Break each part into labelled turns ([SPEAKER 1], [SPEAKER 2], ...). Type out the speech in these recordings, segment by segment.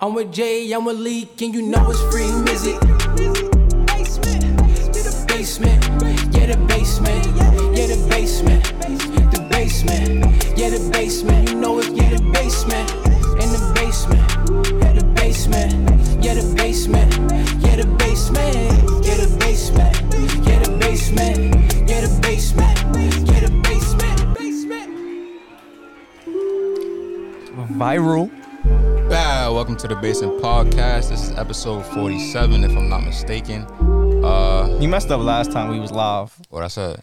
[SPEAKER 1] I'm with Jay, I'm with Leak, and you know it's free music. Basement, yeah the basement, yeah the basement, the basement, yeah the basement. You know it's yeah the basement, in the basement, yeah the basement, yeah the basement, yeah the basement, yeah the basement, yeah the basement, yeah the basement, yeah the basement, basement.
[SPEAKER 2] Viral.
[SPEAKER 3] Ah, welcome to the Basement Podcast. This is episode 47, if I'm not mistaken. Uh,
[SPEAKER 2] You messed up last time we was live.
[SPEAKER 3] what I said?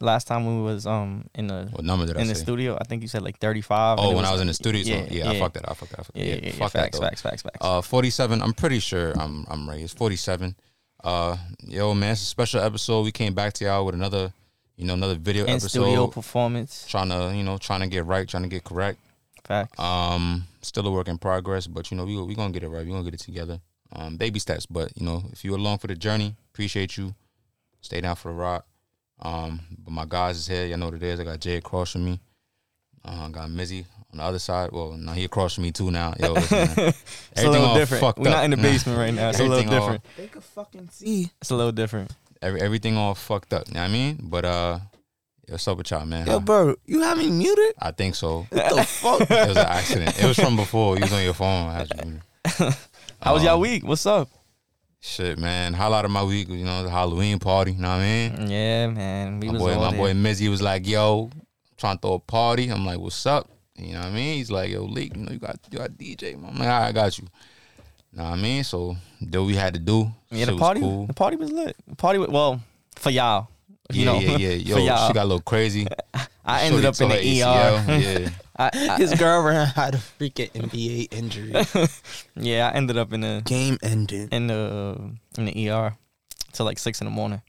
[SPEAKER 2] Last time we was um in the
[SPEAKER 3] What number did I
[SPEAKER 2] in the
[SPEAKER 3] say?
[SPEAKER 2] studio. I think you said like thirty five.
[SPEAKER 3] Oh, when I was in the studio. Yeah, yeah, I fucked that. I fucked that. I fucked
[SPEAKER 2] Yeah,
[SPEAKER 3] that.
[SPEAKER 2] yeah, yeah, yeah.
[SPEAKER 3] fuck
[SPEAKER 2] Facts,
[SPEAKER 3] that. though.
[SPEAKER 2] facts, facts, facts.
[SPEAKER 3] Uh, 47. I'm pretty sure I'm I'm right. It's 47. Uh, yo, man, it's a special episode. We came back to y'all with another, you know, another video
[SPEAKER 2] in
[SPEAKER 3] episode.
[SPEAKER 2] studio performance.
[SPEAKER 3] Trying to, you know, trying to get right, trying to get correct.
[SPEAKER 2] Facts.
[SPEAKER 3] Um, still a work in progress, but you know, we we gonna get it right. We gonna get it together. Um, baby steps, but you know, if you along for the journey, appreciate you. Stay down for the ride. Um, but my guys is here. Y'all know what it is. I got Jay across from me. Uh, got Mizzy on the other side. Well, now he across from me too. Now, yo, listen, man.
[SPEAKER 2] it's a little
[SPEAKER 3] all
[SPEAKER 2] different.
[SPEAKER 3] fucked
[SPEAKER 2] We're not
[SPEAKER 3] up.
[SPEAKER 2] in the
[SPEAKER 3] Nah.
[SPEAKER 2] basement right now. It's a little
[SPEAKER 3] Everything all-
[SPEAKER 2] different.
[SPEAKER 4] They could fucking see.
[SPEAKER 2] It's a little different.
[SPEAKER 3] Every, everything all fucked up. You know what I mean? But uh, what's up with y'all, man?
[SPEAKER 4] Yo,
[SPEAKER 3] huh?
[SPEAKER 4] bro, you have me muted?
[SPEAKER 3] I think so. It
[SPEAKER 4] What the fuck?
[SPEAKER 3] was an accident. It was from before. You was on your phone. I had to-
[SPEAKER 2] How was y'all
[SPEAKER 3] Um,
[SPEAKER 2] week? What's up?
[SPEAKER 3] Shit, man. Highlight of my week, you know, the Halloween party. You know what I mean?
[SPEAKER 2] Yeah, man. We
[SPEAKER 3] My
[SPEAKER 2] was
[SPEAKER 3] boy,
[SPEAKER 2] all
[SPEAKER 3] my
[SPEAKER 2] there.
[SPEAKER 3] boy Mizzy was like, "Yo, trying to throw a party." I'm like, "What's up?" You know what I mean? He's like, "Yo, leak, you know, you got you got DJ." man." I'm like, "All right, I got you." Know what I mean? So did what we had to do.
[SPEAKER 2] Yeah,
[SPEAKER 3] Shit
[SPEAKER 2] the
[SPEAKER 3] was
[SPEAKER 2] party.
[SPEAKER 3] cool.
[SPEAKER 2] The party was lit. The party was well for y'all. You
[SPEAKER 3] yeah,
[SPEAKER 2] know,
[SPEAKER 3] yeah, yeah. Yo,
[SPEAKER 2] for
[SPEAKER 3] she
[SPEAKER 2] y'all.
[SPEAKER 3] got a little crazy.
[SPEAKER 2] I ended
[SPEAKER 3] Shorty
[SPEAKER 2] up in
[SPEAKER 3] tore
[SPEAKER 2] the
[SPEAKER 3] her
[SPEAKER 2] ER.
[SPEAKER 3] ACL. Yeah.
[SPEAKER 2] I, I,
[SPEAKER 4] His girlfriend had a freaking NBA injury.
[SPEAKER 2] yeah, I ended up in the
[SPEAKER 4] Game ending.
[SPEAKER 2] in the in the ER till like six in the morning.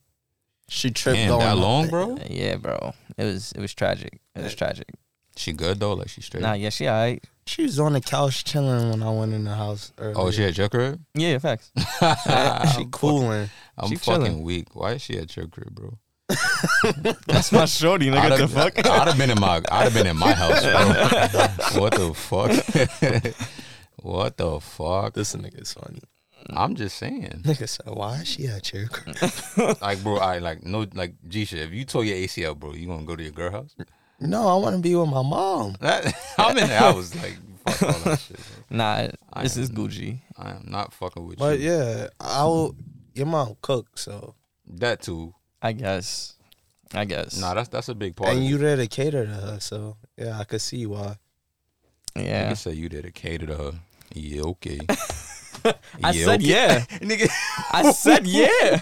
[SPEAKER 4] She tripped
[SPEAKER 3] Damn,
[SPEAKER 4] on
[SPEAKER 3] that
[SPEAKER 4] her.
[SPEAKER 3] long, bro?
[SPEAKER 2] Yeah, bro. It was it was tragic. It was tragic.
[SPEAKER 3] She good though. Like she straight.
[SPEAKER 2] Nah, yeah, she alright.
[SPEAKER 4] She was on the couch chilling when I went in the house. Earlier.
[SPEAKER 3] oh, she at your crib?
[SPEAKER 2] Yeah, facts.
[SPEAKER 4] she cooling.
[SPEAKER 3] I'm
[SPEAKER 2] She
[SPEAKER 3] fucking
[SPEAKER 2] chilling.
[SPEAKER 3] weak. Why is she at your crib, bro?
[SPEAKER 2] That's my shorty. Nigga,
[SPEAKER 3] I'd
[SPEAKER 2] the
[SPEAKER 3] have,
[SPEAKER 2] fuck.
[SPEAKER 3] I'd have been in my I'd have been in my house, bro. what the fuck? what the fuck?
[SPEAKER 4] This nigga's funny.
[SPEAKER 3] I'm just saying.
[SPEAKER 4] Nigga said, "Why is she at your crib?"
[SPEAKER 3] Like, bro, I like no like G shit. If you tore your ACL, bro, you gonna go to your girl house?
[SPEAKER 4] no, I want to be with my mom.
[SPEAKER 3] That, I'm in the house, like fuck all that shit. bro.
[SPEAKER 2] Nah,
[SPEAKER 3] I
[SPEAKER 2] this is
[SPEAKER 3] am-
[SPEAKER 2] Gucci.
[SPEAKER 3] I am not fucking with
[SPEAKER 4] But
[SPEAKER 3] you.
[SPEAKER 4] yeah, I'll. Your mom cook, so
[SPEAKER 3] That too.
[SPEAKER 2] I guess. I guess.
[SPEAKER 3] Nah, that's that's a big part.
[SPEAKER 4] and you there to cater to her, so yeah, I could see why.
[SPEAKER 3] I
[SPEAKER 2] yeah.
[SPEAKER 3] can say you dedicated to her. Yeah, okay.
[SPEAKER 2] I
[SPEAKER 3] Yeah,
[SPEAKER 2] said
[SPEAKER 3] okay.
[SPEAKER 2] yeah.
[SPEAKER 3] nigga.
[SPEAKER 2] I said yeah.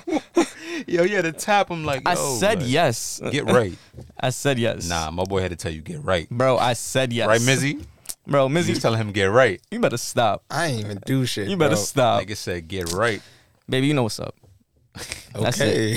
[SPEAKER 3] Yo, you had to tap him like.
[SPEAKER 2] I
[SPEAKER 3] yo,
[SPEAKER 2] said
[SPEAKER 3] like,
[SPEAKER 2] yes.
[SPEAKER 3] Get right.
[SPEAKER 2] I said yes.
[SPEAKER 3] Nah, my boy had to tell you get right.
[SPEAKER 2] Bro, I said yes.
[SPEAKER 3] Right, Mizzy?
[SPEAKER 2] Bro,
[SPEAKER 3] He's
[SPEAKER 2] Mizzy,
[SPEAKER 3] telling him get right.
[SPEAKER 2] you better stop.
[SPEAKER 4] I ain't even do shit.
[SPEAKER 2] You better
[SPEAKER 4] bro.
[SPEAKER 2] stop.
[SPEAKER 3] Nigga said get right.
[SPEAKER 2] Baby, you know what's up. that's
[SPEAKER 4] Okay.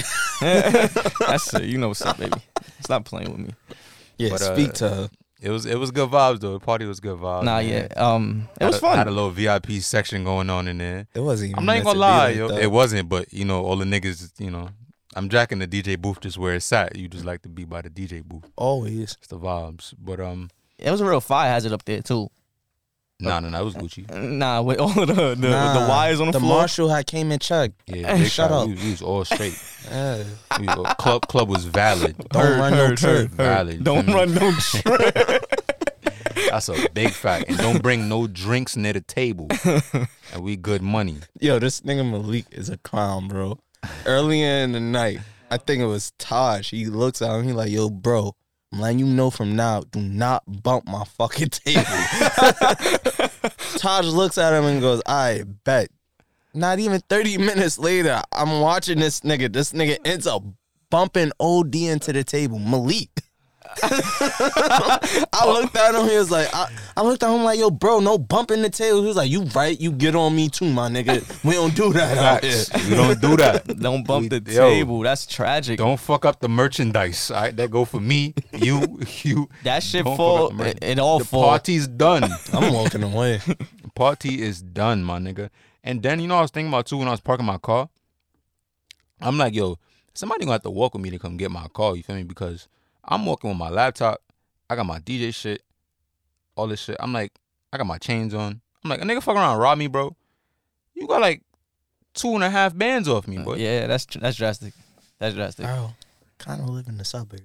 [SPEAKER 2] That's it. You know what's up, baby. Stop playing with me.
[SPEAKER 4] yeah,
[SPEAKER 3] But, uh,
[SPEAKER 4] speak to her.
[SPEAKER 3] It was it was good vibes though. The party was good vibes.
[SPEAKER 2] Nah,
[SPEAKER 3] man.
[SPEAKER 2] yeah. Um, it
[SPEAKER 3] Had
[SPEAKER 2] was
[SPEAKER 3] a- Had a
[SPEAKER 2] fun.
[SPEAKER 3] little VIP section going on in there.
[SPEAKER 4] It wasn't. Even
[SPEAKER 3] I'm not even
[SPEAKER 4] meant
[SPEAKER 3] gonna
[SPEAKER 4] to be
[SPEAKER 3] lie,
[SPEAKER 4] like
[SPEAKER 3] yo.
[SPEAKER 4] that.
[SPEAKER 3] It wasn't, but you know, all the niggas, you know, I'm jacking the DJ booth just where it's at. You just like to be by the DJ booth.
[SPEAKER 4] always.
[SPEAKER 3] It's the vibes. But um,
[SPEAKER 2] It was a real fire hazard up there too.
[SPEAKER 3] nah, nah, nah, it was Gucci.
[SPEAKER 2] Nah, with all of the the, the wires on the,
[SPEAKER 4] the
[SPEAKER 2] floor.
[SPEAKER 4] marshal had came and checked.
[SPEAKER 3] Yeah, big shot.
[SPEAKER 4] Shut up.
[SPEAKER 3] We, we was all straight.
[SPEAKER 4] Yeah.
[SPEAKER 3] We was all- club club was valid.
[SPEAKER 4] Don't run no trip.
[SPEAKER 3] Valid. you
[SPEAKER 2] Don't
[SPEAKER 3] feel me?
[SPEAKER 2] run no trip.
[SPEAKER 3] That's a big fact. And don't bring no drinks near the table. And we good money.
[SPEAKER 4] Yo, this nigga Malik is a clown, bro. Earlier in the night, I think it was Taj. He looks at him. He like, yo, bro. I'm letting you know from now, do not bump my fucking table. Taj looks at him and goes, I bet. Not even 30 minutes later, I'm watching this nigga. This nigga ends up bumping OD into the table. Malik. I looked at him. He was like, I, I looked at him like, yo, bro, no bumping the table. He was like, you right, you get on me too, my nigga. We don't do that out here.
[SPEAKER 3] We don't do that.
[SPEAKER 2] Don't bump the
[SPEAKER 3] yo.
[SPEAKER 2] table. That's tragic.
[SPEAKER 3] Don't fuck up the merchandise. All right, that go for me, you, you.
[SPEAKER 2] that shit
[SPEAKER 3] don't fuck
[SPEAKER 2] fall.
[SPEAKER 3] up the merch.
[SPEAKER 2] It, it all
[SPEAKER 3] the
[SPEAKER 2] fall.
[SPEAKER 3] party's done.
[SPEAKER 4] I'm walking away.
[SPEAKER 3] Party is done, my nigga. And then you know what I was thinking about too when I was parking my car. I'm like, yo, somebody gonna have to walk with me to come get my car. You feel me? Because I'm walking with my laptop. I got my DJ shit, all this shit. I'm like, I got my chains on. I'm like, a nigga fuck around, and rob me, bro. You got like two and a half bands off me, boy. Uh,
[SPEAKER 2] Yeah, that's tr- that's drastic. That's drastic.
[SPEAKER 4] Bro, kind of live in the suburb.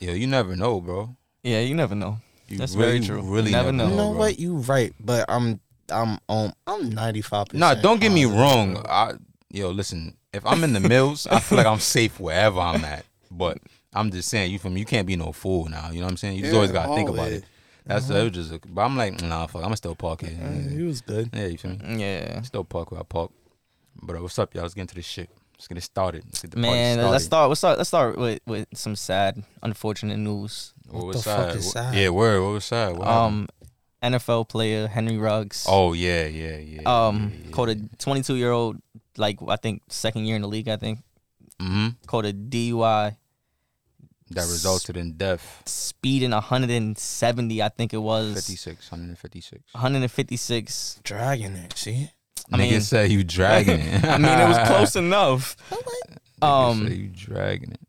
[SPEAKER 3] Yo, you never know, bro.
[SPEAKER 2] yeah, you never know.
[SPEAKER 3] You
[SPEAKER 2] That's
[SPEAKER 3] really,
[SPEAKER 2] very true.
[SPEAKER 3] Really
[SPEAKER 2] Never
[SPEAKER 4] You
[SPEAKER 2] No,
[SPEAKER 4] know
[SPEAKER 3] Oh, bro.
[SPEAKER 4] what? You right, but I'm I'm um I'm 95.
[SPEAKER 3] Nah, don't get me wrong. I yo, listen. If I'm in the mills, I feel like I'm safe wherever I'm at. But I'm just saying, you from you can't be no fool now. You know what I'm saying? You just always gotta think about it. That's that was just. A, but I'm like, nah, fuck. I'm still park here.
[SPEAKER 4] Mm, He was good.
[SPEAKER 3] Yeah, you feel me?
[SPEAKER 2] Yeah.
[SPEAKER 3] Still park where I park. But uh, what's up, y'all? Let's get into this shit. Let's get it started. Let's get the
[SPEAKER 2] Man,
[SPEAKER 3] party
[SPEAKER 2] let's
[SPEAKER 3] started.
[SPEAKER 2] start. Let's start. Let's start with, with some sad, unfortunate news.
[SPEAKER 3] What
[SPEAKER 4] the
[SPEAKER 3] was
[SPEAKER 4] fuck
[SPEAKER 3] sad?
[SPEAKER 4] is
[SPEAKER 3] What-
[SPEAKER 4] sad?
[SPEAKER 3] Yeah, word. What was sad? What happened?
[SPEAKER 2] Um, NFL player Henry Ruggs.
[SPEAKER 3] oh yeah, yeah, yeah.
[SPEAKER 2] Um, caught a 22 year old, like I think second year in the league. I think
[SPEAKER 3] hmm
[SPEAKER 2] caught a DUI,
[SPEAKER 3] That resulted in death.
[SPEAKER 2] speeding 170. I think it was
[SPEAKER 3] 56, 156.
[SPEAKER 2] 156.
[SPEAKER 4] Dragging it. See,
[SPEAKER 2] I
[SPEAKER 3] Nigga
[SPEAKER 2] mean-
[SPEAKER 3] said you dragging it.
[SPEAKER 2] I mean, it was close enough.
[SPEAKER 3] Um,
[SPEAKER 2] Um,
[SPEAKER 3] you dragging it.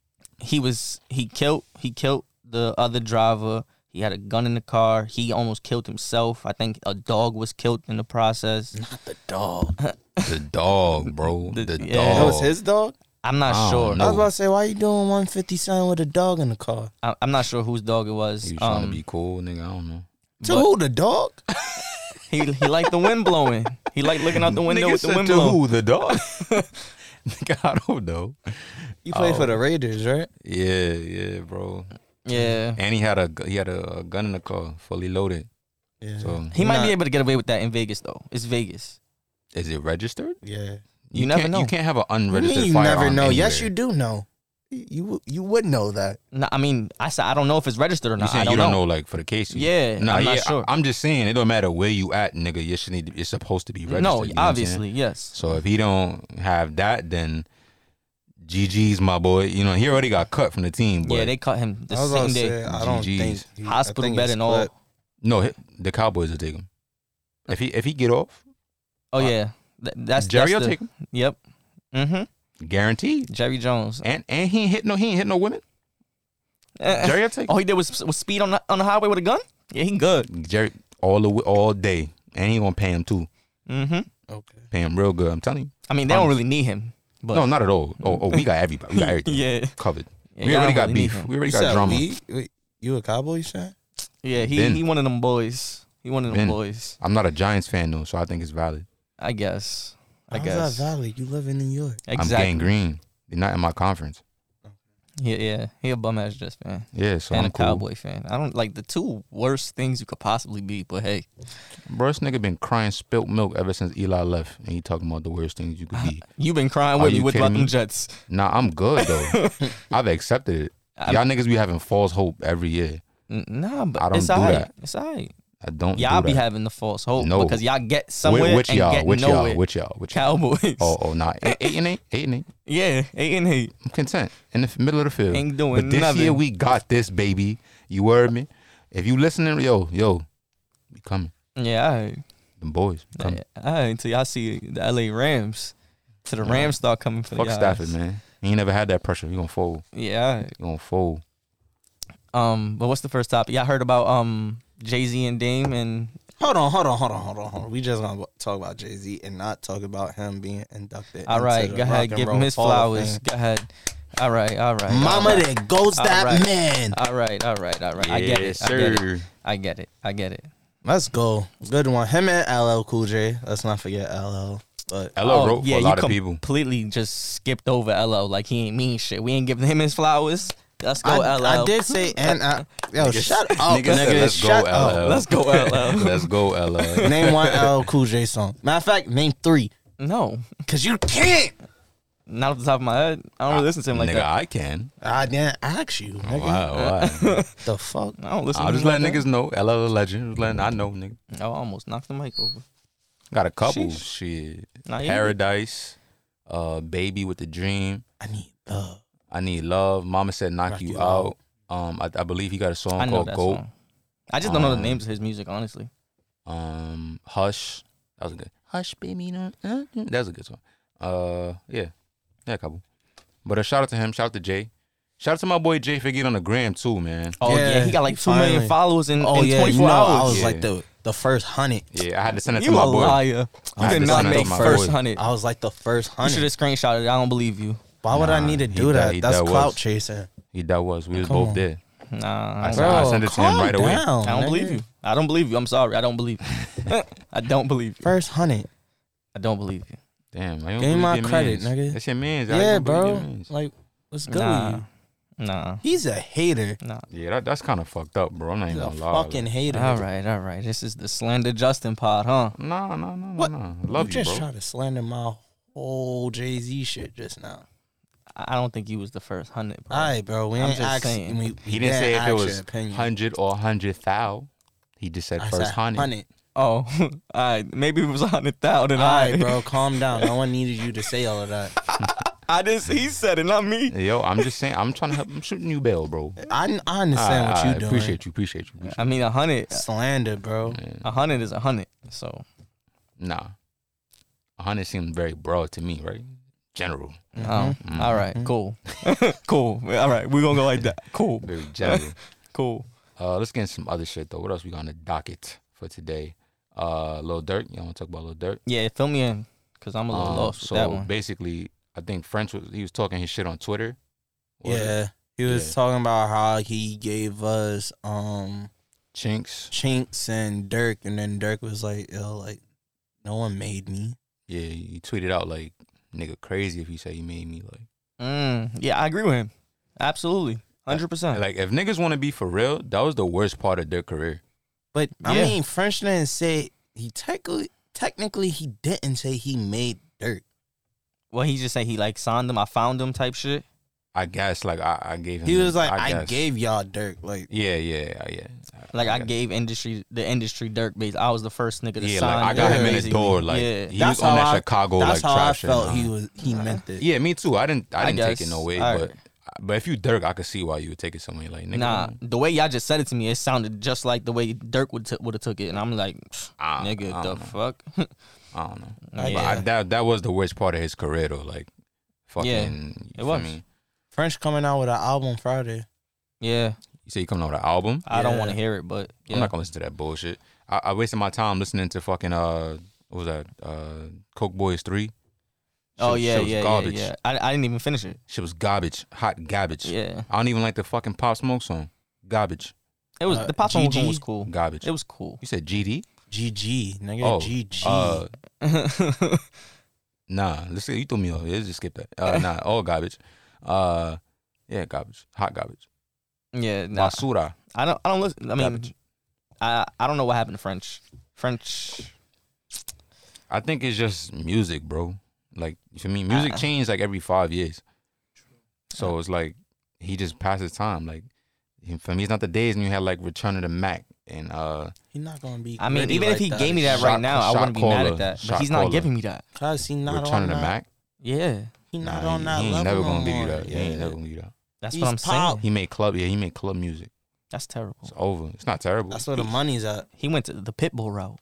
[SPEAKER 2] he was he killed he killed the other driver. He had a gun in the car. He almost killed himself. I think a dog was killed in the process.
[SPEAKER 4] not the dog.
[SPEAKER 3] The dog, bro. The,
[SPEAKER 2] The- yeah.
[SPEAKER 3] dog.
[SPEAKER 4] That was his dog.
[SPEAKER 2] I'm not
[SPEAKER 3] I don't
[SPEAKER 2] sure.
[SPEAKER 3] know.
[SPEAKER 4] I was about to say, why you doing 157 with a dog in the car?
[SPEAKER 2] I, I'm not sure whose dog it was.
[SPEAKER 3] He was trying
[SPEAKER 2] Um,
[SPEAKER 3] to be cool, nigga. I don't know.
[SPEAKER 4] To
[SPEAKER 2] But-
[SPEAKER 4] who the dog?
[SPEAKER 2] he he liked the wind blowing. He liked looking out the window with the wind
[SPEAKER 3] to
[SPEAKER 2] blowing.
[SPEAKER 3] who? The dog? nigga, I don't know.
[SPEAKER 4] You play
[SPEAKER 3] Oh.
[SPEAKER 4] for the Raiders, right?
[SPEAKER 3] Yeah, yeah, bro.
[SPEAKER 2] Yeah,
[SPEAKER 3] And he had a gu- he had a, a gun in the car, fully loaded.
[SPEAKER 4] Yeah.
[SPEAKER 3] So
[SPEAKER 2] he might
[SPEAKER 4] Nah.
[SPEAKER 2] be able to get away with that in Vegas though. It's Vegas.
[SPEAKER 3] is it registered?
[SPEAKER 4] yeah.
[SPEAKER 2] You never
[SPEAKER 3] can't-
[SPEAKER 2] know.
[SPEAKER 3] You can't have an
[SPEAKER 4] What do you
[SPEAKER 3] unregistered
[SPEAKER 4] mean you
[SPEAKER 3] firearm.
[SPEAKER 4] never know? Yes, you
[SPEAKER 3] anywhere.
[SPEAKER 4] do know. You you would know that.
[SPEAKER 2] No, I mean, I said I don't know if it's registered or not.
[SPEAKER 3] You saying
[SPEAKER 2] I don't,
[SPEAKER 3] you don't
[SPEAKER 2] know.
[SPEAKER 3] know. like for the case?
[SPEAKER 2] Yeah, I'm
[SPEAKER 3] nah, yeah.
[SPEAKER 2] not sure.
[SPEAKER 3] I, am just saying it don't matter where you at, nigga. You should need. It's supposed to be registered. you
[SPEAKER 2] no,
[SPEAKER 3] know what I'm saying?
[SPEAKER 2] obviously, yes.
[SPEAKER 3] So if he don't have that, then GG's my boy. You know, he already got cut from the team. But
[SPEAKER 2] Yeah, they caught him the
[SPEAKER 4] I was about
[SPEAKER 2] same
[SPEAKER 4] to
[SPEAKER 2] day.
[SPEAKER 4] say, I don't
[SPEAKER 3] GGs.
[SPEAKER 4] think he- I
[SPEAKER 2] Hospital
[SPEAKER 4] think
[SPEAKER 2] bed
[SPEAKER 4] it's
[SPEAKER 2] and all.
[SPEAKER 4] split.
[SPEAKER 3] no, he- the Cowboys will take him. If he if he get off,
[SPEAKER 2] Oh yeah, Th- that's
[SPEAKER 3] Jerry
[SPEAKER 2] That's the,
[SPEAKER 3] will take him,
[SPEAKER 2] Yep. Mm-hmm.
[SPEAKER 3] guaranteed.
[SPEAKER 2] Jerry Jones.
[SPEAKER 3] And and he ain't hit no he ain't hit no women. Jerry will take
[SPEAKER 2] All
[SPEAKER 3] him.
[SPEAKER 2] he did was was speed on the, on the highway with a gun. Yeah, he good.
[SPEAKER 3] Jerry all the way- all day, and he gonna pay him too.
[SPEAKER 2] Mm-hmm.
[SPEAKER 4] Okay.
[SPEAKER 3] Pay him real good. I'm telling you.
[SPEAKER 2] I mean, they don't really need him, but
[SPEAKER 3] no, not at all. Oh, oh, we got everybody. We got everything
[SPEAKER 2] yeah,
[SPEAKER 3] covered.
[SPEAKER 2] Yeah,
[SPEAKER 3] we
[SPEAKER 2] y'all
[SPEAKER 3] already
[SPEAKER 2] don't
[SPEAKER 3] got
[SPEAKER 2] really need
[SPEAKER 3] beef.
[SPEAKER 2] him.
[SPEAKER 3] We already
[SPEAKER 4] You
[SPEAKER 3] got
[SPEAKER 4] said
[SPEAKER 3] drama.
[SPEAKER 4] we- wait, you a cowboy? You said
[SPEAKER 2] yeah. He
[SPEAKER 3] Ben.
[SPEAKER 2] he one of them boys. He one of them
[SPEAKER 3] Ben.
[SPEAKER 2] boys.
[SPEAKER 3] I'm not a Giants fan though, so I think it's valid.
[SPEAKER 2] I guess. I
[SPEAKER 4] How's
[SPEAKER 2] guess.
[SPEAKER 4] that valid? You live in New York.
[SPEAKER 3] I'm
[SPEAKER 2] Exactly.
[SPEAKER 3] gang green. They're not in my conference.
[SPEAKER 2] Yeah, yeah. He a bum ass Jets fan
[SPEAKER 3] Yeah, so
[SPEAKER 2] and
[SPEAKER 3] I'm
[SPEAKER 2] a
[SPEAKER 3] cool.
[SPEAKER 2] Cowboy fan. I don't like the two worst things you could possibly be, but hey,
[SPEAKER 3] Bro, this nigga been crying spilt milk ever since Eli left, and he talking about the worst things you could be.
[SPEAKER 2] you been crying
[SPEAKER 3] Are
[SPEAKER 2] with me
[SPEAKER 3] you
[SPEAKER 2] with
[SPEAKER 3] kidding
[SPEAKER 2] about
[SPEAKER 3] me?
[SPEAKER 2] them Jets.
[SPEAKER 3] nah, I'm good though. I've accepted it.
[SPEAKER 2] I-
[SPEAKER 3] Y'all niggas be having false hope every year.
[SPEAKER 2] N- Nah, but
[SPEAKER 3] I don't
[SPEAKER 2] it's
[SPEAKER 3] do
[SPEAKER 2] alright.
[SPEAKER 3] that.
[SPEAKER 2] It's alright.
[SPEAKER 3] I don't.
[SPEAKER 2] Y'all
[SPEAKER 3] do
[SPEAKER 2] be
[SPEAKER 3] that.
[SPEAKER 2] having the false hope
[SPEAKER 3] No.
[SPEAKER 2] because y'all get
[SPEAKER 3] Whi-
[SPEAKER 2] somewhere
[SPEAKER 3] which
[SPEAKER 2] and
[SPEAKER 3] y'all,
[SPEAKER 2] get
[SPEAKER 3] which
[SPEAKER 2] nowhere.
[SPEAKER 3] y'all, which y'all, which y'all.
[SPEAKER 2] Cowboys.
[SPEAKER 3] Oh, oh, nah, eight, eight and eight, eight and eight.
[SPEAKER 2] Yeah, eight and eight.
[SPEAKER 3] I'm content in the f- middle of the field.
[SPEAKER 2] Ain't doing
[SPEAKER 3] But this
[SPEAKER 2] nothing.
[SPEAKER 3] year we got this, baby. You heard me. If you listening, yo, yo, we coming.
[SPEAKER 2] Yeah, all right.
[SPEAKER 3] Them boys, we coming.
[SPEAKER 2] Yeah, all right. Until y'all see the LA Rams. To the
[SPEAKER 3] Nah.
[SPEAKER 2] Rams start coming for
[SPEAKER 3] Fuck
[SPEAKER 2] y'all.
[SPEAKER 3] Stafford, man. He ain't never had that pressure. He gonna fold.
[SPEAKER 2] Yeah. all right.
[SPEAKER 3] He gonna fold.
[SPEAKER 2] Um, but what's the first topic? Y'all heard about um Jay Z and Dame and
[SPEAKER 4] Hold on, hold on, hold on, hold on, hold on. We just gonna talk about Jay Z and not talk about him being inducted.
[SPEAKER 2] all right,
[SPEAKER 4] into the
[SPEAKER 2] go
[SPEAKER 4] Rock
[SPEAKER 2] ahead,
[SPEAKER 4] and
[SPEAKER 2] give him
[SPEAKER 4] Roll
[SPEAKER 2] his
[SPEAKER 4] Hall of
[SPEAKER 2] flowers.
[SPEAKER 4] Fame.
[SPEAKER 2] Go ahead. All right, all right. all
[SPEAKER 4] Mama,
[SPEAKER 2] right.
[SPEAKER 4] there goes
[SPEAKER 2] All
[SPEAKER 4] that
[SPEAKER 2] right.
[SPEAKER 4] man.
[SPEAKER 2] All right, all right, all right. I get it.
[SPEAKER 3] Yes,
[SPEAKER 2] I get it.
[SPEAKER 3] sir.
[SPEAKER 2] I get it. I get it.
[SPEAKER 4] Let's go. Good one. Him and LL Cool J. Let's not forget LL. But
[SPEAKER 3] LL
[SPEAKER 2] Oh,
[SPEAKER 3] wrote for
[SPEAKER 2] yeah,
[SPEAKER 3] a
[SPEAKER 2] you
[SPEAKER 3] lot of people.
[SPEAKER 2] completely just skipped over LO. Like he ain't mean shit. We ain't giving him his flowers. Let's go,
[SPEAKER 4] I,
[SPEAKER 2] LO.
[SPEAKER 4] I did say and I, yo, shut up, nigga.
[SPEAKER 3] Nigga said, let's go,
[SPEAKER 4] shut
[SPEAKER 3] LL.
[SPEAKER 4] up.
[SPEAKER 2] Let's go, LO.
[SPEAKER 3] Let's go, LL.
[SPEAKER 4] Name one LL Cool J song. Matter of fact, name three,
[SPEAKER 2] no,
[SPEAKER 4] cause you can't.
[SPEAKER 2] not off the top of my head. I don't really listen to him like
[SPEAKER 3] Ah, nigga,
[SPEAKER 2] that.
[SPEAKER 3] I can.
[SPEAKER 4] I didn't ask you, nigga.
[SPEAKER 3] Wow, wow.
[SPEAKER 4] The fuck?
[SPEAKER 2] I don't listen.
[SPEAKER 3] I'll
[SPEAKER 2] to
[SPEAKER 3] just
[SPEAKER 2] him
[SPEAKER 3] let
[SPEAKER 2] like
[SPEAKER 3] niggas know. LL a legend. Just letting I know, nigga.
[SPEAKER 2] That. Oh, I almost knocked the mic over.
[SPEAKER 3] Got a couple. Shit.
[SPEAKER 2] Nah, yeah.
[SPEAKER 3] Paradise. Uh, Baby with the Dream.
[SPEAKER 4] I need love.
[SPEAKER 3] I Need Love. Mama Said Knock,
[SPEAKER 4] Knock
[SPEAKER 3] you,
[SPEAKER 4] You
[SPEAKER 3] Out. Um, I, I believe he got a song
[SPEAKER 2] I know
[SPEAKER 3] called
[SPEAKER 2] that
[SPEAKER 3] Goat.
[SPEAKER 2] song. I just don't know the
[SPEAKER 3] Um,
[SPEAKER 2] names of his music, honestly.
[SPEAKER 3] Um, Hush. That was a good. Hush, baby. No, uh, uh, that was a good song. Uh, yeah, yeah, a couple. But a shout out to him. Shout out to Jay. Shout out to my boy Jay for getting on the gram too, man.
[SPEAKER 2] Oh yeah,
[SPEAKER 4] Yeah,
[SPEAKER 2] he got like two
[SPEAKER 4] finally.
[SPEAKER 2] million followers in,
[SPEAKER 4] Oh
[SPEAKER 2] in
[SPEAKER 4] yeah,
[SPEAKER 2] 24
[SPEAKER 4] you know,
[SPEAKER 2] hours.
[SPEAKER 4] I was
[SPEAKER 3] Yeah.
[SPEAKER 4] like the the first hundred.
[SPEAKER 3] Yeah, I had to send it to
[SPEAKER 2] You
[SPEAKER 3] my
[SPEAKER 2] a
[SPEAKER 3] boy.
[SPEAKER 2] liar. You
[SPEAKER 3] I
[SPEAKER 2] did
[SPEAKER 3] just
[SPEAKER 2] not
[SPEAKER 3] wanna
[SPEAKER 2] make
[SPEAKER 3] know my
[SPEAKER 2] first
[SPEAKER 3] voice.
[SPEAKER 2] hundred.
[SPEAKER 4] I was like the first
[SPEAKER 2] You should
[SPEAKER 4] hundred.
[SPEAKER 2] have screenshotted it. I don't believe you.
[SPEAKER 4] Why would I
[SPEAKER 3] Nah,
[SPEAKER 4] need to
[SPEAKER 3] he
[SPEAKER 4] do
[SPEAKER 3] that-
[SPEAKER 4] that?
[SPEAKER 3] he
[SPEAKER 4] That's
[SPEAKER 3] that
[SPEAKER 4] clout
[SPEAKER 3] was.
[SPEAKER 4] chasing.
[SPEAKER 3] He that was. We was
[SPEAKER 4] Come
[SPEAKER 3] both
[SPEAKER 4] on.
[SPEAKER 3] there.
[SPEAKER 2] Nah,
[SPEAKER 3] I
[SPEAKER 2] I
[SPEAKER 3] said-
[SPEAKER 2] don't,
[SPEAKER 3] I sent it to him
[SPEAKER 4] calm
[SPEAKER 3] right away.
[SPEAKER 4] down,
[SPEAKER 2] I don't
[SPEAKER 4] nigga.
[SPEAKER 2] believe you. I don't believe you. I'm sorry. I don't believe you. I don't believe you.
[SPEAKER 4] First hundred.
[SPEAKER 2] I don't believe you.
[SPEAKER 3] Damn, I don't
[SPEAKER 4] Give
[SPEAKER 3] believe
[SPEAKER 4] my
[SPEAKER 3] your
[SPEAKER 4] credit,
[SPEAKER 3] mans.
[SPEAKER 4] nigga.
[SPEAKER 3] That's your man's.
[SPEAKER 4] Yeah, bro. Like, what's good? with
[SPEAKER 2] Nah,
[SPEAKER 4] you?
[SPEAKER 2] nah,
[SPEAKER 4] He's a hater.
[SPEAKER 2] nah.
[SPEAKER 3] Yeah, that, that's kind of fucked up, bro. I'm not
[SPEAKER 4] He's
[SPEAKER 3] even
[SPEAKER 4] a
[SPEAKER 3] gonna lie.
[SPEAKER 4] fucking hater.
[SPEAKER 2] All right, all right. This is the slander Justin pod, huh?
[SPEAKER 3] No, no, no, no,
[SPEAKER 4] What?
[SPEAKER 3] no. Love you,
[SPEAKER 4] just
[SPEAKER 3] bro.
[SPEAKER 4] trying to slander my whole Jay Z shit just now.
[SPEAKER 2] I I don't think you was the first hundred. bro.
[SPEAKER 4] All right, bro. We
[SPEAKER 2] I'm
[SPEAKER 4] ain't
[SPEAKER 2] just
[SPEAKER 4] ask-
[SPEAKER 2] saying.
[SPEAKER 4] we- we
[SPEAKER 3] He didn't say if
[SPEAKER 4] ask
[SPEAKER 3] it
[SPEAKER 4] your
[SPEAKER 3] was
[SPEAKER 4] opinion.
[SPEAKER 3] hundred or hundred thou. He just said
[SPEAKER 4] I
[SPEAKER 3] first
[SPEAKER 4] said
[SPEAKER 3] hundred.
[SPEAKER 4] hundred.
[SPEAKER 2] Oh, all right. Maybe it was a hundred thousand.
[SPEAKER 4] All right, bro. Calm down. No one needed you to say all of that.
[SPEAKER 2] I just he said it, not me.
[SPEAKER 3] Yo, I'm just saying. I'm trying to help. I'm shooting you, bail, bro.
[SPEAKER 4] I, I understand
[SPEAKER 3] Aight,
[SPEAKER 4] what you
[SPEAKER 3] aight,
[SPEAKER 4] doing.
[SPEAKER 3] Appreciate you. Appreciate you. Appreciate
[SPEAKER 2] I mean, a hundred,
[SPEAKER 4] slander, bro.
[SPEAKER 2] a hundred is a hundred. So
[SPEAKER 3] you. Nah, hundred seems very broad to me, right? General,
[SPEAKER 2] Oh, all right, cool, cool. All right, we're gonna go like that. Cool,
[SPEAKER 3] very general.
[SPEAKER 2] cool.
[SPEAKER 3] Uh, let's get into some other shit though. What else we got on the docket for today? Uh, Lil Durk. Y'all want to talk about Lil Durk?
[SPEAKER 2] Yeah, fill me in because I'm a little
[SPEAKER 3] Um,
[SPEAKER 2] lost with
[SPEAKER 3] so
[SPEAKER 2] that one.
[SPEAKER 3] basically, I think French was he was talking his shit on Twitter. Or
[SPEAKER 4] Yeah. He was
[SPEAKER 3] Mm-hmm. Yeah.
[SPEAKER 4] talking about how he gave us um
[SPEAKER 3] Chinks.
[SPEAKER 4] Chinks and Dirk, and then Dirk was like, yo, like, no one made me.
[SPEAKER 3] Yeah, he tweeted out like, "Nigga, crazy if you say you made me." Like,
[SPEAKER 2] Mm, yeah, I agree with him. Absolutely, hundred percent.
[SPEAKER 3] like if niggas want to be for real, that was the worst part of their career.
[SPEAKER 4] But I
[SPEAKER 2] Yeah.
[SPEAKER 4] mean, French didn't say he technically technically he didn't say he made Dirk.
[SPEAKER 2] Well, he just said he like signed them. I found them type shit.
[SPEAKER 3] I guess like I, Mm-hmm. I gave him.
[SPEAKER 4] He was like, I,
[SPEAKER 3] guess.
[SPEAKER 4] gave y'all Dirk. Like
[SPEAKER 3] Yeah, yeah, yeah.
[SPEAKER 2] Like I
[SPEAKER 3] guess.
[SPEAKER 2] gave industry the industry Dirk base. I was the first nigga to
[SPEAKER 3] Yeah,
[SPEAKER 2] sign.
[SPEAKER 3] like I got
[SPEAKER 4] yeah.
[SPEAKER 3] him in
[SPEAKER 2] Dirk
[SPEAKER 3] his
[SPEAKER 2] basically.
[SPEAKER 3] door. Like
[SPEAKER 2] yeah.
[SPEAKER 3] he
[SPEAKER 4] That's
[SPEAKER 3] was on
[SPEAKER 4] how
[SPEAKER 3] that
[SPEAKER 4] I-
[SPEAKER 3] Chicago
[SPEAKER 4] that's
[SPEAKER 3] like
[SPEAKER 4] how I
[SPEAKER 3] trash.
[SPEAKER 4] felt he was he meant it.
[SPEAKER 3] Yeah, me too. I didn't. I
[SPEAKER 2] I
[SPEAKER 3] didn't take it
[SPEAKER 2] guess.
[SPEAKER 3] no way,
[SPEAKER 2] Alright.
[SPEAKER 3] but but if you Dirk, I could see why you would take it some way. Like nigga,
[SPEAKER 2] Nah, the way y'all just said it to me, it sounded just like the way Dirk would t- would have took it, and I'm like,
[SPEAKER 3] Ah, I don't-
[SPEAKER 2] nigga,
[SPEAKER 3] I
[SPEAKER 2] the
[SPEAKER 3] don't know.
[SPEAKER 2] fuck.
[SPEAKER 3] I don't know.
[SPEAKER 2] Yeah.
[SPEAKER 3] But I, that that was the worst part of his career though. Like fucking. you feel
[SPEAKER 2] was.
[SPEAKER 3] me?
[SPEAKER 4] French coming out with an album Friday.
[SPEAKER 2] yeah,
[SPEAKER 3] You say you coming out with an album?
[SPEAKER 2] I don't want to
[SPEAKER 4] Yeah.
[SPEAKER 2] hear it, but yeah.
[SPEAKER 3] I'm not gonna listen to that bullshit. I, I wasted my time listening to fucking uh, what was that? Uh, Coke Boys Three.
[SPEAKER 2] oh
[SPEAKER 3] Shit-
[SPEAKER 2] yeah,
[SPEAKER 3] shit was
[SPEAKER 2] yeah, yeah,
[SPEAKER 3] garbage.
[SPEAKER 2] yeah. I, I didn't even finish it.
[SPEAKER 3] Shit was garbage, hot garbage.
[SPEAKER 2] Yeah,
[SPEAKER 3] I don't even like the fucking Pop Smoke song. Garbage,
[SPEAKER 2] it was
[SPEAKER 4] Uh,
[SPEAKER 2] the pop song
[SPEAKER 4] GG?
[SPEAKER 2] was cool.
[SPEAKER 3] garbage.
[SPEAKER 2] It was cool.
[SPEAKER 3] you said GD?
[SPEAKER 4] GG, nigga.
[SPEAKER 3] Oh,
[SPEAKER 4] GG.
[SPEAKER 3] Uh, Nah, let's see. You threw me off. Let's just skip that. Uh, nah, all garbage. Uh, yeah, garbage. Hot garbage.
[SPEAKER 2] yeah, nah,
[SPEAKER 3] Basura.
[SPEAKER 2] I don't. I don't listen. I mean,
[SPEAKER 3] Garbage.
[SPEAKER 2] I I don't know what happened to French. French.
[SPEAKER 3] I think it's just music, bro. Like for me, music
[SPEAKER 2] Uh.
[SPEAKER 3] changes like every five years. So it's like he just passes time. Like he- for me, it's not the days when you had like Return of the Mac and uh,
[SPEAKER 4] he not gonna be.
[SPEAKER 2] I mean,
[SPEAKER 4] gritty
[SPEAKER 2] even if
[SPEAKER 4] like
[SPEAKER 2] he gave me that
[SPEAKER 3] Shot-
[SPEAKER 2] right now, I
[SPEAKER 3] shot
[SPEAKER 2] wouldn't be mad
[SPEAKER 3] caller.
[SPEAKER 2] at that. But
[SPEAKER 3] Shot
[SPEAKER 2] he's
[SPEAKER 3] caller.
[SPEAKER 2] not giving me that.
[SPEAKER 4] cause he not
[SPEAKER 3] Return
[SPEAKER 4] on
[SPEAKER 3] of the
[SPEAKER 4] that.
[SPEAKER 3] Mac.
[SPEAKER 2] Yeah,
[SPEAKER 4] He not
[SPEAKER 3] Nah,
[SPEAKER 4] on that
[SPEAKER 3] he, he ain't never
[SPEAKER 4] level
[SPEAKER 3] gonna
[SPEAKER 4] no
[SPEAKER 3] give you
[SPEAKER 4] more.
[SPEAKER 3] that. He ain't never gonna give you that.
[SPEAKER 2] that's
[SPEAKER 4] He's
[SPEAKER 2] what I'm
[SPEAKER 4] pop.
[SPEAKER 2] saying.
[SPEAKER 3] He made club. Yeah, he made club music.
[SPEAKER 2] That's terrible.
[SPEAKER 3] It's over. It's not terrible.
[SPEAKER 4] That's where the money's at.
[SPEAKER 2] He went to the pitbull route.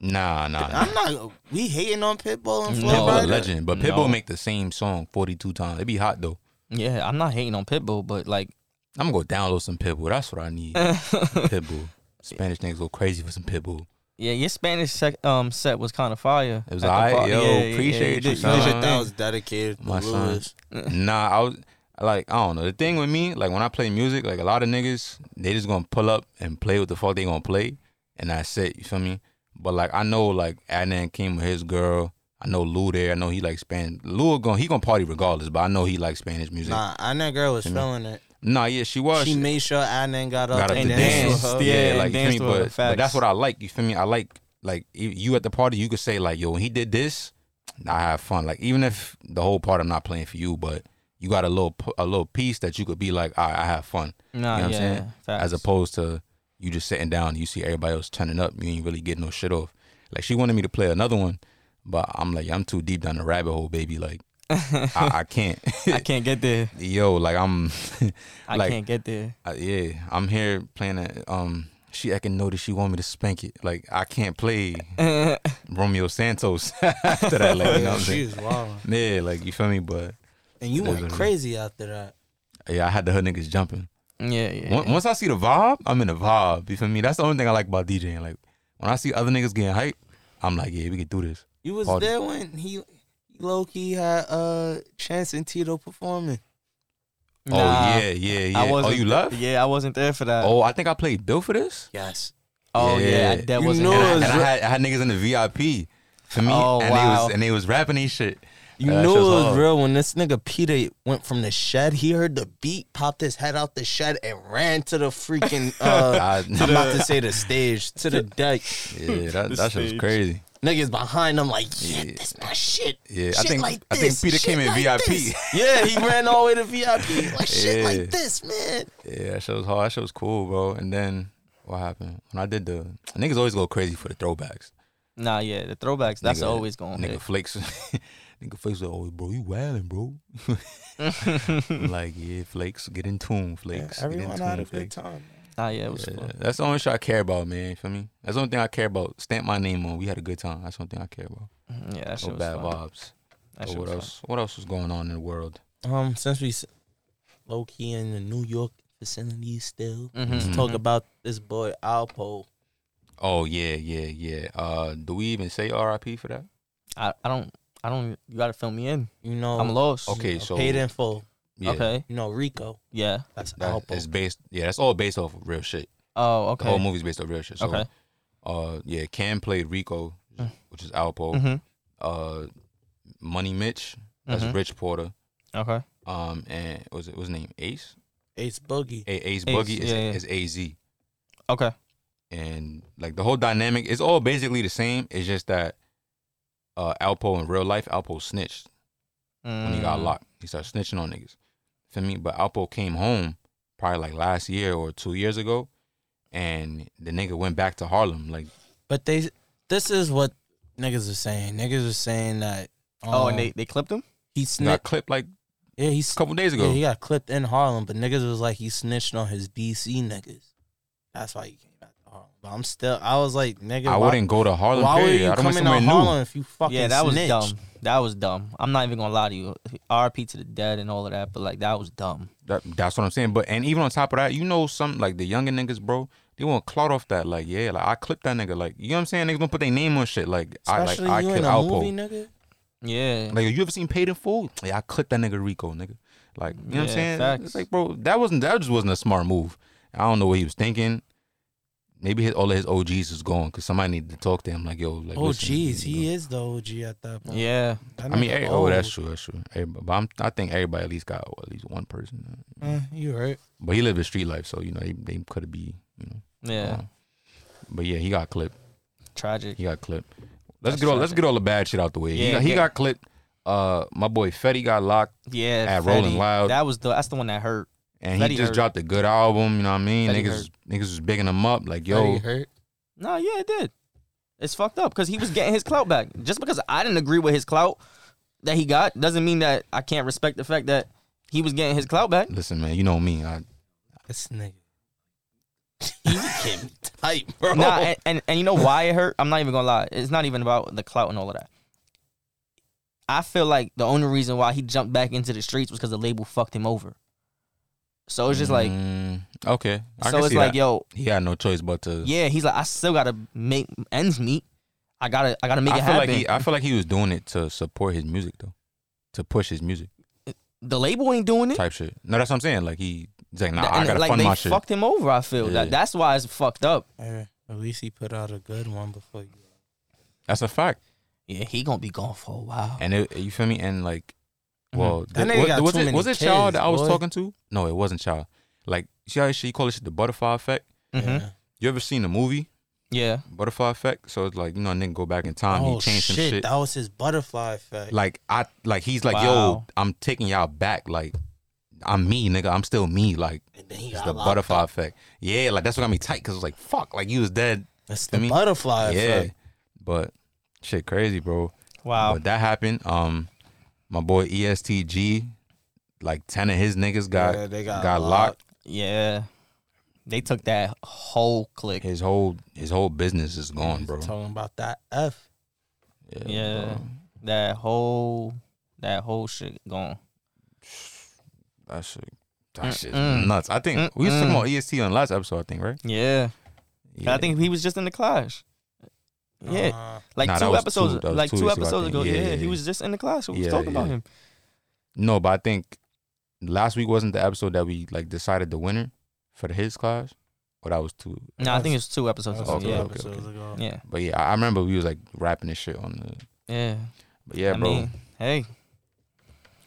[SPEAKER 3] Nah, nah. nah.
[SPEAKER 4] I'm not. We hating on Pitbull
[SPEAKER 2] No.
[SPEAKER 4] and Floyd
[SPEAKER 3] Pitbull a
[SPEAKER 4] Rider.
[SPEAKER 3] legend, but
[SPEAKER 2] No.
[SPEAKER 3] Pitbull make the same song 42 times. It be hot though.
[SPEAKER 2] Yeah, I'm not hating on Pitbull, but like,
[SPEAKER 3] I'm gonna go download some Pitbull. That's what I need. Pitbull. Spanish niggas go crazy for some Pitbull.
[SPEAKER 2] yeah, your Spanish sec- um set was kind of fire.
[SPEAKER 3] It was
[SPEAKER 2] At the
[SPEAKER 3] alright,
[SPEAKER 2] bar-
[SPEAKER 3] yo,
[SPEAKER 2] yeah, yeah,
[SPEAKER 3] appreciate
[SPEAKER 2] yeah,
[SPEAKER 3] you,
[SPEAKER 2] did- did
[SPEAKER 3] son.
[SPEAKER 2] your
[SPEAKER 3] Uh,
[SPEAKER 2] thing.
[SPEAKER 4] That was dedicated to
[SPEAKER 3] My son.
[SPEAKER 4] Lewis.
[SPEAKER 3] nah, I was like, I don't know. The thing with me, like when I play music, like a lot of niggas, they just gonna pull up and play what the fuck they gonna play, and that's it. You feel me? But like I know, like Adnan came with his girl. I know Lou there. I know he like Spanish. Lou gonna he gonna party regardless, but I know he likes Spanish music. Nah,
[SPEAKER 4] Nah, I know girl was feeling it.
[SPEAKER 3] yeah, she was.
[SPEAKER 4] She made sure Adnan got up
[SPEAKER 3] got up
[SPEAKER 4] and
[SPEAKER 3] to dance.
[SPEAKER 4] danced. with her.
[SPEAKER 3] Yeah,
[SPEAKER 2] Yeah, and
[SPEAKER 3] like you feel me?
[SPEAKER 2] danced with her.
[SPEAKER 3] But, but that's
[SPEAKER 2] Facts.
[SPEAKER 3] what I like. You feel me? I like like you- you at the party. You could say like, yo, when he did this, I have fun. Like even if the whole part I'm not playing for you, but you got a little p- a little piece that you could be like, I, I have fun.
[SPEAKER 2] Nah,
[SPEAKER 3] you know what
[SPEAKER 2] yeah,
[SPEAKER 3] I'm saying?
[SPEAKER 2] facts.
[SPEAKER 3] As opposed to you just sitting down, you see everybody else turning up, you ain't really getting no shit off. Like she wanted me to play another one, but I'm like, I'm too deep down the rabbit hole, baby. Like I, I can't.
[SPEAKER 2] I can't get there.
[SPEAKER 3] yo, like I'm.
[SPEAKER 2] I
[SPEAKER 3] like,
[SPEAKER 2] can't get there.
[SPEAKER 3] I, yeah, I'm here playing a um. She acting notice she want me to spank it. Like I can't play Romeo Santos after that. Like, you know
[SPEAKER 4] Yeah,
[SPEAKER 3] what I'm
[SPEAKER 4] she
[SPEAKER 3] saying?
[SPEAKER 4] was wild.
[SPEAKER 3] Yeah, like you feel me? But
[SPEAKER 4] And you went
[SPEAKER 3] Literally.
[SPEAKER 4] crazy after that.
[SPEAKER 3] yeah, I had the hood niggas jumping.
[SPEAKER 2] Yeah, yeah.
[SPEAKER 3] Once, once I see the vibe, I'm in the vibe. You feel me? That's the only thing I like about DJing. Like When I see other niggas getting hype, I'm like, yeah, we can do this.
[SPEAKER 4] You was
[SPEAKER 3] Party.
[SPEAKER 4] there when he low key had uh Chance and Tito performing.
[SPEAKER 3] oh
[SPEAKER 2] Nah,
[SPEAKER 3] yeah, yeah, yeah.
[SPEAKER 2] I
[SPEAKER 3] oh,
[SPEAKER 2] wasn't
[SPEAKER 3] you left?
[SPEAKER 2] Yeah, I wasn't there for that. Oh,
[SPEAKER 3] Oh, I think I played Bill for this.
[SPEAKER 4] Yes.
[SPEAKER 2] yeah,
[SPEAKER 3] yeah.
[SPEAKER 2] that
[SPEAKER 4] You
[SPEAKER 2] wasn't.
[SPEAKER 4] know
[SPEAKER 2] there.
[SPEAKER 4] it
[SPEAKER 3] And
[SPEAKER 4] was-
[SPEAKER 3] I had, I had niggas in the VIP for me,
[SPEAKER 2] Oh,
[SPEAKER 3] and they
[SPEAKER 2] wow.
[SPEAKER 3] was and they was rapping these shit.
[SPEAKER 4] You
[SPEAKER 3] Uh,
[SPEAKER 4] knew
[SPEAKER 3] shit
[SPEAKER 4] it
[SPEAKER 3] was
[SPEAKER 4] was
[SPEAKER 3] hard.
[SPEAKER 4] real when this nigga Peter went from the shed. He heard the beat, popped his head out the shed, and ran to the freaking. Uh,
[SPEAKER 3] God.
[SPEAKER 4] I'm about to say the stage to the deck.
[SPEAKER 3] Yeah, that,
[SPEAKER 2] This
[SPEAKER 3] that shit was
[SPEAKER 2] stage.
[SPEAKER 3] crazy.
[SPEAKER 4] Niggas behind him like, yeah,
[SPEAKER 3] Yeah.
[SPEAKER 4] this my shit.
[SPEAKER 3] Yeah,
[SPEAKER 4] shit
[SPEAKER 3] I think
[SPEAKER 4] like
[SPEAKER 3] I
[SPEAKER 4] this.
[SPEAKER 3] think Peter
[SPEAKER 4] shit
[SPEAKER 3] came in
[SPEAKER 4] like
[SPEAKER 3] VIP.
[SPEAKER 4] this." Yeah, he ran all the way to VIP. Like shit
[SPEAKER 3] Yeah.
[SPEAKER 4] like this, man.
[SPEAKER 3] Yeah, that shit was hard. That shit was cool, bro. And then what happened when I did the niggas always go crazy for the throwbacks.
[SPEAKER 2] Nah, yeah, the throwbacks. That's
[SPEAKER 3] Nigga-
[SPEAKER 2] always going.
[SPEAKER 3] Nigga
[SPEAKER 2] Nigga.
[SPEAKER 3] flakes, nigga flakes like, oh, bro, you wildin', bro. I'm like, yeah, flakes, get in tune, flakes. get in tune, flakes.
[SPEAKER 4] time.
[SPEAKER 2] Nah, yeah, it was
[SPEAKER 3] Yeah,
[SPEAKER 2] fun.
[SPEAKER 3] that's the only shit I care about, man. You feel me? That's the only thing I care about. Stamp my name on. We had a good time. That's the only thing I care about.
[SPEAKER 2] Mm-hmm, Yeah, that shit
[SPEAKER 3] No
[SPEAKER 2] was
[SPEAKER 3] Oh, bad
[SPEAKER 2] fun.
[SPEAKER 3] vibes.
[SPEAKER 2] That
[SPEAKER 3] But
[SPEAKER 2] shit
[SPEAKER 3] what
[SPEAKER 2] was fun.
[SPEAKER 3] else? What else was going on in the world?
[SPEAKER 4] Um, since we low key in the New York vicinity still, let's
[SPEAKER 3] Mm-hmm.
[SPEAKER 2] Mhm.
[SPEAKER 4] talk about this boy Alpo.
[SPEAKER 3] Oh yeah, yeah, yeah. Uh, do we even say R.I.P. for that?
[SPEAKER 2] I, I don't. I don't. You gotta fill me in.
[SPEAKER 4] You know, uh,
[SPEAKER 2] I'm lost.
[SPEAKER 3] Oh, Okay, so
[SPEAKER 4] paid in full.
[SPEAKER 3] yeah,
[SPEAKER 2] Okay.
[SPEAKER 4] You know, Rico.
[SPEAKER 2] Yeah.
[SPEAKER 4] That's
[SPEAKER 3] that
[SPEAKER 4] Alpo.
[SPEAKER 3] is based. Yeah, that's all based off of real shit.
[SPEAKER 2] Oh,
[SPEAKER 3] The
[SPEAKER 2] okay.
[SPEAKER 3] whole movie's based off real shit. So,
[SPEAKER 2] Okay.
[SPEAKER 3] Uh, yeah, Cam played Rico,
[SPEAKER 2] Mm.
[SPEAKER 3] which is Alpo.
[SPEAKER 2] Mm-hmm.
[SPEAKER 3] Uh, Money Mitch, that's
[SPEAKER 2] Mhm.
[SPEAKER 3] Rich Porter.
[SPEAKER 2] Okay.
[SPEAKER 3] Um, and what was it what was his name Ace?
[SPEAKER 4] Ace Boogie.
[SPEAKER 3] A- Ace Boogie is,
[SPEAKER 2] yeah, yeah.
[SPEAKER 3] is AZ.
[SPEAKER 2] Okay.
[SPEAKER 3] and like the whole dynamic it's all basically the same it's just that uh alpo in real life alpo snitched when he got
[SPEAKER 2] Mm.
[SPEAKER 3] locked he started snitching on niggas for me but alpo came home probably like last year or two years ago and the nigga went back to harlem like
[SPEAKER 4] But they, this is what niggas are saying. Niggas are saying that. Um,
[SPEAKER 2] Oh, and they, they clipped him.
[SPEAKER 4] he
[SPEAKER 3] he got
[SPEAKER 4] snitched.
[SPEAKER 3] clipped like
[SPEAKER 4] Yeah, he
[SPEAKER 3] a couple days ago
[SPEAKER 4] Yeah, he got clipped in Harlem, but niggas was like he snitched on his DC niggas. That's why he came back to Harlem. But I'm still, I was like, nigga,
[SPEAKER 3] i
[SPEAKER 4] why,
[SPEAKER 3] wouldn't go to harlem
[SPEAKER 4] Why would
[SPEAKER 3] period.
[SPEAKER 4] you
[SPEAKER 3] i don't
[SPEAKER 4] come
[SPEAKER 3] want
[SPEAKER 4] in
[SPEAKER 3] somewhere
[SPEAKER 4] on
[SPEAKER 3] new
[SPEAKER 4] Harlem if you fucking
[SPEAKER 2] Yeah, that was
[SPEAKER 4] snitched?
[SPEAKER 2] dumb. That was dumb. I'm not even gonna lie to you. R.P. to the dead and all of that, but like that was dumb.
[SPEAKER 3] That, that's what i'm saying but and even on top of that you know some like the younger niggas bro they want clout off that like yeah like i clipped that nigga like you know what i'm saying niggas don't put their name on shit like
[SPEAKER 4] Especially
[SPEAKER 3] i like
[SPEAKER 4] you
[SPEAKER 3] i
[SPEAKER 4] in
[SPEAKER 3] killed
[SPEAKER 4] a
[SPEAKER 3] alpo
[SPEAKER 4] movie, nigga.
[SPEAKER 2] Yeah.
[SPEAKER 3] Like, you ever seen Paid in Full? Yeah, I clipped that nigga Rico, nigga. Like, you know what
[SPEAKER 2] Yeah,
[SPEAKER 3] I'm saying?
[SPEAKER 2] facts.
[SPEAKER 3] It's like, bro, that wasn't that just wasn't a smart move. I don't know what he was thinking. Maybe his, all of his OGs is gone because somebody needed to talk to him. Like, yo, like,
[SPEAKER 4] Oh,
[SPEAKER 3] listen,
[SPEAKER 4] jeez,
[SPEAKER 3] you know.
[SPEAKER 4] he is the OG at that point.
[SPEAKER 2] yeah.
[SPEAKER 3] I mean, every- oh, that's true, that's true. Everybody, but I'm, I think everybody at least got oh, at least one person. uh,
[SPEAKER 4] Eh, you right.
[SPEAKER 3] But he lived a street life, so you know they, they could be, you know.
[SPEAKER 2] Yeah.
[SPEAKER 3] gone. But yeah, he got clipped.
[SPEAKER 2] Tragic.
[SPEAKER 3] oh. He got clipped. Let's
[SPEAKER 2] That's
[SPEAKER 3] get all let's
[SPEAKER 2] tragic.
[SPEAKER 3] get all the bad shit out the way. he
[SPEAKER 2] Yeah,
[SPEAKER 3] got, he
[SPEAKER 2] yeah.
[SPEAKER 3] got clipped. Uh, my boy Fetty got locked.
[SPEAKER 2] Yeah.
[SPEAKER 3] At Rolling
[SPEAKER 2] Fetty.
[SPEAKER 3] Loud.
[SPEAKER 2] That was the. That's the one that hurt.
[SPEAKER 3] And
[SPEAKER 2] Fetty
[SPEAKER 3] he just
[SPEAKER 2] hurt.
[SPEAKER 3] dropped a good album, you know what I mean?
[SPEAKER 2] Fetty
[SPEAKER 3] niggas
[SPEAKER 2] hurt.
[SPEAKER 3] niggas was bigging him up, like yo,
[SPEAKER 4] hurt.
[SPEAKER 2] No, yeah, it did. It's fucked up because he was getting his clout back. Just because I didn't agree with his clout that he got doesn't mean that I can't respect the fact that he was getting his clout back.
[SPEAKER 3] listen, man, you know me. I
[SPEAKER 4] This nigga. He came tight, bro.
[SPEAKER 2] Nah, and, and, and you know why it hurt? I'm not even gonna lie. It's not even about the clout and all of that. I feel like the only reason why he jumped back into the streets was because the label fucked him over. So it's just like,
[SPEAKER 3] Mm, okay. I
[SPEAKER 2] so
[SPEAKER 3] can
[SPEAKER 2] it's
[SPEAKER 3] see
[SPEAKER 2] like,
[SPEAKER 3] that.
[SPEAKER 2] yo,
[SPEAKER 3] he had no choice but to
[SPEAKER 2] yeah, he's like, I still gotta make ends meet. I gotta, I gotta make
[SPEAKER 3] I
[SPEAKER 2] it
[SPEAKER 3] feel
[SPEAKER 2] happen.
[SPEAKER 3] like he I feel like he was doing it to support his music though. To push his music
[SPEAKER 2] the label ain't doing it.
[SPEAKER 3] type shit. No, that's what I'm saying. Like he he's like, nah,
[SPEAKER 2] Hmm? Th-
[SPEAKER 3] I
[SPEAKER 2] and,
[SPEAKER 3] gotta
[SPEAKER 2] like
[SPEAKER 3] fund
[SPEAKER 2] they
[SPEAKER 3] my shit.
[SPEAKER 2] fucked him over. I feel
[SPEAKER 3] Yeah.
[SPEAKER 2] that that's why it's fucked up.
[SPEAKER 4] Hey, at least he put out a good one before you.
[SPEAKER 3] That's a fact.
[SPEAKER 2] Yeah, he gonna be gone for a while.
[SPEAKER 3] And it, you feel me? And like
[SPEAKER 2] Mhm.
[SPEAKER 3] well
[SPEAKER 4] That
[SPEAKER 3] the-
[SPEAKER 4] nigga
[SPEAKER 3] wa-
[SPEAKER 4] got
[SPEAKER 3] was,
[SPEAKER 4] too
[SPEAKER 3] it
[SPEAKER 4] many
[SPEAKER 3] was it child
[SPEAKER 4] kids,
[SPEAKER 3] that I was
[SPEAKER 4] boy.
[SPEAKER 3] talking to? No, it wasn't child. Like see how she call this shit the butterfly effect?
[SPEAKER 2] hmm
[SPEAKER 4] Yeah.
[SPEAKER 3] You ever seen the movie?
[SPEAKER 2] Yeah,
[SPEAKER 3] butterfly effect. So it's like you know, a nigga go back in time,
[SPEAKER 4] oh
[SPEAKER 3] Um, he changed
[SPEAKER 4] shit,
[SPEAKER 3] some shit.
[SPEAKER 4] that was his butterfly effect.
[SPEAKER 3] Like I, like he's like, yo,
[SPEAKER 2] Wow.
[SPEAKER 3] I'm taking y'all back. Like I'm me, nigga. I'm still me. Like
[SPEAKER 4] and then he
[SPEAKER 3] it's
[SPEAKER 4] got
[SPEAKER 3] the
[SPEAKER 4] locked
[SPEAKER 3] butterfly
[SPEAKER 4] up.
[SPEAKER 3] effect. Yeah, like that's what got me tight because was like, fuck, like you was dead.
[SPEAKER 4] That's
[SPEAKER 3] I
[SPEAKER 4] the
[SPEAKER 3] mean,
[SPEAKER 4] butterfly
[SPEAKER 3] yeah,
[SPEAKER 4] effect.
[SPEAKER 3] but shit, crazy, bro.
[SPEAKER 2] wow.
[SPEAKER 3] But that happened. Um, my boy E ESTG, like ten of his niggas got
[SPEAKER 4] Yeah, they got
[SPEAKER 3] got, locked.
[SPEAKER 2] yeah, they took that whole click.
[SPEAKER 3] His whole his whole business is gone, bro.
[SPEAKER 4] Talking about that F.
[SPEAKER 2] Yeah,
[SPEAKER 3] bro.
[SPEAKER 2] that whole that whole shit gone.
[SPEAKER 3] that shit. That shit
[SPEAKER 2] Mm-mm.
[SPEAKER 3] nuts. I think we was talking
[SPEAKER 2] Mm-mm.
[SPEAKER 3] about EST on last episode, I think, right?
[SPEAKER 2] Yeah,
[SPEAKER 3] Yeah. Uh-huh.
[SPEAKER 2] I think he was just in the clash. Yeah,
[SPEAKER 4] Uh,
[SPEAKER 2] like
[SPEAKER 3] Nah, that
[SPEAKER 2] two
[SPEAKER 3] was
[SPEAKER 2] episodes,
[SPEAKER 3] two- that was
[SPEAKER 2] like
[SPEAKER 3] two
[SPEAKER 2] two
[SPEAKER 3] weeks ago, I
[SPEAKER 2] episodes ago.
[SPEAKER 3] think. Yeah,
[SPEAKER 2] Yeah,
[SPEAKER 3] yeah,
[SPEAKER 2] he
[SPEAKER 3] yeah.
[SPEAKER 2] was just in the class. We was
[SPEAKER 3] Yeah,
[SPEAKER 2] talking about
[SPEAKER 3] yeah.
[SPEAKER 2] him.
[SPEAKER 3] No, but I think last week wasn't the episode that we like decided the winner for his class, or that was two.
[SPEAKER 2] No, I think it's two episodes
[SPEAKER 4] that
[SPEAKER 2] ago.
[SPEAKER 4] was
[SPEAKER 3] okay,
[SPEAKER 4] two
[SPEAKER 2] yeah,
[SPEAKER 3] okay.
[SPEAKER 4] episodes ago.
[SPEAKER 2] yeah,
[SPEAKER 3] But yeah, I I remember we was like rapping this shit on the.
[SPEAKER 2] yeah.
[SPEAKER 3] But yeah,
[SPEAKER 2] I
[SPEAKER 3] bro,
[SPEAKER 2] mean, hey,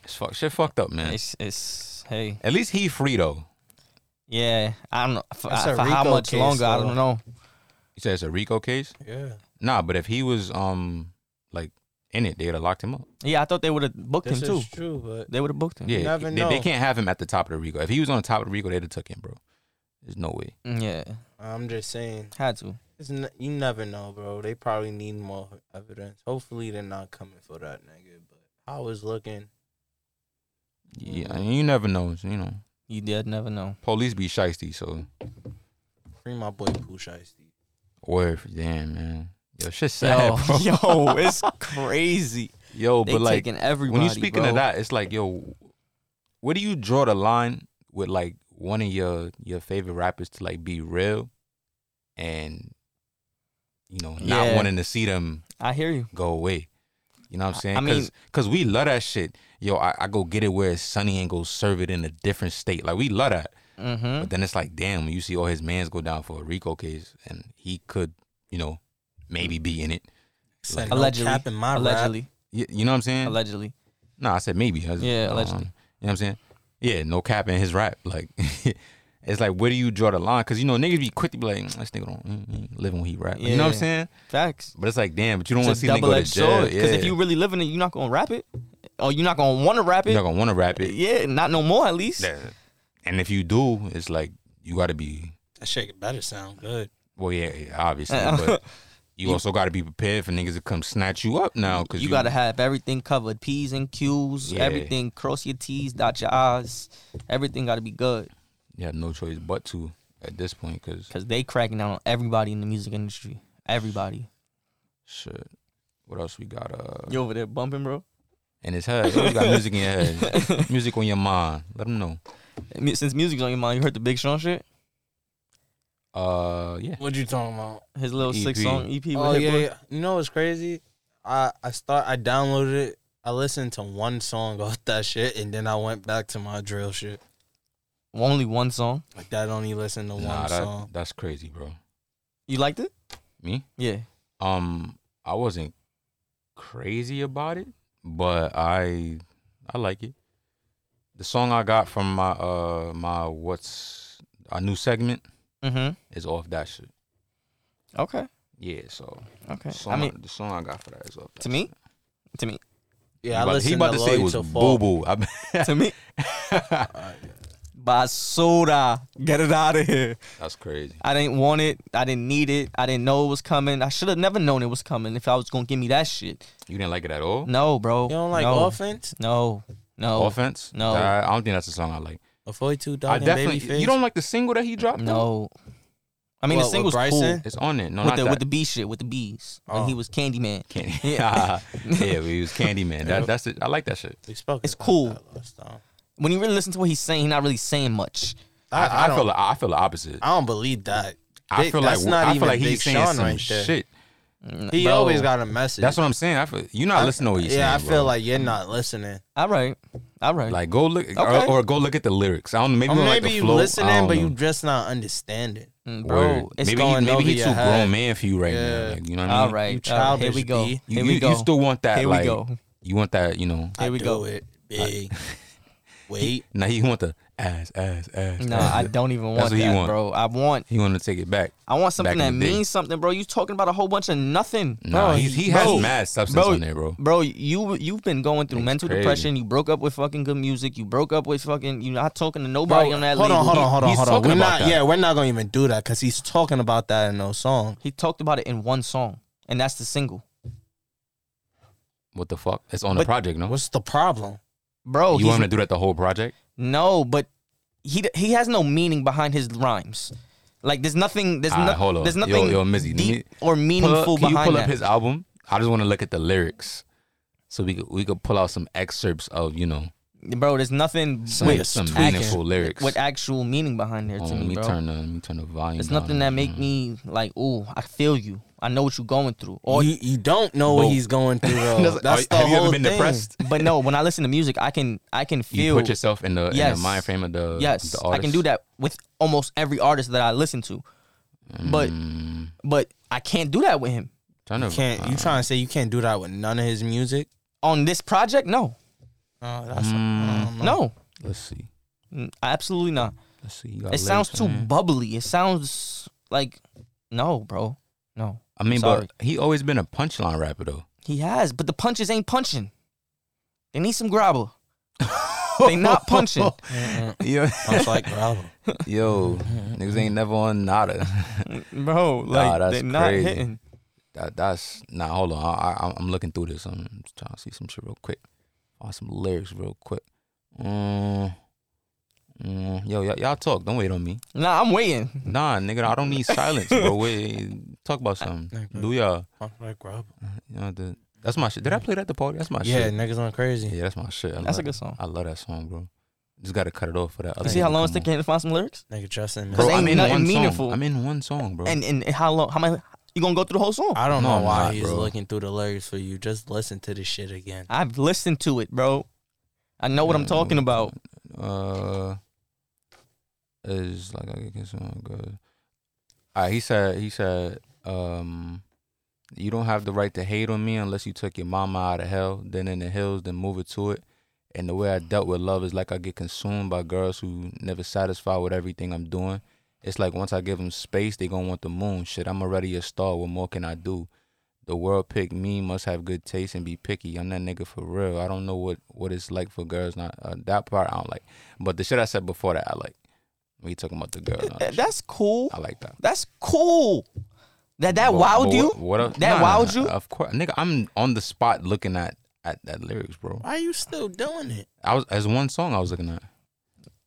[SPEAKER 3] it's fuck, shit fucked up, man.
[SPEAKER 2] it's it's hey,
[SPEAKER 3] At least he free though.
[SPEAKER 2] yeah. I don't know for,
[SPEAKER 4] That's a
[SPEAKER 2] for how
[SPEAKER 4] Rico
[SPEAKER 2] much
[SPEAKER 4] case,
[SPEAKER 2] longer. I
[SPEAKER 4] though.
[SPEAKER 2] don't know.
[SPEAKER 3] You said it's a Rico case.
[SPEAKER 4] Yeah.
[SPEAKER 3] Nah, but if he was um like in it, they would have locked him up.
[SPEAKER 2] Yeah, I thought they would have booked
[SPEAKER 4] This
[SPEAKER 2] him too.
[SPEAKER 4] is true, but
[SPEAKER 2] They would have booked him.
[SPEAKER 3] Yeah,
[SPEAKER 4] never
[SPEAKER 3] they, they
[SPEAKER 4] know.
[SPEAKER 3] can't have him at the top of the Rico. If he was on the top of the Rico, they'd have took him, bro. There's no way.
[SPEAKER 2] yeah,
[SPEAKER 4] I'm just saying,
[SPEAKER 2] had to.
[SPEAKER 4] it's n- you never know, bro. They probably need more evidence. Hopefully, they're not coming for that nigga. But I was looking.
[SPEAKER 3] Yeah, I mean, you never know. You know,
[SPEAKER 2] You did never know.
[SPEAKER 3] police be shisty, so
[SPEAKER 4] Free my boy Pooh Shiesty.
[SPEAKER 3] word. Damn, man. Yo, shit's sad,
[SPEAKER 2] Yo,
[SPEAKER 3] bro.
[SPEAKER 2] yo, it's crazy.
[SPEAKER 3] Yo,
[SPEAKER 2] They
[SPEAKER 3] but like
[SPEAKER 2] taking everybody.
[SPEAKER 3] when you speaking
[SPEAKER 2] bro.
[SPEAKER 3] of that, it's like, yo, where do you draw the line with like one of your your favorite rappers to like be real and you know not
[SPEAKER 2] Yeah.
[SPEAKER 3] wanting to see them
[SPEAKER 2] I hear you.
[SPEAKER 3] go away? You know what I'm saying?
[SPEAKER 2] I mean-
[SPEAKER 3] Cause, 'cause we love that shit. Yo, I, I go get it where it's sunny and go serve it in a different state. Like we love that.
[SPEAKER 2] Mm-hmm.
[SPEAKER 3] But then it's like, damn, when you see all his mans go down for a Rico case and he could, you know, maybe be in it.
[SPEAKER 4] Said no
[SPEAKER 2] Allegedly,
[SPEAKER 4] cap in my rap.
[SPEAKER 2] allegedly,
[SPEAKER 3] You, you know what I'm saying?
[SPEAKER 2] allegedly.
[SPEAKER 3] No, I said maybe. I was-
[SPEAKER 2] Yeah,
[SPEAKER 3] um,
[SPEAKER 2] allegedly.
[SPEAKER 3] You know what I'm saying? Yeah, no cap in his rap. Like, it's like where do you draw the line? Because you know niggas be quick to be like, "Mm, this nigga don't mm, mm, live when he rap. You know what I'm
[SPEAKER 2] Yeah.
[SPEAKER 3] saying?
[SPEAKER 2] Facts.
[SPEAKER 3] But it's like, damn, but you don't want to
[SPEAKER 2] It's a
[SPEAKER 3] see nigga go
[SPEAKER 2] double
[SPEAKER 3] to
[SPEAKER 2] edged
[SPEAKER 3] jail.
[SPEAKER 2] sword.
[SPEAKER 3] Yeah,
[SPEAKER 2] Because if you really live in it, you're not gonna rap it, or you're not gonna want to rap
[SPEAKER 3] you're
[SPEAKER 2] it.
[SPEAKER 3] not gonna want to rap it.
[SPEAKER 2] Yeah, not no more at least.
[SPEAKER 3] That- And if you do, it's like you got to be.
[SPEAKER 4] That shit better sound good.
[SPEAKER 3] Well, yeah, yeah, obviously,
[SPEAKER 2] Uh,
[SPEAKER 3] but you, also got to be prepared for niggas to come snatch you up now. Because
[SPEAKER 2] you, gotta have everything covered, p's and q's,
[SPEAKER 3] Yeah.
[SPEAKER 2] everything. Cross your t's, dot your i's. Everything gotta be good
[SPEAKER 3] you have no choice but to at this point. Because
[SPEAKER 2] because they cracking down on everybody in the music industry. Everybody.
[SPEAKER 3] shit, what else we got? Uh,
[SPEAKER 2] You over there bumping, bro?
[SPEAKER 3] in his head. You always got music in your head. music on your mind. Let him know.
[SPEAKER 2] Mu- Since music's on your mind, you heard the Big Sean shit.
[SPEAKER 3] Uh, yeah.
[SPEAKER 4] What you talking about?
[SPEAKER 2] His little
[SPEAKER 3] EP.
[SPEAKER 2] six song E EP. With
[SPEAKER 4] Oh
[SPEAKER 2] Hit
[SPEAKER 4] yeah,
[SPEAKER 2] Boy.
[SPEAKER 4] yeah. You know what's crazy? I I start. I downloaded it. I listened to one song off that shit, and then I went back to my drill shit.
[SPEAKER 2] Only one song.
[SPEAKER 4] Like that, only listened to
[SPEAKER 3] Nah,
[SPEAKER 4] one
[SPEAKER 3] that,
[SPEAKER 4] song.
[SPEAKER 3] that's crazy, bro.
[SPEAKER 2] You liked it?
[SPEAKER 3] Me?
[SPEAKER 2] Yeah.
[SPEAKER 3] Um, I wasn't crazy about it, but I I like it. The song I got from my uh my what's our new segment
[SPEAKER 2] Mm-hmm.
[SPEAKER 3] is off that shit.
[SPEAKER 2] Okay.
[SPEAKER 3] Yeah, so
[SPEAKER 2] Okay.
[SPEAKER 3] the song,
[SPEAKER 2] I mean,
[SPEAKER 3] the song I got for that is off. That
[SPEAKER 2] to me,
[SPEAKER 3] shit.
[SPEAKER 2] to me,
[SPEAKER 4] Yeah,
[SPEAKER 3] he
[SPEAKER 4] I
[SPEAKER 3] about,
[SPEAKER 4] listened
[SPEAKER 3] he about
[SPEAKER 4] to,
[SPEAKER 3] to say it
[SPEAKER 4] Lloyd
[SPEAKER 3] was
[SPEAKER 4] to Fall.
[SPEAKER 3] boo boo. I
[SPEAKER 2] to me, basura. Get it out of here.
[SPEAKER 3] that's crazy.
[SPEAKER 2] I didn't want it. I didn't need it. I didn't know it was coming. I should have never known it was coming if I was gonna give me that shit.
[SPEAKER 3] You didn't like it at all?
[SPEAKER 2] No, bro.
[SPEAKER 4] You don't like
[SPEAKER 2] no.
[SPEAKER 4] offense?
[SPEAKER 2] No, no,
[SPEAKER 3] Offense?
[SPEAKER 2] No.
[SPEAKER 3] I, I don't think that's the song I like.
[SPEAKER 4] Avoid two
[SPEAKER 3] I
[SPEAKER 4] dog and baby
[SPEAKER 3] definitely.
[SPEAKER 4] face.
[SPEAKER 3] You don't like the single that he dropped?
[SPEAKER 2] no.
[SPEAKER 3] though?
[SPEAKER 2] I mean,
[SPEAKER 4] What,
[SPEAKER 2] the single's
[SPEAKER 4] with
[SPEAKER 2] cool
[SPEAKER 4] Bryson?
[SPEAKER 2] with
[SPEAKER 3] It's on it. No, not
[SPEAKER 2] the
[SPEAKER 3] that.
[SPEAKER 2] with the B shit with the bees when he
[SPEAKER 4] Oh.
[SPEAKER 2] was Candyman.
[SPEAKER 3] Candy. Yeah,
[SPEAKER 2] Yeah.
[SPEAKER 3] yeah, we use Candyman. That, that's it. I like that shit.
[SPEAKER 4] We spoke
[SPEAKER 2] It's
[SPEAKER 4] about
[SPEAKER 2] cool.
[SPEAKER 4] that last time.
[SPEAKER 2] When you really listen to what he's saying, he's not really saying much.
[SPEAKER 4] I, I,
[SPEAKER 3] I,
[SPEAKER 4] don't.
[SPEAKER 3] feel like, I feel the opposite.
[SPEAKER 4] I don't believe that.
[SPEAKER 3] I
[SPEAKER 4] Big-
[SPEAKER 3] feel like
[SPEAKER 4] that's not
[SPEAKER 3] I feel
[SPEAKER 4] even
[SPEAKER 3] like
[SPEAKER 4] Big
[SPEAKER 3] he's saying
[SPEAKER 4] Sean
[SPEAKER 3] some
[SPEAKER 4] right there.
[SPEAKER 3] shit.
[SPEAKER 4] He
[SPEAKER 2] Bro.
[SPEAKER 4] always got a message.
[SPEAKER 3] That's what I'm saying. I feel you're not listening to what he's saying.
[SPEAKER 4] yeah, I
[SPEAKER 3] bro.
[SPEAKER 4] feel like you're not listening.
[SPEAKER 2] All right, all right.
[SPEAKER 3] like go look or,
[SPEAKER 2] Okay.
[SPEAKER 3] or go look at the lyrics. I don't know. Maybe
[SPEAKER 4] Or
[SPEAKER 3] you
[SPEAKER 4] maybe
[SPEAKER 3] don't like the
[SPEAKER 4] you
[SPEAKER 3] flow. I
[SPEAKER 4] listening,
[SPEAKER 3] don't
[SPEAKER 4] but
[SPEAKER 3] know.
[SPEAKER 4] you just not understanding.
[SPEAKER 2] Mm, bro,
[SPEAKER 3] Word.
[SPEAKER 2] it's
[SPEAKER 3] maybe
[SPEAKER 2] going.
[SPEAKER 3] he, maybe
[SPEAKER 4] over
[SPEAKER 3] he
[SPEAKER 4] your
[SPEAKER 3] too
[SPEAKER 4] head.
[SPEAKER 3] grown man for you right now.
[SPEAKER 4] Yeah.
[SPEAKER 3] Like, you know what I mean?
[SPEAKER 2] all right,
[SPEAKER 4] you
[SPEAKER 2] all right, Here we
[SPEAKER 4] childish,
[SPEAKER 2] go.
[SPEAKER 4] B.
[SPEAKER 3] You,
[SPEAKER 2] Here
[SPEAKER 3] you,
[SPEAKER 2] we go.
[SPEAKER 3] you still want that?
[SPEAKER 2] Here we
[SPEAKER 3] like,
[SPEAKER 2] go.
[SPEAKER 3] You want that? You know?
[SPEAKER 2] Here
[SPEAKER 4] I
[SPEAKER 2] we
[SPEAKER 4] do
[SPEAKER 2] go.
[SPEAKER 4] It big. Wait,
[SPEAKER 3] Now he want the ass, ass, ass.
[SPEAKER 2] No,
[SPEAKER 3] ass.
[SPEAKER 2] I don't even
[SPEAKER 3] That's
[SPEAKER 2] want
[SPEAKER 3] what he
[SPEAKER 2] that,
[SPEAKER 3] want.
[SPEAKER 2] bro. I want.
[SPEAKER 3] He want to take it back.
[SPEAKER 2] I want something
[SPEAKER 3] Back
[SPEAKER 2] that
[SPEAKER 3] in the day.
[SPEAKER 2] means something, bro. You talking about a whole bunch of nothing.
[SPEAKER 3] Nah,
[SPEAKER 2] bro,
[SPEAKER 3] he's, he
[SPEAKER 2] Bro,
[SPEAKER 3] has mad substance on there, bro.
[SPEAKER 2] Bro, you you've been going through
[SPEAKER 3] Nigga's
[SPEAKER 2] mental
[SPEAKER 3] crazy.
[SPEAKER 2] depression. You broke up with fucking good music. You broke up with fucking. You're not talking to nobody
[SPEAKER 4] bro,
[SPEAKER 2] on that.
[SPEAKER 4] hold
[SPEAKER 2] label.
[SPEAKER 4] on, hold
[SPEAKER 2] He-
[SPEAKER 4] on, hold on,
[SPEAKER 3] he's
[SPEAKER 4] hold on.
[SPEAKER 3] talking
[SPEAKER 4] We're
[SPEAKER 3] about
[SPEAKER 4] not.
[SPEAKER 3] that.
[SPEAKER 4] Yeah, we're not gonna even do that because he's talking about that in no song.
[SPEAKER 2] He talked about it in one song, and that's the single,
[SPEAKER 3] What the fuck? It's on the
[SPEAKER 2] But-
[SPEAKER 3] project, no?
[SPEAKER 4] What's the problem?
[SPEAKER 2] bro.
[SPEAKER 3] you
[SPEAKER 2] he's-
[SPEAKER 3] want him to do that the whole project?
[SPEAKER 2] no, but he d- he has no meaning behind his rhymes. Like there's nothing. There's,
[SPEAKER 3] All right,
[SPEAKER 2] no,
[SPEAKER 3] hold on.
[SPEAKER 2] there's
[SPEAKER 3] Yo,
[SPEAKER 2] nothing
[SPEAKER 3] yo, Mizzy, let me
[SPEAKER 2] deep or
[SPEAKER 3] Pull up-
[SPEAKER 2] meaningful
[SPEAKER 3] can you
[SPEAKER 2] behind
[SPEAKER 3] pull
[SPEAKER 2] that.
[SPEAKER 3] up his album? I just want to look at the lyrics, so we could we could pull out some excerpts of you know
[SPEAKER 2] bro, there's nothing
[SPEAKER 3] some,
[SPEAKER 2] with,
[SPEAKER 3] some
[SPEAKER 2] act-
[SPEAKER 3] meaningful lyrics.
[SPEAKER 2] with actual meaning behind there
[SPEAKER 3] Hold
[SPEAKER 2] to
[SPEAKER 3] on, um,
[SPEAKER 2] me,
[SPEAKER 3] let me
[SPEAKER 2] bro.
[SPEAKER 3] turn the let me turn the volume.
[SPEAKER 2] It's
[SPEAKER 3] down.
[SPEAKER 2] nothing that make me like, oh, I feel you. I know what you're going through.
[SPEAKER 4] Or
[SPEAKER 2] Or
[SPEAKER 4] you, you don't know what
[SPEAKER 3] Boom.
[SPEAKER 4] he's going through. Though. That's the
[SPEAKER 3] oh, have you
[SPEAKER 4] whole
[SPEAKER 3] ever been
[SPEAKER 4] thing.
[SPEAKER 3] depressed?
[SPEAKER 2] but no, when I listen to music, I can I can
[SPEAKER 3] You
[SPEAKER 2] feel
[SPEAKER 3] put yourself in the, in
[SPEAKER 2] Yes.
[SPEAKER 3] the mind frame of the
[SPEAKER 2] yes,
[SPEAKER 3] the
[SPEAKER 2] I can
[SPEAKER 3] artist.
[SPEAKER 2] do that with almost every artist that I listen to. But
[SPEAKER 3] Mm,
[SPEAKER 2] but I can't do that with him
[SPEAKER 3] trying
[SPEAKER 4] You
[SPEAKER 3] to-
[SPEAKER 4] can't. You
[SPEAKER 3] uh,
[SPEAKER 4] trying to say you can't do that with none of his music?
[SPEAKER 2] on this project. No,
[SPEAKER 4] Oh, that's
[SPEAKER 3] Mm.
[SPEAKER 4] I don't know.
[SPEAKER 2] no,
[SPEAKER 3] Let's see.
[SPEAKER 2] N- absolutely not.
[SPEAKER 3] Let's see. You got
[SPEAKER 2] It sounds
[SPEAKER 3] lyrics,
[SPEAKER 2] too
[SPEAKER 3] man.
[SPEAKER 2] bubbly. It sounds like no, bro, no.
[SPEAKER 3] I mean,
[SPEAKER 2] Sorry.
[SPEAKER 3] but he always been a punchline rapper though.
[SPEAKER 2] He has, but the punches ain't punching. They need some grabber. they not punching.
[SPEAKER 4] Mm-mm.
[SPEAKER 3] Yo,
[SPEAKER 4] Sounds like gravel.
[SPEAKER 3] yo, niggas ain't never on nada.
[SPEAKER 2] Bro,
[SPEAKER 3] Nah,
[SPEAKER 2] like
[SPEAKER 3] that's
[SPEAKER 2] they not
[SPEAKER 3] crazy.
[SPEAKER 2] hitting.
[SPEAKER 3] That, that's nah. Hold on, I, I, I'm looking through this. I'm just trying to see some shit real quick. Find some lyrics real quick. Um, mm, yo, y- y'all talk. Don't wait on me.
[SPEAKER 2] Nah, I'm waiting.
[SPEAKER 3] Nah, nigga, I don't need silence, bro. Wait, talk about something.
[SPEAKER 4] Okay.
[SPEAKER 3] Do y'all?
[SPEAKER 4] Sounds like gravel.
[SPEAKER 3] You know, the, that's my shit. Did I play that at the party? That's my
[SPEAKER 4] Yeah,
[SPEAKER 3] shit.
[SPEAKER 4] niggas went crazy.
[SPEAKER 3] Yeah, that's my shit. I
[SPEAKER 2] That's
[SPEAKER 3] love
[SPEAKER 2] a good
[SPEAKER 3] that.
[SPEAKER 2] song.
[SPEAKER 3] I love that song, bro. Just gotta cut it off for that.
[SPEAKER 2] You
[SPEAKER 3] other
[SPEAKER 2] see how
[SPEAKER 3] nigga
[SPEAKER 2] long
[SPEAKER 3] come
[SPEAKER 2] it's
[SPEAKER 3] on.
[SPEAKER 2] taking to find some lyrics?
[SPEAKER 4] Nigga Justin.
[SPEAKER 3] Bro,
[SPEAKER 2] Cause
[SPEAKER 3] I'm
[SPEAKER 2] ain't
[SPEAKER 3] in
[SPEAKER 2] nothing
[SPEAKER 3] one
[SPEAKER 2] meaningful.
[SPEAKER 3] song. I'm in one song, bro.
[SPEAKER 2] And, and and how long? How many? You gonna go through the whole song?
[SPEAKER 4] I don't
[SPEAKER 3] No,
[SPEAKER 4] know
[SPEAKER 3] I'm
[SPEAKER 4] why
[SPEAKER 3] not,
[SPEAKER 4] he's
[SPEAKER 3] bro.
[SPEAKER 4] looking through the lyrics for you. Just listen to this shit again.
[SPEAKER 2] I've listened to it, bro. I know what I'm talking about.
[SPEAKER 3] uh, is like I guess uh, good. Uh, he said he said um, you don't have the right to hate on me unless you took your mama out of hell, then in the hills, then move it to it. And the way I dealt with love is like I get consumed by girls who never satisfied with everything I'm doing. It's like once I give them space, they gonna want the moon. Shit, I'm already a star. What more can I do? The world picked me. Must have good taste and be picky. I'm that nigga for real. I don't know what what it's like for girls. Not uh, that part. I don't like. But the shit I said before that, I like. We talking about the girls. and all that
[SPEAKER 2] Th-
[SPEAKER 3] shit.
[SPEAKER 2] That's cool.
[SPEAKER 3] I like that.
[SPEAKER 2] That's cool. That that
[SPEAKER 3] But-
[SPEAKER 2] wowed
[SPEAKER 3] but
[SPEAKER 2] you.
[SPEAKER 3] What, what else-
[SPEAKER 2] that
[SPEAKER 3] nah,
[SPEAKER 2] wowed you.
[SPEAKER 3] Of course, nigga. I'm on the spot looking at at that lyrics, bro.
[SPEAKER 4] Why are you still doing it?
[SPEAKER 3] I was as one song I was looking at.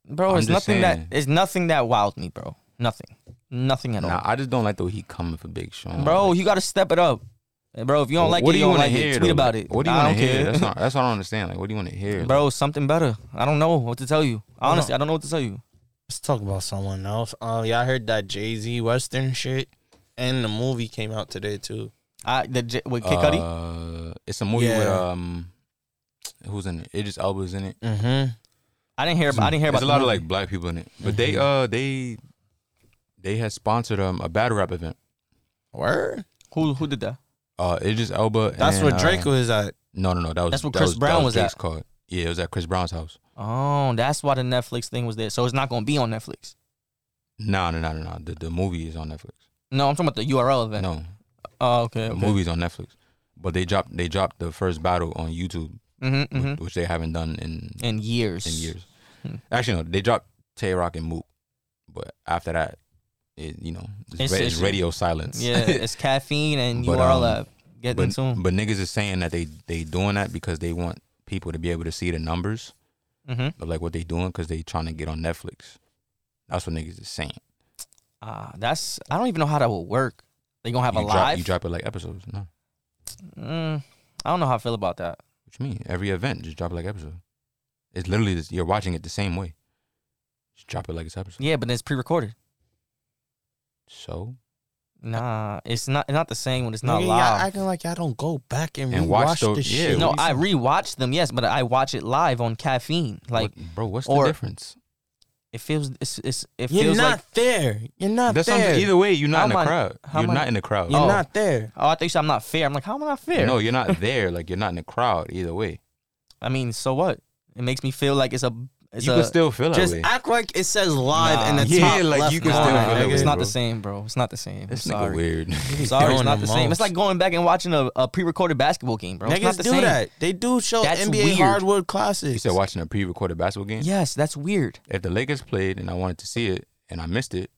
[SPEAKER 2] bro,
[SPEAKER 3] I'm
[SPEAKER 2] it's
[SPEAKER 3] just
[SPEAKER 2] nothing
[SPEAKER 3] saying.
[SPEAKER 2] that it's nothing that wowed me, bro. Nothing. Nothing at
[SPEAKER 3] Nah,
[SPEAKER 2] all.
[SPEAKER 3] I just don't like the way he coming for Big Sean.
[SPEAKER 2] Bro,
[SPEAKER 3] Like,
[SPEAKER 2] you gotta step it up. Hey, Bro, if you don't like
[SPEAKER 3] what
[SPEAKER 2] it,
[SPEAKER 3] do
[SPEAKER 2] you,
[SPEAKER 3] you
[SPEAKER 2] don't like
[SPEAKER 3] wanna hear,
[SPEAKER 2] it.
[SPEAKER 3] though?
[SPEAKER 2] Tweet about
[SPEAKER 3] Like,
[SPEAKER 2] it.
[SPEAKER 3] What do you
[SPEAKER 2] I
[SPEAKER 3] want
[SPEAKER 2] don't
[SPEAKER 3] to hear?
[SPEAKER 2] care.
[SPEAKER 3] That's not. That's what I don't understand. Like, what do you want to hear?
[SPEAKER 2] Bro, something better. I don't know what to tell you.
[SPEAKER 4] Hold
[SPEAKER 2] Honestly, I don't know what to tell you.
[SPEAKER 4] Let's talk about someone else. Uh, y'all heard that Jay Z Western shit, and the movie came out today too.
[SPEAKER 2] I the J, with Kid Cudi.
[SPEAKER 3] Uh, it's a movie
[SPEAKER 4] Yeah.
[SPEAKER 3] with um, who's in it? Idris Elba's in it.
[SPEAKER 4] Mm-hmm.
[SPEAKER 2] I didn't hear. About, I didn't hear about
[SPEAKER 3] There's
[SPEAKER 2] the
[SPEAKER 3] a lot of
[SPEAKER 2] movie.
[SPEAKER 3] like black people in it, but they uh they they had sponsored um a battle rap event.
[SPEAKER 4] Word.
[SPEAKER 2] who who did that.
[SPEAKER 3] Uh, Idris Elba.
[SPEAKER 4] That's
[SPEAKER 3] and,
[SPEAKER 4] where
[SPEAKER 3] uh,
[SPEAKER 4] Drake was at.
[SPEAKER 3] No, no, no. That was
[SPEAKER 2] That's what
[SPEAKER 3] that
[SPEAKER 2] Chris
[SPEAKER 3] that
[SPEAKER 2] Brown was
[SPEAKER 3] Drake's
[SPEAKER 2] at.
[SPEAKER 3] Card. Yeah, it was at Chris Brown's house.
[SPEAKER 2] Oh, that's why the Netflix thing was there. So it's not gonna be on Netflix.
[SPEAKER 3] No, no, no, no, no. The the movie is on Netflix.
[SPEAKER 2] No, I'm talking about the URL event.
[SPEAKER 3] No,
[SPEAKER 2] Oh, okay.
[SPEAKER 3] the
[SPEAKER 2] okay.
[SPEAKER 3] movie's on Netflix. But they dropped they dropped the first battle on YouTube,
[SPEAKER 2] Mm-hmm,
[SPEAKER 3] which-
[SPEAKER 2] mm-hmm.
[SPEAKER 3] which they haven't done in
[SPEAKER 2] In years.
[SPEAKER 3] in years.
[SPEAKER 2] Hmm.
[SPEAKER 3] Actually, no, they dropped Tay Rock and Mook, but after that, it, you know, it's,
[SPEAKER 2] It's-
[SPEAKER 3] ra- it's
[SPEAKER 2] it's-
[SPEAKER 3] radio silence.
[SPEAKER 2] Yeah, it's caffeine and
[SPEAKER 3] But,
[SPEAKER 2] URL
[SPEAKER 3] um,
[SPEAKER 2] lab. Get
[SPEAKER 3] but,
[SPEAKER 2] into 'em.
[SPEAKER 3] but niggas is saying that they they doing that because they want people to be able to see the numbers
[SPEAKER 2] Mm-hmm.
[SPEAKER 3] of like what they doing because they trying to get on Netflix. That's what niggas is saying.
[SPEAKER 2] Ah, that's. I don't even know how that will work. They gonna have
[SPEAKER 3] you
[SPEAKER 2] a
[SPEAKER 3] drop
[SPEAKER 2] live.
[SPEAKER 3] you drop it like episodes. No,
[SPEAKER 2] Mm, I don't know how I feel about that.
[SPEAKER 3] what you mean? Every event just drop it like episode. It's literally this, you're watching it the same way. Just drop it like it's episode.
[SPEAKER 2] Yeah, but it's pre-recorded.
[SPEAKER 3] So
[SPEAKER 2] Nah, it's not. It's not the same when it's
[SPEAKER 4] Nigga,
[SPEAKER 2] not
[SPEAKER 4] y'all
[SPEAKER 2] live.
[SPEAKER 4] acting like y'all don't go back and,
[SPEAKER 3] And
[SPEAKER 4] rewatch
[SPEAKER 3] watch
[SPEAKER 4] the,
[SPEAKER 3] the- yeah,
[SPEAKER 4] shit.
[SPEAKER 3] what
[SPEAKER 2] no,
[SPEAKER 3] do you
[SPEAKER 2] I rewatch them. Yes, but I watch it live on caffeine. Like
[SPEAKER 3] what- bro, what's
[SPEAKER 2] or-
[SPEAKER 3] the difference?
[SPEAKER 2] it feels. It's. it's it
[SPEAKER 4] you're
[SPEAKER 2] feels
[SPEAKER 4] not
[SPEAKER 2] like.
[SPEAKER 4] there. You're not
[SPEAKER 3] That's what I'm
[SPEAKER 4] there.
[SPEAKER 3] saying. either way. You're not
[SPEAKER 2] How
[SPEAKER 3] in the
[SPEAKER 2] am I-
[SPEAKER 3] crowd.
[SPEAKER 2] how
[SPEAKER 3] You're
[SPEAKER 2] am I-
[SPEAKER 3] not in the crowd.
[SPEAKER 4] You're
[SPEAKER 2] Oh.
[SPEAKER 4] not there.
[SPEAKER 2] Oh, I think so. I'm not fair. I'm like, how am I not fair?
[SPEAKER 3] No, you're not there. Like you're not in the crowd. Either way,
[SPEAKER 2] I mean, so what? It makes me feel like it's a. It's
[SPEAKER 3] you
[SPEAKER 2] a,
[SPEAKER 3] can still feel that
[SPEAKER 4] Just
[SPEAKER 3] way.
[SPEAKER 4] act like it says live
[SPEAKER 2] Nah.
[SPEAKER 4] in the
[SPEAKER 3] Yeah,
[SPEAKER 4] top
[SPEAKER 3] like,
[SPEAKER 4] left
[SPEAKER 3] you can
[SPEAKER 2] Nah,
[SPEAKER 3] still
[SPEAKER 4] corner,
[SPEAKER 3] feel that
[SPEAKER 2] nigga,
[SPEAKER 4] nigga.
[SPEAKER 3] way,
[SPEAKER 2] it's not
[SPEAKER 3] bro.
[SPEAKER 2] the same, bro. It's not the same.
[SPEAKER 3] This
[SPEAKER 2] I'm
[SPEAKER 3] nigga
[SPEAKER 2] sorry.
[SPEAKER 3] weird.
[SPEAKER 2] I'm sorry, it's
[SPEAKER 4] Doing
[SPEAKER 2] not
[SPEAKER 4] the
[SPEAKER 2] the same. It's
[SPEAKER 4] most.
[SPEAKER 2] like going back and watching a, a pre-recorded basketball game, bro. It's not
[SPEAKER 4] Niggas
[SPEAKER 2] the
[SPEAKER 4] do
[SPEAKER 2] same.
[SPEAKER 4] that. They do show
[SPEAKER 2] That's
[SPEAKER 4] NBA
[SPEAKER 2] weird.
[SPEAKER 4] hardwood
[SPEAKER 3] You
[SPEAKER 4] classics.
[SPEAKER 3] said watching a pre-recorded basketball game.
[SPEAKER 2] Yes, that's weird.
[SPEAKER 3] If the Lakers played and I wanted to see it and I missed it,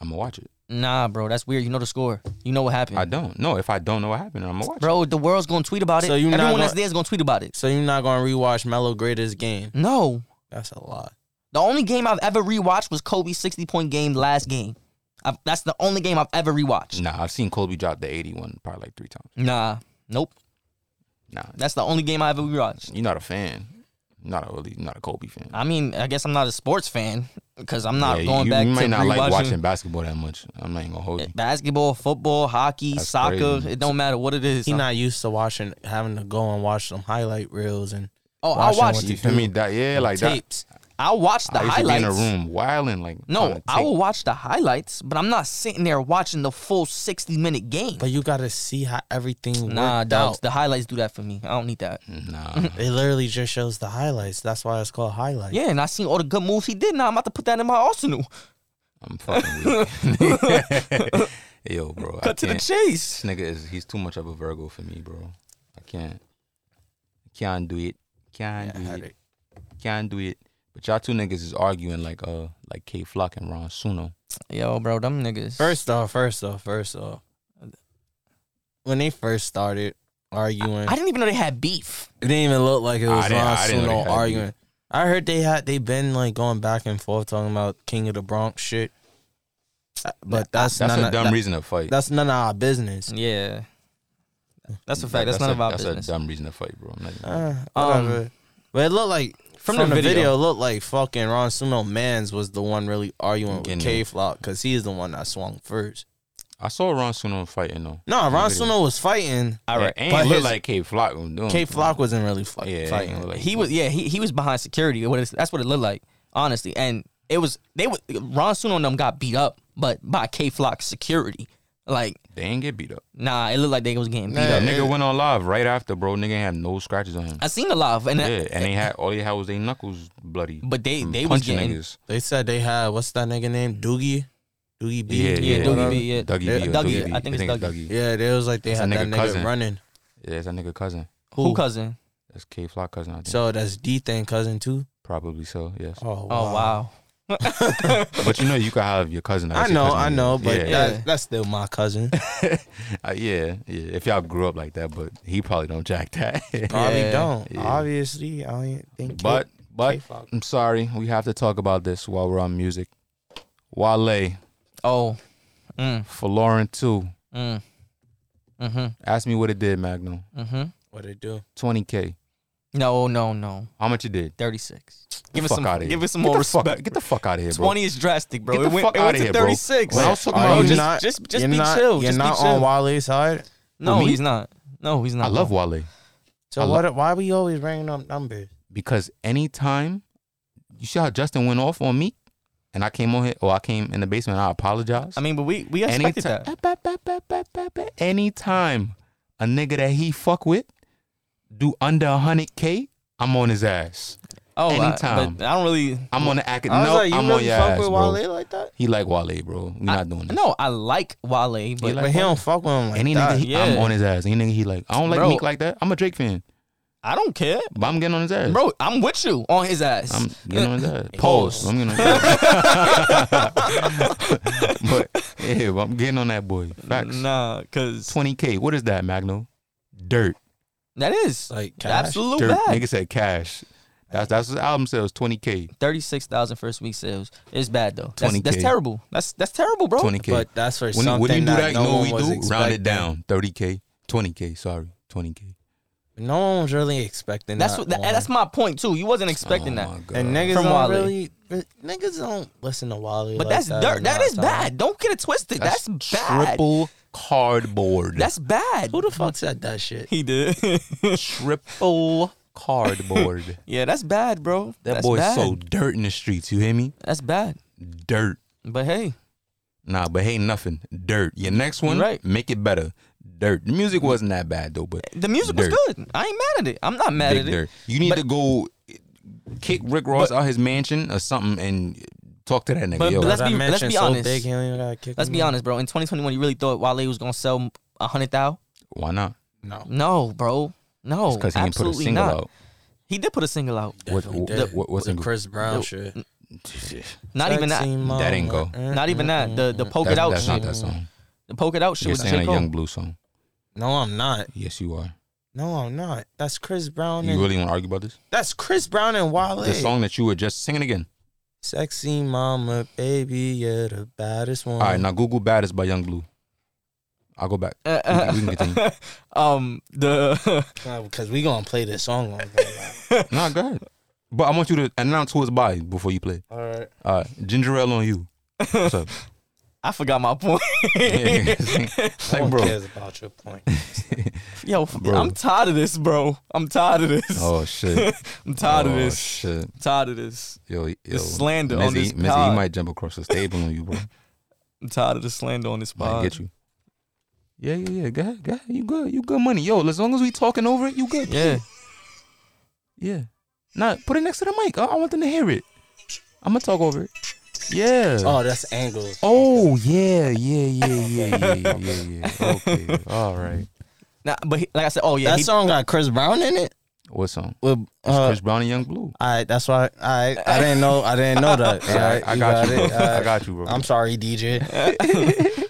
[SPEAKER 3] I'm gonna watch it.
[SPEAKER 2] Nah, bro, that's weird. You know the score. You know what happened.
[SPEAKER 3] I don't. No, if I don't know what happened, I'm gonna watch
[SPEAKER 2] bro, the world's gonna tweet about it.
[SPEAKER 4] So you not
[SPEAKER 2] Everyone
[SPEAKER 4] gonna-
[SPEAKER 2] that's there is gonna tweet about it.
[SPEAKER 4] So you're not gonna rewatch Mellow Grader's game?
[SPEAKER 2] No.
[SPEAKER 4] That's a lot.
[SPEAKER 2] The only game I've ever rewatched was Kobe's 60 point game last game. I've, that's the only game I've ever
[SPEAKER 3] it.
[SPEAKER 2] rewatched.
[SPEAKER 3] Nah, I've seen Kobe drop the 81 probably like three times.
[SPEAKER 2] Nah. Nope.
[SPEAKER 3] Nah,
[SPEAKER 2] That's the only game I ever rewatched.
[SPEAKER 3] you're not a fan. Not a really, not a Kobe fan.
[SPEAKER 2] I mean, I guess I'm not a sports fan because I'm not
[SPEAKER 3] Yeah,
[SPEAKER 2] going
[SPEAKER 3] you,
[SPEAKER 2] back
[SPEAKER 3] you might
[SPEAKER 2] to
[SPEAKER 3] not like
[SPEAKER 2] rewatching
[SPEAKER 3] watching basketball that much. I'm not even gonna hold you.
[SPEAKER 2] basketball, football, hockey,
[SPEAKER 3] That's
[SPEAKER 2] soccer.
[SPEAKER 3] crazy.
[SPEAKER 2] It don't matter what it is.
[SPEAKER 4] He
[SPEAKER 2] I'm-
[SPEAKER 4] not used to watching, having to go and watch some highlight reels and
[SPEAKER 2] oh, I
[SPEAKER 4] watching
[SPEAKER 2] watch
[SPEAKER 4] what
[SPEAKER 3] You
[SPEAKER 4] you
[SPEAKER 2] the
[SPEAKER 3] feel me? That yeah, like that.
[SPEAKER 4] tapes.
[SPEAKER 2] I watch the
[SPEAKER 3] I used to be
[SPEAKER 2] highlights.
[SPEAKER 3] in a room wilding like on
[SPEAKER 2] No,
[SPEAKER 3] a
[SPEAKER 2] I
[SPEAKER 3] tape.
[SPEAKER 2] will watch the highlights, but I'm not sitting there watching the full 60 minute game.
[SPEAKER 4] But you gotta see how everything
[SPEAKER 2] nah,
[SPEAKER 4] worked
[SPEAKER 2] dogs.
[SPEAKER 4] out.
[SPEAKER 2] The highlights do that for me. I don't need that.
[SPEAKER 3] Nah,
[SPEAKER 4] It literally just shows the highlights. That's why it's called highlights.
[SPEAKER 2] Yeah, and I seen all the good moves he did. Now I'm about to put that in my arsenal.
[SPEAKER 3] I'm fucking weak. Yo, bro, I
[SPEAKER 2] Cut to the
[SPEAKER 3] can't.
[SPEAKER 2] chase.
[SPEAKER 3] This nigga is he's too much of a Virgo for me, bro. I can't. Can't do it. Can't do it. Can't do it. But y'all two niggas is arguing like uh like K Flock and Ron Suno.
[SPEAKER 2] Yo, bro, them niggas.
[SPEAKER 4] First off, first off, first off, when they first started arguing,
[SPEAKER 2] I didn't even know they had beef.
[SPEAKER 4] it didn't even look like it was
[SPEAKER 3] I didn't-
[SPEAKER 4] Ron
[SPEAKER 3] I didn't know they
[SPEAKER 4] Suno
[SPEAKER 3] had
[SPEAKER 4] arguing. I heard they had they been like going back and forth talking about King of the Bronx shit, but that's
[SPEAKER 3] That's
[SPEAKER 4] none
[SPEAKER 3] a
[SPEAKER 4] of,
[SPEAKER 3] dumb
[SPEAKER 4] that-
[SPEAKER 3] reason to fight.
[SPEAKER 4] that's none of our business.
[SPEAKER 2] Yeah. That's a
[SPEAKER 3] That-
[SPEAKER 2] fact. That's, none
[SPEAKER 3] a,
[SPEAKER 2] of our
[SPEAKER 3] that's
[SPEAKER 2] business.
[SPEAKER 3] a dumb reason to fight, bro. I'm not even-
[SPEAKER 4] Uh,
[SPEAKER 2] Um,
[SPEAKER 4] whatever. but it looked like
[SPEAKER 2] from
[SPEAKER 4] from,
[SPEAKER 2] the
[SPEAKER 4] the,
[SPEAKER 2] video-
[SPEAKER 4] video, it looked like fucking Ron Suno Mans was the one really arguing
[SPEAKER 3] Getting
[SPEAKER 4] with
[SPEAKER 3] it.
[SPEAKER 4] K Flock because he is the one that swung first.
[SPEAKER 3] I saw Ron Suno fighting though.
[SPEAKER 4] No, Ron
[SPEAKER 3] video.
[SPEAKER 4] Suno was fighting.
[SPEAKER 3] All right, and it
[SPEAKER 4] but
[SPEAKER 3] looked
[SPEAKER 4] his-
[SPEAKER 3] like K Flock was doing.
[SPEAKER 4] K Flock wasn't really fi-
[SPEAKER 3] yeah,
[SPEAKER 4] fighting.
[SPEAKER 3] Like,
[SPEAKER 2] he was yeah he, he was behind security. What is- that's what it looked like, honestly. And it was they were Ron Suno and them got beat up, but by K Flock security. Like
[SPEAKER 3] They ain't get beat up.
[SPEAKER 2] nah, it looked like they was getting beat up.
[SPEAKER 3] That nigga went on live right after, bro. Nigga had no scratches on him.
[SPEAKER 2] I seen a lot of and
[SPEAKER 3] Yeah, and they had all they had was they knuckles bloody.
[SPEAKER 2] But they-
[SPEAKER 3] from
[SPEAKER 2] they was
[SPEAKER 3] punching
[SPEAKER 2] getting-
[SPEAKER 3] niggas.
[SPEAKER 4] They said they had what's that nigga name Doogie, Doogie B.
[SPEAKER 3] Yeah,
[SPEAKER 2] yeah,
[SPEAKER 3] yeah.
[SPEAKER 2] Dougie B, yeah.
[SPEAKER 3] Dougie B,
[SPEAKER 4] Yeah,
[SPEAKER 3] or
[SPEAKER 2] Dougie,
[SPEAKER 3] B.
[SPEAKER 2] I think it's Dougie.
[SPEAKER 4] Yeah, they was like they
[SPEAKER 3] That's
[SPEAKER 4] had
[SPEAKER 3] a
[SPEAKER 4] that
[SPEAKER 3] nigga
[SPEAKER 4] nigga
[SPEAKER 3] cousin.
[SPEAKER 4] running.
[SPEAKER 3] Yeah, it's that nigga cousin.
[SPEAKER 2] who cousin?
[SPEAKER 3] That's K Flock cousin. I think.
[SPEAKER 4] So that's D thing cousin too.
[SPEAKER 3] probably so. Yes.
[SPEAKER 4] Oh
[SPEAKER 2] Oh wow.
[SPEAKER 3] but you know, you could have your cousin.
[SPEAKER 4] I
[SPEAKER 3] as your
[SPEAKER 4] know,
[SPEAKER 3] cousin.
[SPEAKER 4] I know, but
[SPEAKER 3] yeah,
[SPEAKER 2] Yeah.
[SPEAKER 4] That, that's still my cousin.
[SPEAKER 3] Uh, yeah, yeah. If y'all grew up like that, but he probably don't jack that.
[SPEAKER 4] Probably
[SPEAKER 2] Yeah,
[SPEAKER 4] don't.
[SPEAKER 3] yeah.
[SPEAKER 4] Obviously, I don't think.
[SPEAKER 3] but but
[SPEAKER 4] K-Flock.
[SPEAKER 3] I'm sorry, we have to talk about this while we're on music. Wale
[SPEAKER 2] Oh. Mm.
[SPEAKER 3] for Lauren too.
[SPEAKER 2] Mm. Mm-hmm.
[SPEAKER 3] Ask me what it did, Magno.
[SPEAKER 2] Mm-hmm.
[SPEAKER 4] what it do?
[SPEAKER 3] 20k.
[SPEAKER 2] No, no, no.
[SPEAKER 3] How much it did?
[SPEAKER 2] Thirty six.
[SPEAKER 3] Get
[SPEAKER 2] Give
[SPEAKER 3] the
[SPEAKER 2] us
[SPEAKER 3] fuck
[SPEAKER 2] some
[SPEAKER 3] out of here.
[SPEAKER 2] give us some
[SPEAKER 3] Get
[SPEAKER 2] more
[SPEAKER 3] the fuck-
[SPEAKER 2] respect.
[SPEAKER 3] Get the fuck out of here, bro.
[SPEAKER 2] Twenty is drastic, bro.
[SPEAKER 3] Get the
[SPEAKER 2] it went,
[SPEAKER 3] fuck
[SPEAKER 2] it
[SPEAKER 3] outta
[SPEAKER 2] went to
[SPEAKER 3] here, bro.
[SPEAKER 2] thirty six.
[SPEAKER 3] When I was talking
[SPEAKER 4] Are
[SPEAKER 3] about-
[SPEAKER 4] you
[SPEAKER 3] just-
[SPEAKER 4] not-
[SPEAKER 2] just- just
[SPEAKER 4] you're
[SPEAKER 2] be
[SPEAKER 4] not,
[SPEAKER 2] chill,
[SPEAKER 4] You're
[SPEAKER 2] just be
[SPEAKER 4] not
[SPEAKER 2] chill.
[SPEAKER 4] on Wale's side.
[SPEAKER 2] No,
[SPEAKER 3] me?
[SPEAKER 2] he's not. No, he's not.
[SPEAKER 3] I love Wale
[SPEAKER 4] So
[SPEAKER 3] I lo-
[SPEAKER 4] what? why we always bringing up numbers?
[SPEAKER 3] because anytime you see how Justin went off on me, and I came on here, or I came in the basement, and I apologized.
[SPEAKER 2] I mean, but we we expected that.
[SPEAKER 3] anytime, Ba, ba, ba, ba, ba, ba. anytime a nigga that he fuck with do under hundred k, I'm on his ass.
[SPEAKER 2] Oh, I-
[SPEAKER 3] anytime.
[SPEAKER 2] but I don't really.
[SPEAKER 3] I'm on the act.
[SPEAKER 4] I was
[SPEAKER 3] No,
[SPEAKER 4] like, you
[SPEAKER 3] I'm on
[SPEAKER 4] really
[SPEAKER 3] your
[SPEAKER 4] fuck
[SPEAKER 3] ass,
[SPEAKER 4] with
[SPEAKER 3] bro.
[SPEAKER 4] Wale like that?
[SPEAKER 3] He like Wale, bro. We
[SPEAKER 2] I-
[SPEAKER 3] not doing this.
[SPEAKER 2] No, I like Wale, but
[SPEAKER 3] like-
[SPEAKER 4] But he don't fuck with him like
[SPEAKER 3] Any
[SPEAKER 4] that.
[SPEAKER 3] nigga, he, I'm
[SPEAKER 2] yeah.
[SPEAKER 3] on his ass. Any nigga, he like. I don't like
[SPEAKER 2] Bro.
[SPEAKER 3] Meek like that. I'm a Drake fan,
[SPEAKER 2] I don't care,
[SPEAKER 3] but I'm getting on his ass.
[SPEAKER 2] bro. I'm with you on his ass.
[SPEAKER 3] I'm getting on his ass. Pause. I'm getting on his ass. but yeah, but I'm getting on that boy. Facts.
[SPEAKER 2] Nah, cause
[SPEAKER 3] 20k. What is that, Magno? Dirt.
[SPEAKER 2] that is
[SPEAKER 4] Like
[SPEAKER 2] the
[SPEAKER 4] cash.
[SPEAKER 2] absolute
[SPEAKER 3] Dirt.
[SPEAKER 2] bad.
[SPEAKER 3] Nigga said cash. That's that's his album sales. 20k.
[SPEAKER 2] Thirty-six thousand first week sales. It's bad though. That's,
[SPEAKER 3] 20K.
[SPEAKER 2] that's terrible. That's that's terrible, bro.
[SPEAKER 3] 20k.
[SPEAKER 4] But that's for
[SPEAKER 3] when,
[SPEAKER 4] something
[SPEAKER 3] you- when you do
[SPEAKER 4] that,
[SPEAKER 3] that, you
[SPEAKER 4] no
[SPEAKER 3] know
[SPEAKER 4] one
[SPEAKER 3] what
[SPEAKER 4] was
[SPEAKER 3] we do? Round
[SPEAKER 4] expecting.
[SPEAKER 3] it down. 30k. 20k. Sorry. 20k.
[SPEAKER 4] No one was really expecting
[SPEAKER 2] That's
[SPEAKER 4] that.
[SPEAKER 2] what. That,
[SPEAKER 4] one.
[SPEAKER 2] that's my point too. You wasn't expecting
[SPEAKER 3] Oh
[SPEAKER 2] that.
[SPEAKER 3] my God.
[SPEAKER 4] and niggas
[SPEAKER 2] From Wale.
[SPEAKER 4] don't really niggas don't listen to Wale.
[SPEAKER 2] But
[SPEAKER 4] like
[SPEAKER 2] that's
[SPEAKER 4] that
[SPEAKER 2] dirt.
[SPEAKER 4] in
[SPEAKER 2] That
[SPEAKER 4] our
[SPEAKER 2] is
[SPEAKER 4] time.
[SPEAKER 2] bad. Don't get it twisted. That's, bad.
[SPEAKER 3] Triple cardboard.
[SPEAKER 2] That's bad.
[SPEAKER 4] Who the fuck said that shit?
[SPEAKER 2] he did.
[SPEAKER 3] triple cardboard.
[SPEAKER 2] yeah, that's bad, bro.
[SPEAKER 3] That
[SPEAKER 2] that's
[SPEAKER 3] boy
[SPEAKER 2] bad.
[SPEAKER 3] so dirt in the streets. You hear me?
[SPEAKER 2] That's bad.
[SPEAKER 3] Dirt.
[SPEAKER 2] But hey,
[SPEAKER 3] Nah, but hey, nothing. Dirt. Your next one,
[SPEAKER 2] right. Mm.
[SPEAKER 3] make it better. Dirt. The music wasn't that bad though, but
[SPEAKER 2] the music
[SPEAKER 3] Dirt.
[SPEAKER 2] was good. I ain't mad at it. I'm not mad
[SPEAKER 3] big
[SPEAKER 2] at it.
[SPEAKER 3] dirt. You need
[SPEAKER 2] But-
[SPEAKER 3] to go kick Rick Ross out his mansion or something and talk to that nigga.
[SPEAKER 2] But-
[SPEAKER 3] Yo,
[SPEAKER 2] but let's
[SPEAKER 4] That
[SPEAKER 2] be- let's
[SPEAKER 4] mansion
[SPEAKER 2] be
[SPEAKER 4] so
[SPEAKER 2] honest.
[SPEAKER 4] big, he don't even gotta kick
[SPEAKER 2] Let's
[SPEAKER 4] him
[SPEAKER 2] be
[SPEAKER 4] out.
[SPEAKER 2] honest, bro. In 2021, you really thought Wale was gonna sell a hundred thou?
[SPEAKER 3] why not?
[SPEAKER 4] No.
[SPEAKER 2] No, bro. No,
[SPEAKER 3] Because he didn't put a
[SPEAKER 2] Oh, absolutely
[SPEAKER 3] single
[SPEAKER 2] not.
[SPEAKER 3] out.
[SPEAKER 2] He did put a single out.
[SPEAKER 3] What,
[SPEAKER 4] Definitely
[SPEAKER 3] what,
[SPEAKER 4] did.
[SPEAKER 3] what, what
[SPEAKER 4] With
[SPEAKER 3] single?
[SPEAKER 4] Chris Brown shit.
[SPEAKER 2] Not even that.
[SPEAKER 4] Sexy mama.
[SPEAKER 3] That ain't go.
[SPEAKER 2] Not even that. The the poke
[SPEAKER 3] That's,
[SPEAKER 2] it out
[SPEAKER 3] that's
[SPEAKER 2] shit.
[SPEAKER 3] not that song.
[SPEAKER 2] The poke it out shit
[SPEAKER 3] You're
[SPEAKER 2] with J
[SPEAKER 3] singing a
[SPEAKER 2] Cole.
[SPEAKER 3] Young Blue song.
[SPEAKER 4] No, I'm not.
[SPEAKER 3] Yes, you are.
[SPEAKER 4] No, I'm not. That's Chris
[SPEAKER 2] Oh,
[SPEAKER 4] Brown
[SPEAKER 3] You
[SPEAKER 4] and
[SPEAKER 3] really want to argue about this?
[SPEAKER 4] that's Chris Brown and Wale.
[SPEAKER 3] The song that you were just singing again.
[SPEAKER 2] Mm-hmm.
[SPEAKER 4] Sexy mama, baby, you're the baddest one.
[SPEAKER 3] All right, now Google Baddest by Young Blue. I'll go back.
[SPEAKER 2] Uh,
[SPEAKER 3] We can- we can continue.
[SPEAKER 2] um, the
[SPEAKER 4] because we gonna play this song. on-
[SPEAKER 3] nah, go ahead. But I want you to announce who it's by before you play.
[SPEAKER 4] All right.
[SPEAKER 3] All right, ginger ale on you. What's up?
[SPEAKER 2] I forgot my point.
[SPEAKER 4] No
[SPEAKER 3] like,
[SPEAKER 4] one
[SPEAKER 3] bro.
[SPEAKER 4] cares about your point.
[SPEAKER 2] Yo, f-
[SPEAKER 3] Bro.
[SPEAKER 2] I'm tired of this, bro. I'm tired of this.
[SPEAKER 3] Oh shit.
[SPEAKER 2] I'm tired of
[SPEAKER 3] Oh,
[SPEAKER 2] this.
[SPEAKER 3] Shit.
[SPEAKER 2] I'm tired of this.
[SPEAKER 3] Yo, yo.
[SPEAKER 2] slander on
[SPEAKER 3] Mizzy-
[SPEAKER 2] this
[SPEAKER 3] Mizzy,
[SPEAKER 2] pod.
[SPEAKER 3] he might jump across the table on you, bro.
[SPEAKER 2] I'm tired of the slander on this
[SPEAKER 3] Might
[SPEAKER 2] pod.
[SPEAKER 3] get you. Yeah, yeah, yeah. Go ahead, go ahead. You good. You good money. Yo, as long as we talking over it, you good.
[SPEAKER 2] Yeah.
[SPEAKER 3] Yeah. Nah, put it next to the mic. I, I want them to hear it. I'm gonna talk over it. Yeah.
[SPEAKER 4] Oh, that's angles.
[SPEAKER 3] Oh yeah, yeah, yeah, yeah, yeah, yeah, yeah. Okay, all right.
[SPEAKER 2] Nah, but he, like I said, oh yeah,
[SPEAKER 4] that
[SPEAKER 2] he,
[SPEAKER 4] song got Chris Brown in it.
[SPEAKER 3] What song?
[SPEAKER 4] Well,
[SPEAKER 3] It's
[SPEAKER 4] uh,
[SPEAKER 3] Chris Brown and Young Blue.
[SPEAKER 4] I that's why I I didn't know I didn't know that.
[SPEAKER 3] Hey, I,
[SPEAKER 4] Alright,
[SPEAKER 3] I got, you.
[SPEAKER 4] it.
[SPEAKER 3] Bro. I
[SPEAKER 4] Alright.
[SPEAKER 3] got you, bro.
[SPEAKER 4] I'm sorry, DJ.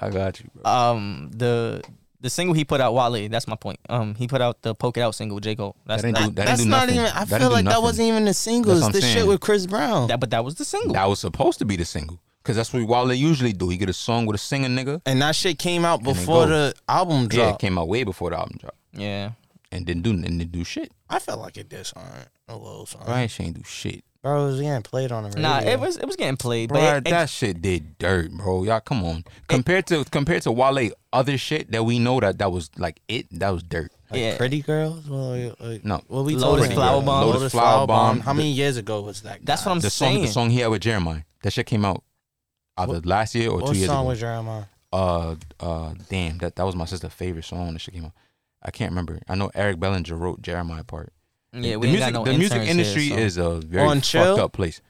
[SPEAKER 3] I got you, bro.
[SPEAKER 2] um the the single he put out, Wale. That's my point. Um, he put out the poke it out single, J Cole. That's
[SPEAKER 3] That ain't
[SPEAKER 2] that,
[SPEAKER 3] do- that- didn't
[SPEAKER 4] That's
[SPEAKER 3] do
[SPEAKER 4] not
[SPEAKER 3] nothing.
[SPEAKER 4] even. I
[SPEAKER 3] That didn't
[SPEAKER 4] feel
[SPEAKER 3] do
[SPEAKER 4] like that
[SPEAKER 3] nothing.
[SPEAKER 4] wasn't even a single.
[SPEAKER 3] That's
[SPEAKER 4] It's
[SPEAKER 3] what
[SPEAKER 4] the
[SPEAKER 3] I'm
[SPEAKER 4] shit
[SPEAKER 3] saying.
[SPEAKER 4] with Chris Brown.
[SPEAKER 2] that- but that was the single.
[SPEAKER 3] That was supposed to be the single, cause that's what Wale usually do. He get a song with a singer nigga.
[SPEAKER 4] and that shit came out
[SPEAKER 3] it
[SPEAKER 4] before
[SPEAKER 3] goes.
[SPEAKER 4] the album
[SPEAKER 3] Yeah, it
[SPEAKER 4] dropped.
[SPEAKER 3] came out way before the album dropped,
[SPEAKER 2] yeah,
[SPEAKER 3] and didn't do and didn't do shit.
[SPEAKER 4] I felt like it did something. A little something.
[SPEAKER 3] Brian Shane do shit.
[SPEAKER 4] Bro, it was getting played on the radio.
[SPEAKER 2] nah, it was it was getting played,
[SPEAKER 3] Bro,
[SPEAKER 2] but it, it,
[SPEAKER 3] that shit did dirt, bro. Y'all, come on. Compared to compared to Wale, other shit that we know that that was like it, that was dirt.
[SPEAKER 4] Like
[SPEAKER 2] yeah.
[SPEAKER 4] Pretty Girls? Well, like,
[SPEAKER 3] No.
[SPEAKER 4] What we
[SPEAKER 2] Lotus
[SPEAKER 4] talking about?
[SPEAKER 2] Flower Bomb.
[SPEAKER 3] Lotus Flower Bomb.
[SPEAKER 4] How many years ago was that?
[SPEAKER 2] that's what I'm
[SPEAKER 3] the
[SPEAKER 2] saying.
[SPEAKER 3] song, the song he had with Jeremiah, that shit came out either last year or
[SPEAKER 4] What
[SPEAKER 3] two years
[SPEAKER 4] song
[SPEAKER 3] ago.
[SPEAKER 4] was Jeremiah?
[SPEAKER 3] uh, uh, damn, that that was my sister's favorite song. That shit came out. I can't remember. I know Eric Bellinger wrote Jeremiah part.
[SPEAKER 2] Yeah,
[SPEAKER 3] the
[SPEAKER 2] we ain't
[SPEAKER 3] music,
[SPEAKER 2] got no
[SPEAKER 3] the music
[SPEAKER 2] interns
[SPEAKER 3] industry
[SPEAKER 2] here, so.
[SPEAKER 3] is a very
[SPEAKER 4] On
[SPEAKER 3] fucked
[SPEAKER 4] Chill?
[SPEAKER 3] up place.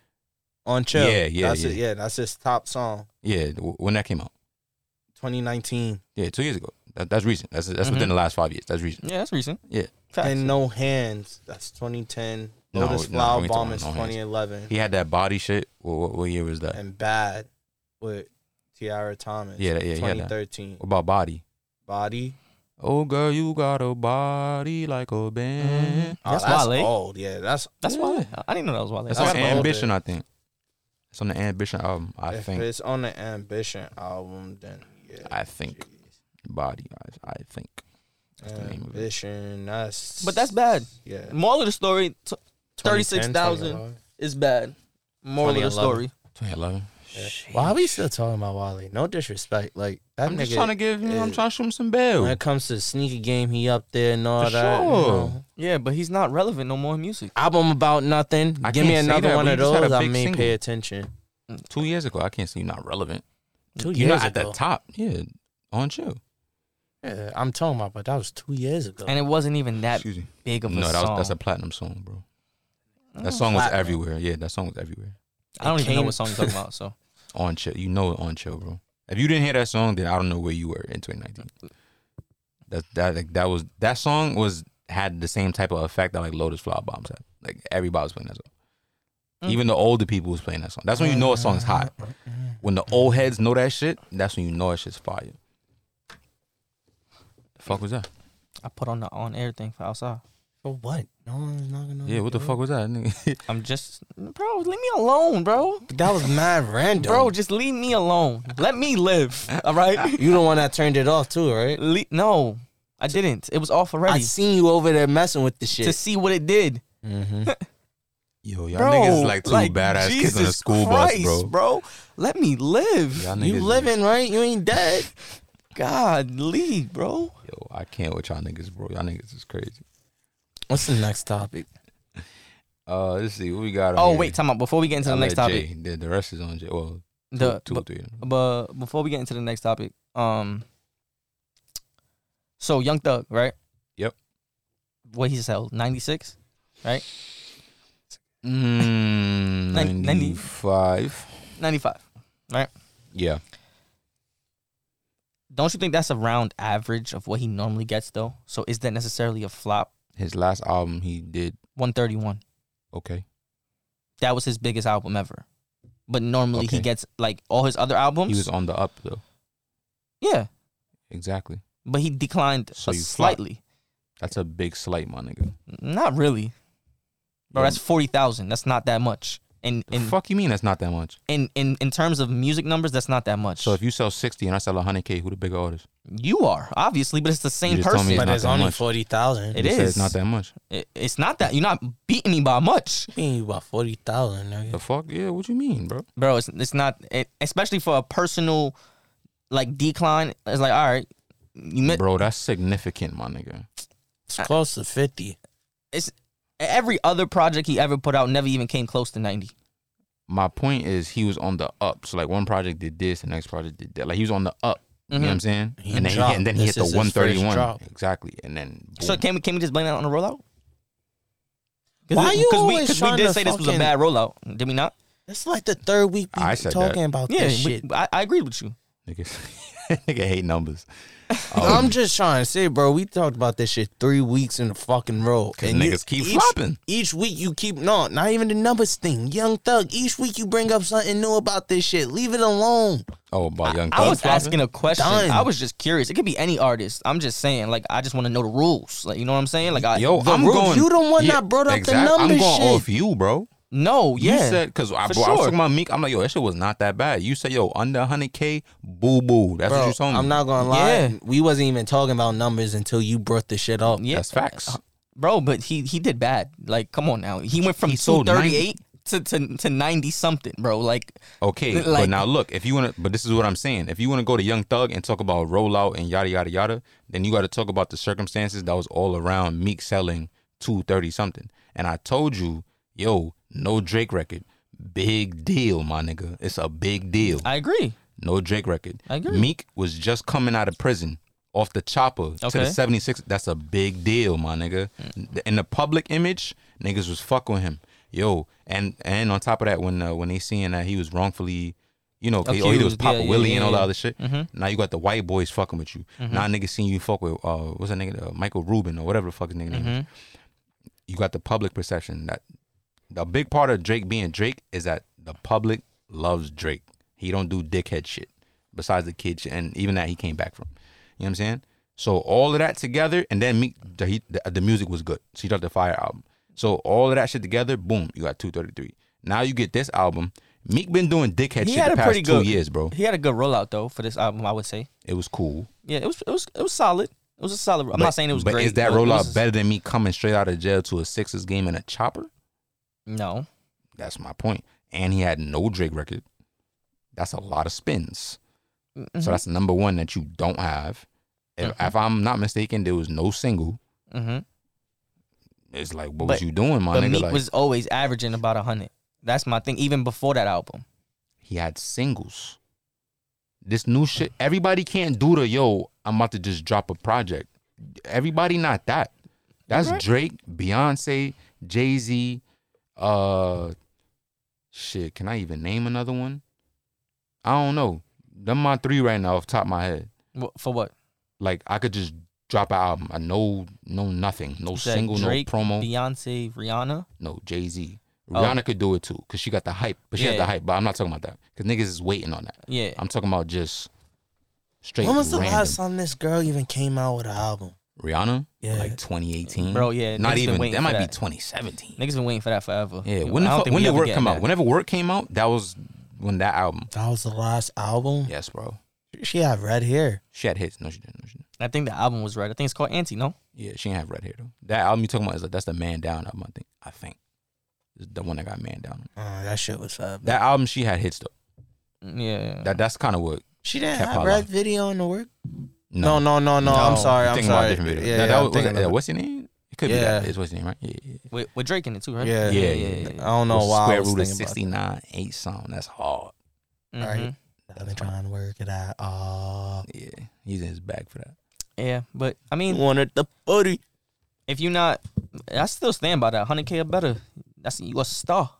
[SPEAKER 4] On Chill.
[SPEAKER 3] Yeah, yeah,
[SPEAKER 4] that's
[SPEAKER 3] yeah.
[SPEAKER 4] It, yeah, that's his top song.
[SPEAKER 3] Yeah, w- when that came out.
[SPEAKER 4] 2019.
[SPEAKER 3] Yeah, two years ago. That, that's recent. That's that's within
[SPEAKER 2] Mhm.
[SPEAKER 3] the last five years. That's recent.
[SPEAKER 2] yeah, that's recent.
[SPEAKER 3] Yeah.
[SPEAKER 2] Facts.
[SPEAKER 4] And No Hands. That's 2010.
[SPEAKER 3] No,
[SPEAKER 4] Lotus
[SPEAKER 3] no,
[SPEAKER 4] Flower
[SPEAKER 3] we ain't
[SPEAKER 4] Bomb
[SPEAKER 3] talking
[SPEAKER 4] is
[SPEAKER 3] about No Hands.
[SPEAKER 4] 2011.
[SPEAKER 3] He had that body shit. What, what, what year was that?
[SPEAKER 4] And Bad with Tiara Thomas.
[SPEAKER 3] Yeah, that- yeah, he had that.
[SPEAKER 4] 2013.
[SPEAKER 3] What about body?
[SPEAKER 4] Body.
[SPEAKER 3] Oh girl, you got a body like a band.
[SPEAKER 4] Oh,
[SPEAKER 2] That's eh?
[SPEAKER 4] that's
[SPEAKER 2] Wale.
[SPEAKER 4] old. Yeah, that's
[SPEAKER 2] That's
[SPEAKER 3] Yeah.
[SPEAKER 2] Wale. I didn't know that was Wale.
[SPEAKER 3] That's
[SPEAKER 4] I
[SPEAKER 3] on
[SPEAKER 4] got all
[SPEAKER 3] ambition, I think. It's on the ambition album. I
[SPEAKER 4] if
[SPEAKER 3] think.
[SPEAKER 4] it's on the Ambition album, then yeah.
[SPEAKER 3] I think body. I, I think. That's the name of it.
[SPEAKER 4] Ambition. That's
[SPEAKER 2] But that's bad.
[SPEAKER 4] Yeah.
[SPEAKER 2] Moral of the story: t-
[SPEAKER 4] 2010,
[SPEAKER 2] 36,000
[SPEAKER 4] 2011.
[SPEAKER 2] is bad. Moral of the
[SPEAKER 4] 2011.
[SPEAKER 2] story.
[SPEAKER 3] 2011.
[SPEAKER 4] Yeah.
[SPEAKER 3] Shit.
[SPEAKER 4] Why are we still talking about Wally? No disrespect. Like that
[SPEAKER 3] I'm
[SPEAKER 4] nigga.
[SPEAKER 3] just trying to give. You know, I'm
[SPEAKER 4] is-
[SPEAKER 3] trying to shoot him some
[SPEAKER 4] when
[SPEAKER 3] bail.
[SPEAKER 4] it comes to sneaker game, he up there and all
[SPEAKER 3] For
[SPEAKER 4] that. you
[SPEAKER 3] sure.
[SPEAKER 4] know.
[SPEAKER 2] Yeah, but he's not relevant no more in music.
[SPEAKER 4] Album about nothing.
[SPEAKER 3] I
[SPEAKER 4] Give me
[SPEAKER 3] can't say
[SPEAKER 4] another
[SPEAKER 3] that,
[SPEAKER 4] one
[SPEAKER 3] but
[SPEAKER 4] of
[SPEAKER 3] he just had a
[SPEAKER 4] those. I
[SPEAKER 3] big
[SPEAKER 4] may
[SPEAKER 3] single.
[SPEAKER 4] pay attention.
[SPEAKER 3] Two years ago, I can't see you not relevant.
[SPEAKER 4] Two
[SPEAKER 3] You're
[SPEAKER 4] years
[SPEAKER 3] not at
[SPEAKER 4] ago.
[SPEAKER 3] the top. Yeah, on chill.
[SPEAKER 4] Yeah, I'm talking about, but that was two years ago.
[SPEAKER 2] And it wasn't even that
[SPEAKER 3] Excuse me.
[SPEAKER 2] big of a
[SPEAKER 3] No, that
[SPEAKER 2] song.
[SPEAKER 3] was, that's a platinum song, bro.
[SPEAKER 4] Oh.
[SPEAKER 3] That song was
[SPEAKER 4] Platinum.
[SPEAKER 3] everywhere. Yeah, that song was everywhere.
[SPEAKER 2] I don't
[SPEAKER 4] it
[SPEAKER 2] even know
[SPEAKER 4] came-
[SPEAKER 2] what song you're talking about. So
[SPEAKER 3] On chill, you know, on chill, bro. If you didn't hear that song, then I don't know where you were in 2019. That that like, that was that song was had the same type of effect that like Lotus Flower Bombs had. Like everybody was playing that song.
[SPEAKER 2] Mm.
[SPEAKER 3] Even the older people was playing that song. That's when you know a song's hot. When the old heads know that shit, that's when you know that shit's fire. fuck was that?
[SPEAKER 2] I put on the on air thing for outside.
[SPEAKER 4] For what? No one's knocking on.
[SPEAKER 3] Yeah, what the
[SPEAKER 4] door.
[SPEAKER 3] fuck was that? nigga?
[SPEAKER 2] I'm just, bro, leave me alone, bro.
[SPEAKER 4] That was mad random.
[SPEAKER 2] Bro, just leave me alone. Let me live. All right.
[SPEAKER 4] you the one that turned it off too, right?
[SPEAKER 2] Le- no, I didn't. It was off
[SPEAKER 4] I
[SPEAKER 2] already
[SPEAKER 4] seen you over there messing with the
[SPEAKER 2] to
[SPEAKER 4] shit. Mm-hmm.
[SPEAKER 2] see what it did.
[SPEAKER 3] Yo, y'all
[SPEAKER 2] Bro,
[SPEAKER 3] niggas like two badass kids on a
[SPEAKER 2] Jesus
[SPEAKER 3] school
[SPEAKER 2] Christ,
[SPEAKER 3] bus, bro.
[SPEAKER 2] bro. Let me live.
[SPEAKER 3] Y'all
[SPEAKER 4] You
[SPEAKER 3] niggas is-
[SPEAKER 4] living right? You ain't dead.
[SPEAKER 2] God, leave, bro.
[SPEAKER 3] Yo, I can't with y'all niggas, bro. Y'all niggas is crazy.
[SPEAKER 4] What's the next topic?
[SPEAKER 3] Uh, let's see what we got. on
[SPEAKER 2] Oh
[SPEAKER 3] here.
[SPEAKER 2] wait, time out. Before we get into
[SPEAKER 3] I
[SPEAKER 2] the next
[SPEAKER 3] let
[SPEAKER 2] topic,
[SPEAKER 3] Jay- the, the rest is on Jay. Well,
[SPEAKER 2] the um,
[SPEAKER 3] two,
[SPEAKER 2] bu-
[SPEAKER 3] or three. of them.
[SPEAKER 2] but before we get into the next topic, um, so Young Thug, right?
[SPEAKER 3] Yep.
[SPEAKER 2] What he's held ninety six.
[SPEAKER 3] Mm,
[SPEAKER 2] Nin- ninety-
[SPEAKER 3] Ninety-five.
[SPEAKER 2] 95.
[SPEAKER 3] Yeah,
[SPEAKER 2] Don't you think that's around average of what he normally gets though? So is that necessarily a flop?
[SPEAKER 3] his last album he did
[SPEAKER 2] 131.
[SPEAKER 3] okay.
[SPEAKER 2] That was his biggest album ever. But normally he
[SPEAKER 3] Okay.
[SPEAKER 2] gets like all his other albums.
[SPEAKER 3] He was on the up though.
[SPEAKER 2] yeah,
[SPEAKER 3] Exactly.
[SPEAKER 2] but he declined
[SPEAKER 3] So
[SPEAKER 2] uh,
[SPEAKER 3] you flop.
[SPEAKER 2] slightly.
[SPEAKER 3] That's a big slight, my nigga.
[SPEAKER 2] Not really. Bro,
[SPEAKER 3] Yeah.
[SPEAKER 2] that's 40,000. That's not that much. in in
[SPEAKER 3] fuck you mean that's not that much?
[SPEAKER 2] in in in terms of music numbers, that's not that much.
[SPEAKER 3] So if you sell sixty and I sell hundred k, who the bigger artist?
[SPEAKER 2] you are obviously, but it's the same
[SPEAKER 3] You just told
[SPEAKER 2] person.
[SPEAKER 3] me
[SPEAKER 4] but
[SPEAKER 3] not
[SPEAKER 4] it's
[SPEAKER 3] that
[SPEAKER 4] only
[SPEAKER 3] much.
[SPEAKER 4] forty thousand.
[SPEAKER 2] It
[SPEAKER 3] You said
[SPEAKER 2] is
[SPEAKER 3] it's not that much.
[SPEAKER 2] It- it's not that you're not beating me by much,
[SPEAKER 4] mean you about forty thousand, nigga.
[SPEAKER 3] The fuck? Yeah, what you mean, bro?
[SPEAKER 2] bro. It's it's not it, especially for a personal like decline. It's like all right, you mi-
[SPEAKER 3] Bro, that's significant, my nigga.
[SPEAKER 4] It's close to fifty.
[SPEAKER 2] it's every other project he ever put out never even came close to ninety.
[SPEAKER 3] My point is he was on the up. So like one project did this, the next project did that. Like he was on the up. You know what I'm saying?
[SPEAKER 4] Mm-hmm. He
[SPEAKER 3] and then he
[SPEAKER 4] dropped.
[SPEAKER 3] hit, and then he
[SPEAKER 4] This
[SPEAKER 3] hit the
[SPEAKER 4] is his
[SPEAKER 3] one
[SPEAKER 4] first
[SPEAKER 3] thirty one.
[SPEAKER 4] drop.
[SPEAKER 3] Exactly. And then boom.
[SPEAKER 2] So can we can we just blame that on the rollout?
[SPEAKER 4] Why
[SPEAKER 2] it-
[SPEAKER 4] you
[SPEAKER 2] we
[SPEAKER 4] always
[SPEAKER 2] we
[SPEAKER 4] trying
[SPEAKER 2] did
[SPEAKER 4] to
[SPEAKER 2] say this was a
[SPEAKER 4] fucking-
[SPEAKER 2] bad rollout, did we not?
[SPEAKER 4] It's like the third week we
[SPEAKER 3] I
[SPEAKER 4] been
[SPEAKER 3] said
[SPEAKER 4] talking
[SPEAKER 3] that.
[SPEAKER 4] about
[SPEAKER 2] Yeah,
[SPEAKER 4] this
[SPEAKER 2] we-
[SPEAKER 4] shit.
[SPEAKER 2] I, I agreed with you.
[SPEAKER 3] nigga, nigga hate numbers.
[SPEAKER 2] oh.
[SPEAKER 4] I'm just trying to say, bro, we talked about this shit three weeks in a fucking row.
[SPEAKER 3] Cause
[SPEAKER 4] you-
[SPEAKER 3] niggas keep
[SPEAKER 4] each,
[SPEAKER 3] flopping.
[SPEAKER 4] Each week you keep no, not even the numbers thing. Young thug, each week you bring up something new about this shit. Leave it alone.
[SPEAKER 3] Oh, about young.
[SPEAKER 2] I
[SPEAKER 3] Thug
[SPEAKER 2] was
[SPEAKER 3] flopping?
[SPEAKER 2] asking a question.
[SPEAKER 4] Done.
[SPEAKER 2] I was just curious. It could be any artist. I'm just saying, like, I just want to know the rules. Like, you know what I'm saying? Like, I
[SPEAKER 3] Yo, I'm
[SPEAKER 4] rules.
[SPEAKER 3] going.
[SPEAKER 4] You the one that brought up the
[SPEAKER 3] exact-
[SPEAKER 4] number
[SPEAKER 3] I'm going
[SPEAKER 4] shit.
[SPEAKER 3] off you, bro.
[SPEAKER 2] no, yeah,
[SPEAKER 3] You said because I,
[SPEAKER 2] For
[SPEAKER 3] bro, I was
[SPEAKER 2] sure.
[SPEAKER 3] talking about Meek. I'm like, yo, that shit was not that bad. You said, yo, under 100k, boo boo. That's what
[SPEAKER 4] Bro,
[SPEAKER 3] you told me.
[SPEAKER 4] I'm not gonna lie.
[SPEAKER 2] Yeah.
[SPEAKER 4] We wasn't even talking about numbers until you brought the shit up.
[SPEAKER 2] yeah, uh,
[SPEAKER 3] That's facts.
[SPEAKER 2] bro. But he he did bad. Like, come on now. He went from
[SPEAKER 3] He sold
[SPEAKER 2] 238 to to to 90 something, bro. Like,
[SPEAKER 3] Okay,
[SPEAKER 2] Like-
[SPEAKER 3] but now look, if you wanna, but this is what I'm saying. If you wanna go to Young Thug and talk about rollout and yada yada yada, then you got to talk about the circumstances that was all around Meek selling two thirty something. And I told you, yo, no Drake record, big deal, my nigga. It's a big deal.
[SPEAKER 2] I agree.
[SPEAKER 3] No Drake record.
[SPEAKER 2] I agree.
[SPEAKER 3] Meek was just coming out of prison off the chopper to
[SPEAKER 2] Okay. Mm.
[SPEAKER 3] the 76. That's a big deal, my nigga. In the public image, niggas was fuck with him. Yo, and and on top of that, when uh, when they seeing that he was wrongfully, you know, all he did was
[SPEAKER 2] Accused,
[SPEAKER 3] pop
[SPEAKER 2] yeah,
[SPEAKER 3] a
[SPEAKER 2] yeah,
[SPEAKER 3] Willie
[SPEAKER 2] yeah,
[SPEAKER 3] and all
[SPEAKER 2] yeah. Mm-hmm.
[SPEAKER 3] that other shit. Now you got the white boys fucking with you. Now niggas seeing you fuck with uh, what's that nigga, uh, Michael Rubin or whatever the fuck his nigga
[SPEAKER 2] Mm-hmm.
[SPEAKER 3] name is. You got the public perception that the big part of Drake being Drake is that the public loves Drake. He don't do dickhead shit besides the kid shit, and even that he came back from. You know what I'm saying? So all of that together, and then Meek, the, he, the, the music was good. So he dropped the Fire album. So all of that shit together, boom, you got 233. Now you get this album. Meek been doing dickhead
[SPEAKER 2] He
[SPEAKER 3] shit
[SPEAKER 2] had
[SPEAKER 3] the
[SPEAKER 2] a
[SPEAKER 3] past
[SPEAKER 2] pretty
[SPEAKER 3] two
[SPEAKER 2] good
[SPEAKER 3] years, bro.
[SPEAKER 2] He had a good rollout though for this album. I would say,
[SPEAKER 3] It was cool.
[SPEAKER 2] yeah, it was it was it was solid. It was a solid. I'm
[SPEAKER 3] But-
[SPEAKER 2] not saying it was
[SPEAKER 3] but
[SPEAKER 2] great.
[SPEAKER 3] is that
[SPEAKER 2] but it
[SPEAKER 3] rollout
[SPEAKER 2] was-
[SPEAKER 3] better than me coming straight out of jail to a Sixers game in a chopper?
[SPEAKER 2] No,
[SPEAKER 3] That's my point. And he had no Drake record. That's a lot of spins.
[SPEAKER 2] Mm-hmm.
[SPEAKER 3] So that's number one that you don't have. If, if I'm not mistaken, there was no single.
[SPEAKER 2] hmm
[SPEAKER 3] It's like, what
[SPEAKER 2] But-
[SPEAKER 3] was you doing, my
[SPEAKER 2] but
[SPEAKER 3] nigga?
[SPEAKER 2] Meek
[SPEAKER 3] Like,
[SPEAKER 2] was always averaging about hundred. That's my thing. Even before that album,
[SPEAKER 3] he had singles. This new shit,
[SPEAKER 2] Mm.
[SPEAKER 3] everybody can't do the yo. I'm about to just drop a project. Everybody not that. That's Drake, Beyonce, Jay Z. Uh, shit. Can I even name another one? I don't know. Them my three right now, off the top of my head.
[SPEAKER 2] Wh- for what?
[SPEAKER 3] Like I could just drop an album. I know, no nothing, no
[SPEAKER 2] You said
[SPEAKER 3] single,
[SPEAKER 2] Drake,
[SPEAKER 3] no promo,
[SPEAKER 2] Beyonce, Rihanna.
[SPEAKER 3] no Jay Z.
[SPEAKER 2] Oh.
[SPEAKER 3] Rihanna could do it too, cause she got the hype. But she had
[SPEAKER 2] Yeah.
[SPEAKER 3] the hype. But I'm not talking about that, cause niggas is waiting on that.
[SPEAKER 2] Yeah,
[SPEAKER 3] I'm talking about just straight.
[SPEAKER 4] When was the
[SPEAKER 3] random.
[SPEAKER 4] last time this girl even came out with an album?
[SPEAKER 3] Rihanna?
[SPEAKER 4] Yeah.
[SPEAKER 3] Like 2018.
[SPEAKER 2] Bro, yeah, niggas
[SPEAKER 3] Not
[SPEAKER 2] been
[SPEAKER 3] even.
[SPEAKER 2] waiting
[SPEAKER 3] That
[SPEAKER 2] for
[SPEAKER 3] might be
[SPEAKER 2] that.
[SPEAKER 3] 2017.
[SPEAKER 2] niggas been waiting for that forever.
[SPEAKER 3] Yeah.
[SPEAKER 2] You know,
[SPEAKER 3] When the
[SPEAKER 2] I don't
[SPEAKER 3] fuck,
[SPEAKER 2] think
[SPEAKER 3] when
[SPEAKER 2] we
[SPEAKER 3] did
[SPEAKER 2] ever
[SPEAKER 3] work
[SPEAKER 2] get
[SPEAKER 3] come
[SPEAKER 2] that.
[SPEAKER 3] out? Whenever work came out, that was when that album.
[SPEAKER 4] That was the last album.
[SPEAKER 3] Yes, bro.
[SPEAKER 4] She had red hair.
[SPEAKER 3] She had hits. No, she didn't. No, she didn't.
[SPEAKER 2] I think the album was right. I think it's called Anti. No,
[SPEAKER 3] Yeah, she didn't have red hair though. That album you talking about is like, that's the Man Down album. I think. I think. It's the one that got Man Down.
[SPEAKER 4] Uh, that shit was fab.
[SPEAKER 3] That album she had hits though.
[SPEAKER 2] Mm, yeah,
[SPEAKER 3] That that's kind of what.
[SPEAKER 4] She didn't
[SPEAKER 3] Kept
[SPEAKER 4] have
[SPEAKER 3] her
[SPEAKER 4] red
[SPEAKER 3] alive.
[SPEAKER 4] video in the work.
[SPEAKER 3] No,
[SPEAKER 4] no, no,
[SPEAKER 2] No.
[SPEAKER 4] no. I'm sorry.
[SPEAKER 3] You're
[SPEAKER 4] I'm
[SPEAKER 3] thinking about
[SPEAKER 4] sorry.
[SPEAKER 3] a different video.
[SPEAKER 4] Yeah,
[SPEAKER 3] No,
[SPEAKER 4] yeah,
[SPEAKER 3] that
[SPEAKER 4] I'm
[SPEAKER 3] was, was it-
[SPEAKER 4] thinking
[SPEAKER 3] uh,
[SPEAKER 4] about-
[SPEAKER 3] what's your name? It could be that.
[SPEAKER 4] Yeah.
[SPEAKER 3] It's what's your name, right? Yeah, yeah. yeah.
[SPEAKER 2] with, with Drake in it too, right?
[SPEAKER 4] Yeah.
[SPEAKER 3] Yeah, yeah, yeah.
[SPEAKER 4] I don't know
[SPEAKER 3] With
[SPEAKER 4] why. I
[SPEAKER 3] Square
[SPEAKER 4] was
[SPEAKER 3] root of
[SPEAKER 4] thinking about
[SPEAKER 3] 69,
[SPEAKER 4] that.
[SPEAKER 3] eight song. That's hard.
[SPEAKER 4] Alright.
[SPEAKER 2] Mhm.
[SPEAKER 4] I've been trying to work it out. Uh,
[SPEAKER 3] Yeah, he's in his bag for that.
[SPEAKER 2] Yeah, but I mean,
[SPEAKER 4] wanted the booty.
[SPEAKER 2] if you're not, I still stand by that. Hundred K or better. That's you a star.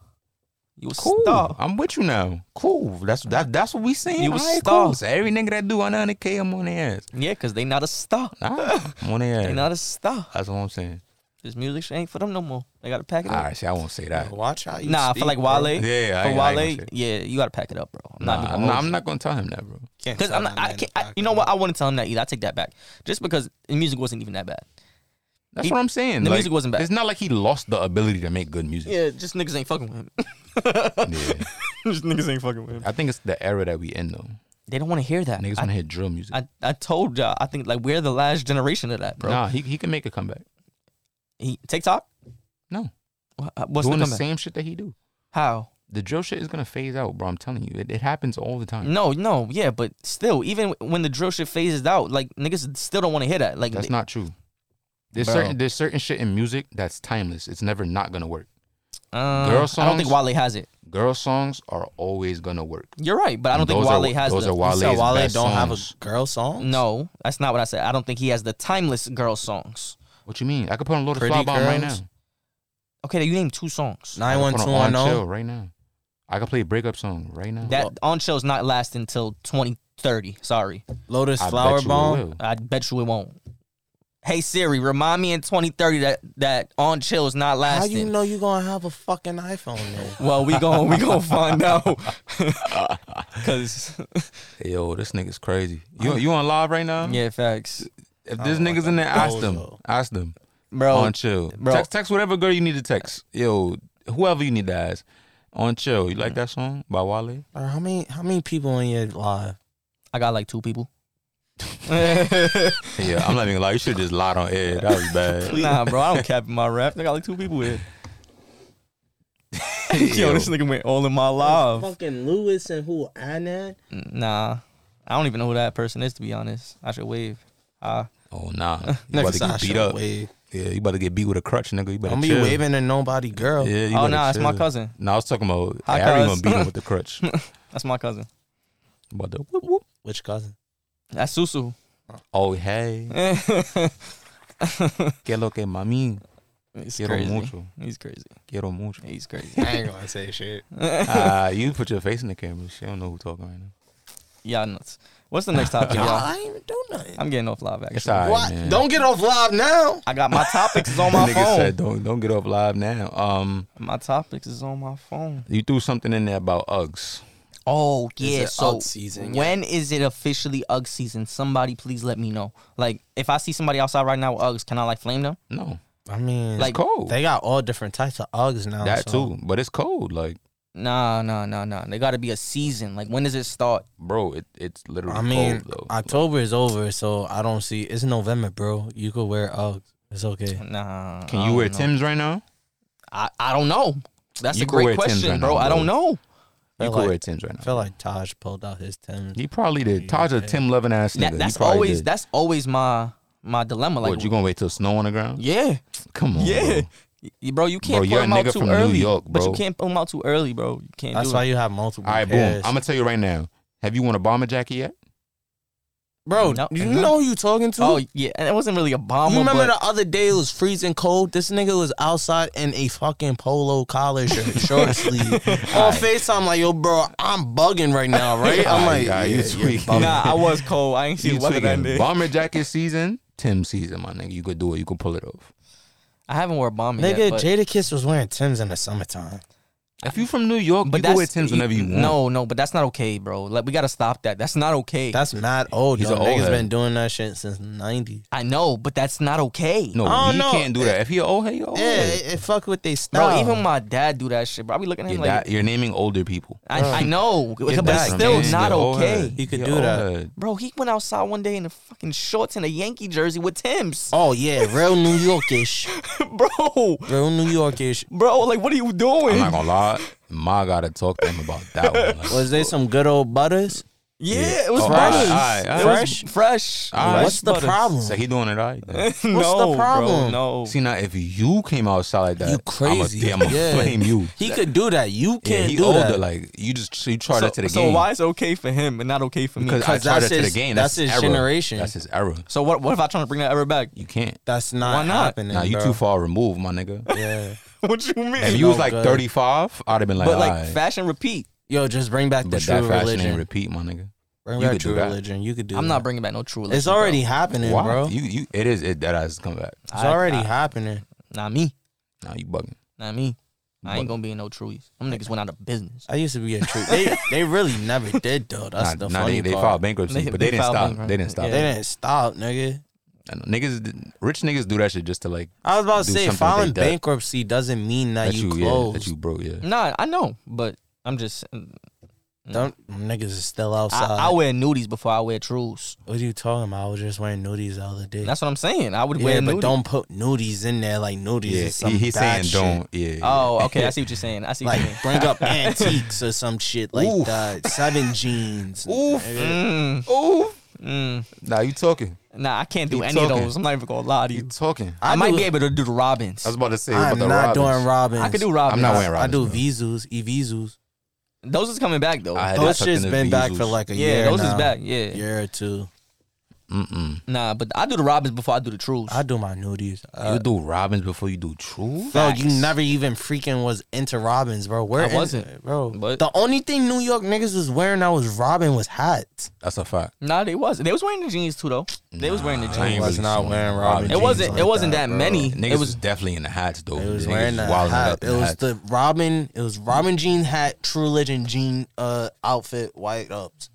[SPEAKER 2] You a
[SPEAKER 3] Cool.
[SPEAKER 2] star.
[SPEAKER 3] I'm with you now. Cool. That's that, that's what we saying.
[SPEAKER 2] You a
[SPEAKER 3] All right,
[SPEAKER 2] star.
[SPEAKER 3] cool. So every nigga that do 100k, I'm on their ass.
[SPEAKER 2] Yeah, cause they not a star.
[SPEAKER 3] Nah, I'm on their
[SPEAKER 2] They
[SPEAKER 3] ass.
[SPEAKER 2] not a star.
[SPEAKER 3] That's what I'm saying.
[SPEAKER 2] This music shit ain't for them no more. They gotta pack it
[SPEAKER 3] All
[SPEAKER 2] up.
[SPEAKER 3] right, see, I won't say that.
[SPEAKER 4] Watch how you
[SPEAKER 2] Nah,
[SPEAKER 4] speak,
[SPEAKER 2] for like
[SPEAKER 4] bro.
[SPEAKER 2] Wale.
[SPEAKER 3] Yeah, I
[SPEAKER 2] for
[SPEAKER 3] ain't- I ain't
[SPEAKER 2] Wale.
[SPEAKER 3] gonna say.
[SPEAKER 2] yeah, you gotta pack it up, bro. I'm
[SPEAKER 3] Nah,
[SPEAKER 2] not.
[SPEAKER 3] I'm, not, I'm not gonna tell him that, bro.
[SPEAKER 4] Can't
[SPEAKER 2] Because
[SPEAKER 4] tell
[SPEAKER 2] I'm not.
[SPEAKER 4] that
[SPEAKER 2] I
[SPEAKER 4] man
[SPEAKER 2] can't.
[SPEAKER 4] to
[SPEAKER 2] I,
[SPEAKER 4] back
[SPEAKER 2] you know
[SPEAKER 4] it
[SPEAKER 2] what?
[SPEAKER 4] up.
[SPEAKER 2] I wouldn't tell him that either. I take that back. Just because the music wasn't even that bad.
[SPEAKER 3] That's
[SPEAKER 2] He-
[SPEAKER 3] what I'm saying.
[SPEAKER 2] the
[SPEAKER 3] Like,
[SPEAKER 2] music wasn't bad.
[SPEAKER 3] It's not like he lost the ability to make good music.
[SPEAKER 2] Yeah, just niggas ain't fucking with him.
[SPEAKER 3] Yeah.
[SPEAKER 2] just niggas ain't fucking with him.
[SPEAKER 3] I think it's the era that we in though.
[SPEAKER 2] They don't want to hear that.
[SPEAKER 3] Niggas
[SPEAKER 2] I,
[SPEAKER 3] want to hear drill music.
[SPEAKER 2] I, I told y'all, I think like we're the last generation of that, bro.
[SPEAKER 3] Nah, he he can make a comeback.
[SPEAKER 2] He, TikTok?
[SPEAKER 3] No,
[SPEAKER 2] Wha- uh, What's
[SPEAKER 3] doing
[SPEAKER 2] the
[SPEAKER 3] the,
[SPEAKER 2] comeback?
[SPEAKER 3] same shit that he do.
[SPEAKER 2] How?
[SPEAKER 3] The drill shit is gonna phase out, bro. I'm telling you, it, it happens all the time.
[SPEAKER 2] No, no, yeah, but still, even when the drill shit phases out, like niggas still don't want to hear that. Like
[SPEAKER 3] That's
[SPEAKER 2] they-
[SPEAKER 3] not true. There's
[SPEAKER 2] Bro.
[SPEAKER 3] certain there's certain shit in music that's timeless. It's never not gonna work.
[SPEAKER 2] uh,
[SPEAKER 3] girl
[SPEAKER 2] I don't think
[SPEAKER 3] songs-
[SPEAKER 2] Wale has it.
[SPEAKER 3] Girl songs are always gonna work.
[SPEAKER 2] You're right, but I don't think
[SPEAKER 3] Those are-
[SPEAKER 2] Wale has
[SPEAKER 3] those
[SPEAKER 2] the.
[SPEAKER 3] are Wale's
[SPEAKER 4] so Wale don't
[SPEAKER 3] best
[SPEAKER 4] have a
[SPEAKER 3] songs.
[SPEAKER 4] girl song.
[SPEAKER 2] No, that's not what I said. I don't think he has the timeless girl songs.
[SPEAKER 3] What you mean? I could put on Lord of
[SPEAKER 4] Pretty
[SPEAKER 3] Fly Bomb right now.
[SPEAKER 4] Girls?
[SPEAKER 2] Okay, you named two songs.
[SPEAKER 4] nine
[SPEAKER 3] I
[SPEAKER 4] one
[SPEAKER 3] could
[SPEAKER 4] two
[SPEAKER 3] put on
[SPEAKER 4] one oh.
[SPEAKER 3] On Chill
[SPEAKER 4] zero.
[SPEAKER 3] right now. I could play a breakup song right now.
[SPEAKER 2] That on show's not lasting until 2030. Sorry,
[SPEAKER 4] Lotus
[SPEAKER 3] I
[SPEAKER 4] flower
[SPEAKER 3] bet you it
[SPEAKER 4] bomb.
[SPEAKER 3] will.
[SPEAKER 2] I bet you it won't. Hey Siri, remind me in 2030 that that on chill is not
[SPEAKER 4] How
[SPEAKER 2] lasting.
[SPEAKER 4] you know you gonna have a fucking iPhone? Though?
[SPEAKER 2] well, we gon' we gonna find out. Cause
[SPEAKER 3] Yo, this nigga's crazy. You you on live right now?
[SPEAKER 2] yeah, facts,
[SPEAKER 3] If there's niggas in there, ask them. Ask them.
[SPEAKER 2] bro.
[SPEAKER 3] on chill.
[SPEAKER 2] bro.
[SPEAKER 3] Text text whatever girl you need to text. Yo, whoever you need to ask. On chill. You like that song by Wale?
[SPEAKER 4] Or how many how many people in your live?
[SPEAKER 2] I got like two people.
[SPEAKER 3] Yeah, I'm not even gonna lie. You should just lied on air. That was bad.
[SPEAKER 2] Nah, bro, I don't cap in my rap. I got like two people here. Yo, this nigga went all in my live.
[SPEAKER 4] Fucking Lewis and who? Anan.
[SPEAKER 2] Nah, I don't even know who that person is to be honest. I should wave. Uh,
[SPEAKER 3] Oh nah. You about
[SPEAKER 4] Next
[SPEAKER 3] to
[SPEAKER 4] time I
[SPEAKER 3] get beat
[SPEAKER 4] should
[SPEAKER 3] up.
[SPEAKER 4] wave.
[SPEAKER 3] Yeah, you about to get beat with a crutch, nigga. You better
[SPEAKER 4] I'm be
[SPEAKER 3] chill.
[SPEAKER 4] waving to nobody, girl.
[SPEAKER 3] Yeah, you
[SPEAKER 2] oh
[SPEAKER 3] better
[SPEAKER 2] nah, it's my
[SPEAKER 3] chill.
[SPEAKER 2] cousin.
[SPEAKER 3] No, I was talking about
[SPEAKER 2] Hi,
[SPEAKER 3] Harry gonna
[SPEAKER 2] cuz.
[SPEAKER 3] beat him with the crutch.
[SPEAKER 2] That's my cousin.
[SPEAKER 3] about the whoop whoop.
[SPEAKER 4] Which cousin?
[SPEAKER 2] That's Susu.
[SPEAKER 3] Oh hey, que lo que mami.
[SPEAKER 2] He's
[SPEAKER 3] Quiero
[SPEAKER 2] crazy.
[SPEAKER 3] mucho.
[SPEAKER 2] He's crazy.
[SPEAKER 3] Quiero mucho.
[SPEAKER 2] He's crazy.
[SPEAKER 4] I ain't gonna say shit.
[SPEAKER 3] Ah, you put your face in the camera. She don't know who talking right now.
[SPEAKER 2] Y'all nuts. What's the next topic, y'all?
[SPEAKER 4] I ain't do nothing.
[SPEAKER 2] I'm getting off live
[SPEAKER 3] It's
[SPEAKER 2] actually.
[SPEAKER 3] all right,
[SPEAKER 4] What?
[SPEAKER 3] man.
[SPEAKER 4] Don't get off live now.
[SPEAKER 2] I got my topics is on my
[SPEAKER 3] Nigga
[SPEAKER 2] phone.
[SPEAKER 3] said don't don't get off live now. Um,
[SPEAKER 2] My topics is on my phone.
[SPEAKER 3] you threw something in there about Uggs.
[SPEAKER 2] Oh
[SPEAKER 4] Is
[SPEAKER 2] yeah.
[SPEAKER 4] it
[SPEAKER 2] so
[SPEAKER 4] Ugg season yet?
[SPEAKER 2] when is it officially UGG season? Somebody please let me know. Like if I see somebody outside right now with UGGs, can I like flame them?
[SPEAKER 3] No,
[SPEAKER 4] I mean,
[SPEAKER 2] Like-
[SPEAKER 4] like
[SPEAKER 3] it's cold.
[SPEAKER 4] they got all different types of Uggs now.
[SPEAKER 3] that
[SPEAKER 4] so-
[SPEAKER 3] too, but it's cold. Like,
[SPEAKER 2] Nah, nah, nah, nah. They got to be a season. Like when does it start?
[SPEAKER 3] bro, it, it's literally
[SPEAKER 4] I mean,
[SPEAKER 3] cold though.
[SPEAKER 4] October is over, so I don't see. It's November, bro. You could wear Uggs. It's okay.
[SPEAKER 2] Nah.
[SPEAKER 3] Can
[SPEAKER 2] I
[SPEAKER 3] you
[SPEAKER 2] don't
[SPEAKER 3] wear
[SPEAKER 2] know.
[SPEAKER 3] Tim's right now?
[SPEAKER 2] I, I don't know. That's
[SPEAKER 3] You
[SPEAKER 2] a
[SPEAKER 3] can wear
[SPEAKER 2] great
[SPEAKER 3] Tim's
[SPEAKER 2] question,
[SPEAKER 3] right
[SPEAKER 2] bro.
[SPEAKER 3] now,
[SPEAKER 2] I don't
[SPEAKER 3] bro.
[SPEAKER 2] know.
[SPEAKER 3] You
[SPEAKER 4] Feel
[SPEAKER 3] could
[SPEAKER 4] like-
[SPEAKER 3] wear Tim's right
[SPEAKER 4] I
[SPEAKER 3] now.
[SPEAKER 4] feel like Taj pulled out his Tim's.
[SPEAKER 3] He probably did. Taj a Tim loving ass nigga.
[SPEAKER 2] That,
[SPEAKER 3] He
[SPEAKER 2] that's
[SPEAKER 3] probably
[SPEAKER 2] always
[SPEAKER 3] did.
[SPEAKER 2] that's always my my dilemma. Like
[SPEAKER 3] What you gonna wait till snow on the ground?
[SPEAKER 2] yeah,
[SPEAKER 3] Come on,
[SPEAKER 2] yeah.
[SPEAKER 3] bro.
[SPEAKER 2] Y- Bro, you can't
[SPEAKER 3] Bro,
[SPEAKER 2] pull
[SPEAKER 3] you're a
[SPEAKER 2] them out
[SPEAKER 3] nigga
[SPEAKER 2] too
[SPEAKER 3] from New
[SPEAKER 2] early.
[SPEAKER 3] York,
[SPEAKER 2] But you
[SPEAKER 3] bro.
[SPEAKER 2] can't pull them out too early, bro. You can't
[SPEAKER 4] That's
[SPEAKER 2] do
[SPEAKER 4] why
[SPEAKER 2] it.
[SPEAKER 4] you have multiple.
[SPEAKER 3] All right, boom.
[SPEAKER 4] pairs.
[SPEAKER 3] I'm gonna tell you right now. Have you worn a bomber jacket yet?
[SPEAKER 4] bro.
[SPEAKER 2] No,
[SPEAKER 4] you
[SPEAKER 2] no.
[SPEAKER 4] know who you talking to?
[SPEAKER 2] Oh yeah, and it wasn't really a bomber.
[SPEAKER 4] you remember
[SPEAKER 2] but
[SPEAKER 4] the other day it was freezing cold. This nigga was outside in a fucking polo collar shirt, short sleeve. On Facetime, like yo, bro, I'm bugging right now, right? I'm like,
[SPEAKER 3] Alright, you tweaking.
[SPEAKER 2] nah, I was cold. I ain't
[SPEAKER 3] You
[SPEAKER 2] seen weather that
[SPEAKER 3] tweaking.
[SPEAKER 2] day.
[SPEAKER 3] Bomber jacket season, Tim season, my nigga. You could do it. You could pull it off.
[SPEAKER 2] I haven't worn a bomber
[SPEAKER 4] nigga,
[SPEAKER 2] yet. But,
[SPEAKER 4] Jada Kiss was wearing Tim's in the summertime.
[SPEAKER 3] If you from New York,
[SPEAKER 2] but
[SPEAKER 3] you can wear
[SPEAKER 2] that's
[SPEAKER 3] Tim's whenever you want.
[SPEAKER 2] No, no, but that's not okay, bro. Like we gotta stop that. That's not okay.
[SPEAKER 4] That's not old.
[SPEAKER 3] He's
[SPEAKER 4] He's though.
[SPEAKER 3] an old
[SPEAKER 4] Niggas
[SPEAKER 3] head.
[SPEAKER 4] been doing that shit since '90.
[SPEAKER 2] I know, but that's not okay.
[SPEAKER 3] no,
[SPEAKER 4] I don't
[SPEAKER 3] he
[SPEAKER 4] know.
[SPEAKER 3] can't do that. If you're old, hey, you're old.
[SPEAKER 4] Yeah, it, it fuck with they
[SPEAKER 2] bro.
[SPEAKER 4] style.
[SPEAKER 2] Even my dad do that shit, bro. I be looking at him
[SPEAKER 3] You're,
[SPEAKER 2] like,
[SPEAKER 3] that- you're naming older people.
[SPEAKER 2] I, I know, but
[SPEAKER 4] back.
[SPEAKER 2] it's
[SPEAKER 4] That's
[SPEAKER 2] still
[SPEAKER 4] amazing.
[SPEAKER 2] not
[SPEAKER 3] You're old
[SPEAKER 2] okay.
[SPEAKER 3] head.
[SPEAKER 4] He could
[SPEAKER 3] You're
[SPEAKER 4] do
[SPEAKER 3] old
[SPEAKER 4] that.
[SPEAKER 3] head.
[SPEAKER 2] Bro, he went outside one day in a fucking shorts and a Yankee jersey with Tim's.
[SPEAKER 4] oh yeah, real New Yorkish,
[SPEAKER 2] bro,
[SPEAKER 4] real New Yorkish.
[SPEAKER 2] bro, like what are you
[SPEAKER 3] I'm
[SPEAKER 2] doing?
[SPEAKER 3] not gonna lie. Ma gotta talk to him about that one. Like,
[SPEAKER 4] Was they some good old butters?
[SPEAKER 2] yeah,
[SPEAKER 3] Yeah.
[SPEAKER 2] it was
[SPEAKER 3] Oh,
[SPEAKER 2] fresh.
[SPEAKER 3] all right, all right.
[SPEAKER 2] It was fresh.
[SPEAKER 3] All right.
[SPEAKER 4] What's the
[SPEAKER 2] Butter.
[SPEAKER 4] problem?
[SPEAKER 3] so he doing it right. then.
[SPEAKER 2] no,
[SPEAKER 4] the
[SPEAKER 2] Bro,
[SPEAKER 4] problem?
[SPEAKER 2] no.
[SPEAKER 3] See now, if you came outside like that,
[SPEAKER 4] You crazy?
[SPEAKER 3] I'm gonna
[SPEAKER 4] Yeah.
[SPEAKER 3] flame you.
[SPEAKER 4] He could do that. You
[SPEAKER 3] Yeah,
[SPEAKER 4] can't
[SPEAKER 3] he
[SPEAKER 4] do
[SPEAKER 3] older.
[SPEAKER 4] that.
[SPEAKER 3] Like you just so you try
[SPEAKER 2] so,
[SPEAKER 3] that to the
[SPEAKER 2] so
[SPEAKER 3] game.
[SPEAKER 2] why is it okay for him and not okay for me?
[SPEAKER 3] Because I
[SPEAKER 4] Because
[SPEAKER 3] tried
[SPEAKER 4] that's
[SPEAKER 3] that to the
[SPEAKER 4] his-
[SPEAKER 3] game.
[SPEAKER 4] that's his
[SPEAKER 3] era.
[SPEAKER 4] generation.
[SPEAKER 3] That's his era.
[SPEAKER 2] so what? What if I try to bring that ever back?
[SPEAKER 3] You can't.
[SPEAKER 4] That's not,
[SPEAKER 2] Why not?
[SPEAKER 4] happening.
[SPEAKER 3] Nah, you
[SPEAKER 4] bro.
[SPEAKER 3] too far removed, my nigga.
[SPEAKER 4] Yeah.
[SPEAKER 2] what you mean?
[SPEAKER 3] If you was
[SPEAKER 4] no
[SPEAKER 3] like
[SPEAKER 4] good.
[SPEAKER 3] 35, I'd have been like,
[SPEAKER 2] but like
[SPEAKER 3] "Aight."
[SPEAKER 2] fashion repeat.
[SPEAKER 4] Yo, just bring back the
[SPEAKER 3] but
[SPEAKER 4] true
[SPEAKER 3] that fashion
[SPEAKER 4] religion.
[SPEAKER 3] ain't repeat, my nigga.
[SPEAKER 4] bring
[SPEAKER 3] you
[SPEAKER 4] back
[SPEAKER 3] could do
[SPEAKER 4] true
[SPEAKER 3] that.
[SPEAKER 4] religion. You could do.
[SPEAKER 2] I'm not
[SPEAKER 4] that.
[SPEAKER 2] bringing back no true.
[SPEAKER 4] It's
[SPEAKER 2] religion, bro.
[SPEAKER 4] already happening,
[SPEAKER 3] Why?
[SPEAKER 4] bro.
[SPEAKER 3] You you it is it that has come back.
[SPEAKER 4] it's
[SPEAKER 2] I-
[SPEAKER 4] already
[SPEAKER 2] I-
[SPEAKER 4] happening.
[SPEAKER 2] Not me.
[SPEAKER 3] Nah, you bugging.
[SPEAKER 2] Not me. I
[SPEAKER 3] But-
[SPEAKER 2] ain't gonna be in no trues. Them niggas went out of business.
[SPEAKER 4] I used to be a true. they they really never did though. That's
[SPEAKER 3] nah,
[SPEAKER 4] the
[SPEAKER 3] nah,
[SPEAKER 4] funny
[SPEAKER 3] they, they
[SPEAKER 4] part.
[SPEAKER 3] filed bankruptcy,
[SPEAKER 2] They-
[SPEAKER 3] but
[SPEAKER 2] they
[SPEAKER 3] they, didn't
[SPEAKER 2] filed
[SPEAKER 3] stop.
[SPEAKER 2] bankrupt-
[SPEAKER 3] They didn't stop.
[SPEAKER 4] They didn't stop, nigga.
[SPEAKER 3] I know. Niggas, rich niggas do that shit just to like
[SPEAKER 4] I was about to
[SPEAKER 3] Do
[SPEAKER 4] say
[SPEAKER 3] something
[SPEAKER 4] filing
[SPEAKER 3] like that.
[SPEAKER 4] bankruptcy doesn't mean that,
[SPEAKER 3] that
[SPEAKER 4] you, Mm.
[SPEAKER 3] you, yeah,
[SPEAKER 4] closed.
[SPEAKER 3] that you broke, yeah.
[SPEAKER 2] Nah, I know, but I'm just.
[SPEAKER 4] Them niggas is still
[SPEAKER 2] I,
[SPEAKER 4] outside.
[SPEAKER 2] I wear nudies before I wear trues.
[SPEAKER 4] what are you talking about? I was just wearing nudies the other day.
[SPEAKER 2] That's what I'm saying. I would
[SPEAKER 4] yeah,
[SPEAKER 2] wear
[SPEAKER 4] but
[SPEAKER 2] nudies.
[SPEAKER 4] don't put nudies in there like nudies
[SPEAKER 3] Yeah,
[SPEAKER 4] is some
[SPEAKER 3] he, he's saying
[SPEAKER 4] bad shit.
[SPEAKER 3] don't. Yeah.
[SPEAKER 2] Oh, okay. I see what you're saying. I see what
[SPEAKER 4] Like
[SPEAKER 2] you mean.
[SPEAKER 4] bring up antiques or some shit like
[SPEAKER 3] Oof.
[SPEAKER 4] that. Seven jeans.
[SPEAKER 2] Mm,
[SPEAKER 3] Oh.
[SPEAKER 2] mm.
[SPEAKER 3] Nah, you talking.
[SPEAKER 2] Nah, I can't do
[SPEAKER 3] You
[SPEAKER 2] any of
[SPEAKER 3] talking.
[SPEAKER 2] those. I'm not even gonna lie to
[SPEAKER 3] You
[SPEAKER 2] you.
[SPEAKER 3] talking. I
[SPEAKER 2] I, might
[SPEAKER 4] do-
[SPEAKER 2] be able to do the Robins.
[SPEAKER 3] was about to say. what
[SPEAKER 4] I'm
[SPEAKER 3] about the
[SPEAKER 4] not
[SPEAKER 3] Robins?
[SPEAKER 4] doing robins.
[SPEAKER 2] I could do Robins.
[SPEAKER 3] I'm not wearing
[SPEAKER 4] I
[SPEAKER 3] Robins.
[SPEAKER 4] do
[SPEAKER 3] bro.
[SPEAKER 4] visus, evisus.
[SPEAKER 2] Those is coming back though.
[SPEAKER 3] I had that
[SPEAKER 4] Those
[SPEAKER 3] tucked in
[SPEAKER 4] shit's
[SPEAKER 3] the
[SPEAKER 4] been back
[SPEAKER 3] Vsauce.
[SPEAKER 4] for like a
[SPEAKER 2] yeah,
[SPEAKER 4] year.
[SPEAKER 2] those is
[SPEAKER 4] now.
[SPEAKER 2] back. Yeah.
[SPEAKER 4] Year or two.
[SPEAKER 3] Mm-mm.
[SPEAKER 2] Nah, but I do the Robins before I do the Trues.
[SPEAKER 4] I do my nudies. Uh,
[SPEAKER 3] you do Robins before you do True.
[SPEAKER 4] bro,
[SPEAKER 2] facts.
[SPEAKER 4] you never even freaking was into Robins, bro. Where
[SPEAKER 2] I
[SPEAKER 4] in-
[SPEAKER 2] wasn't,
[SPEAKER 4] bro.
[SPEAKER 2] but-
[SPEAKER 4] the only thing New York niggas was wearing that was Robin was hats.
[SPEAKER 3] That's a fact.
[SPEAKER 2] nah, they was. They was wearing the jeans too though. They was wearing the
[SPEAKER 3] Nah,
[SPEAKER 2] jeans.
[SPEAKER 3] I ain't
[SPEAKER 5] Was
[SPEAKER 3] really
[SPEAKER 5] not
[SPEAKER 3] feeling
[SPEAKER 5] wearing
[SPEAKER 3] Robins.
[SPEAKER 5] Robin
[SPEAKER 2] it
[SPEAKER 5] jeans
[SPEAKER 2] wasn't.
[SPEAKER 5] like
[SPEAKER 2] it wasn't
[SPEAKER 5] that,
[SPEAKER 2] that,
[SPEAKER 5] bro.
[SPEAKER 2] many.
[SPEAKER 3] Niggas
[SPEAKER 2] it
[SPEAKER 3] was
[SPEAKER 2] was.
[SPEAKER 3] definitely in the hats though.
[SPEAKER 4] It was
[SPEAKER 3] Niggas
[SPEAKER 4] wearing the
[SPEAKER 3] wilding
[SPEAKER 4] hat.
[SPEAKER 3] up in
[SPEAKER 4] It was
[SPEAKER 3] hats.
[SPEAKER 4] the Robin. It was Robin jean hat, True Legend jean uh outfit, white uh, ups.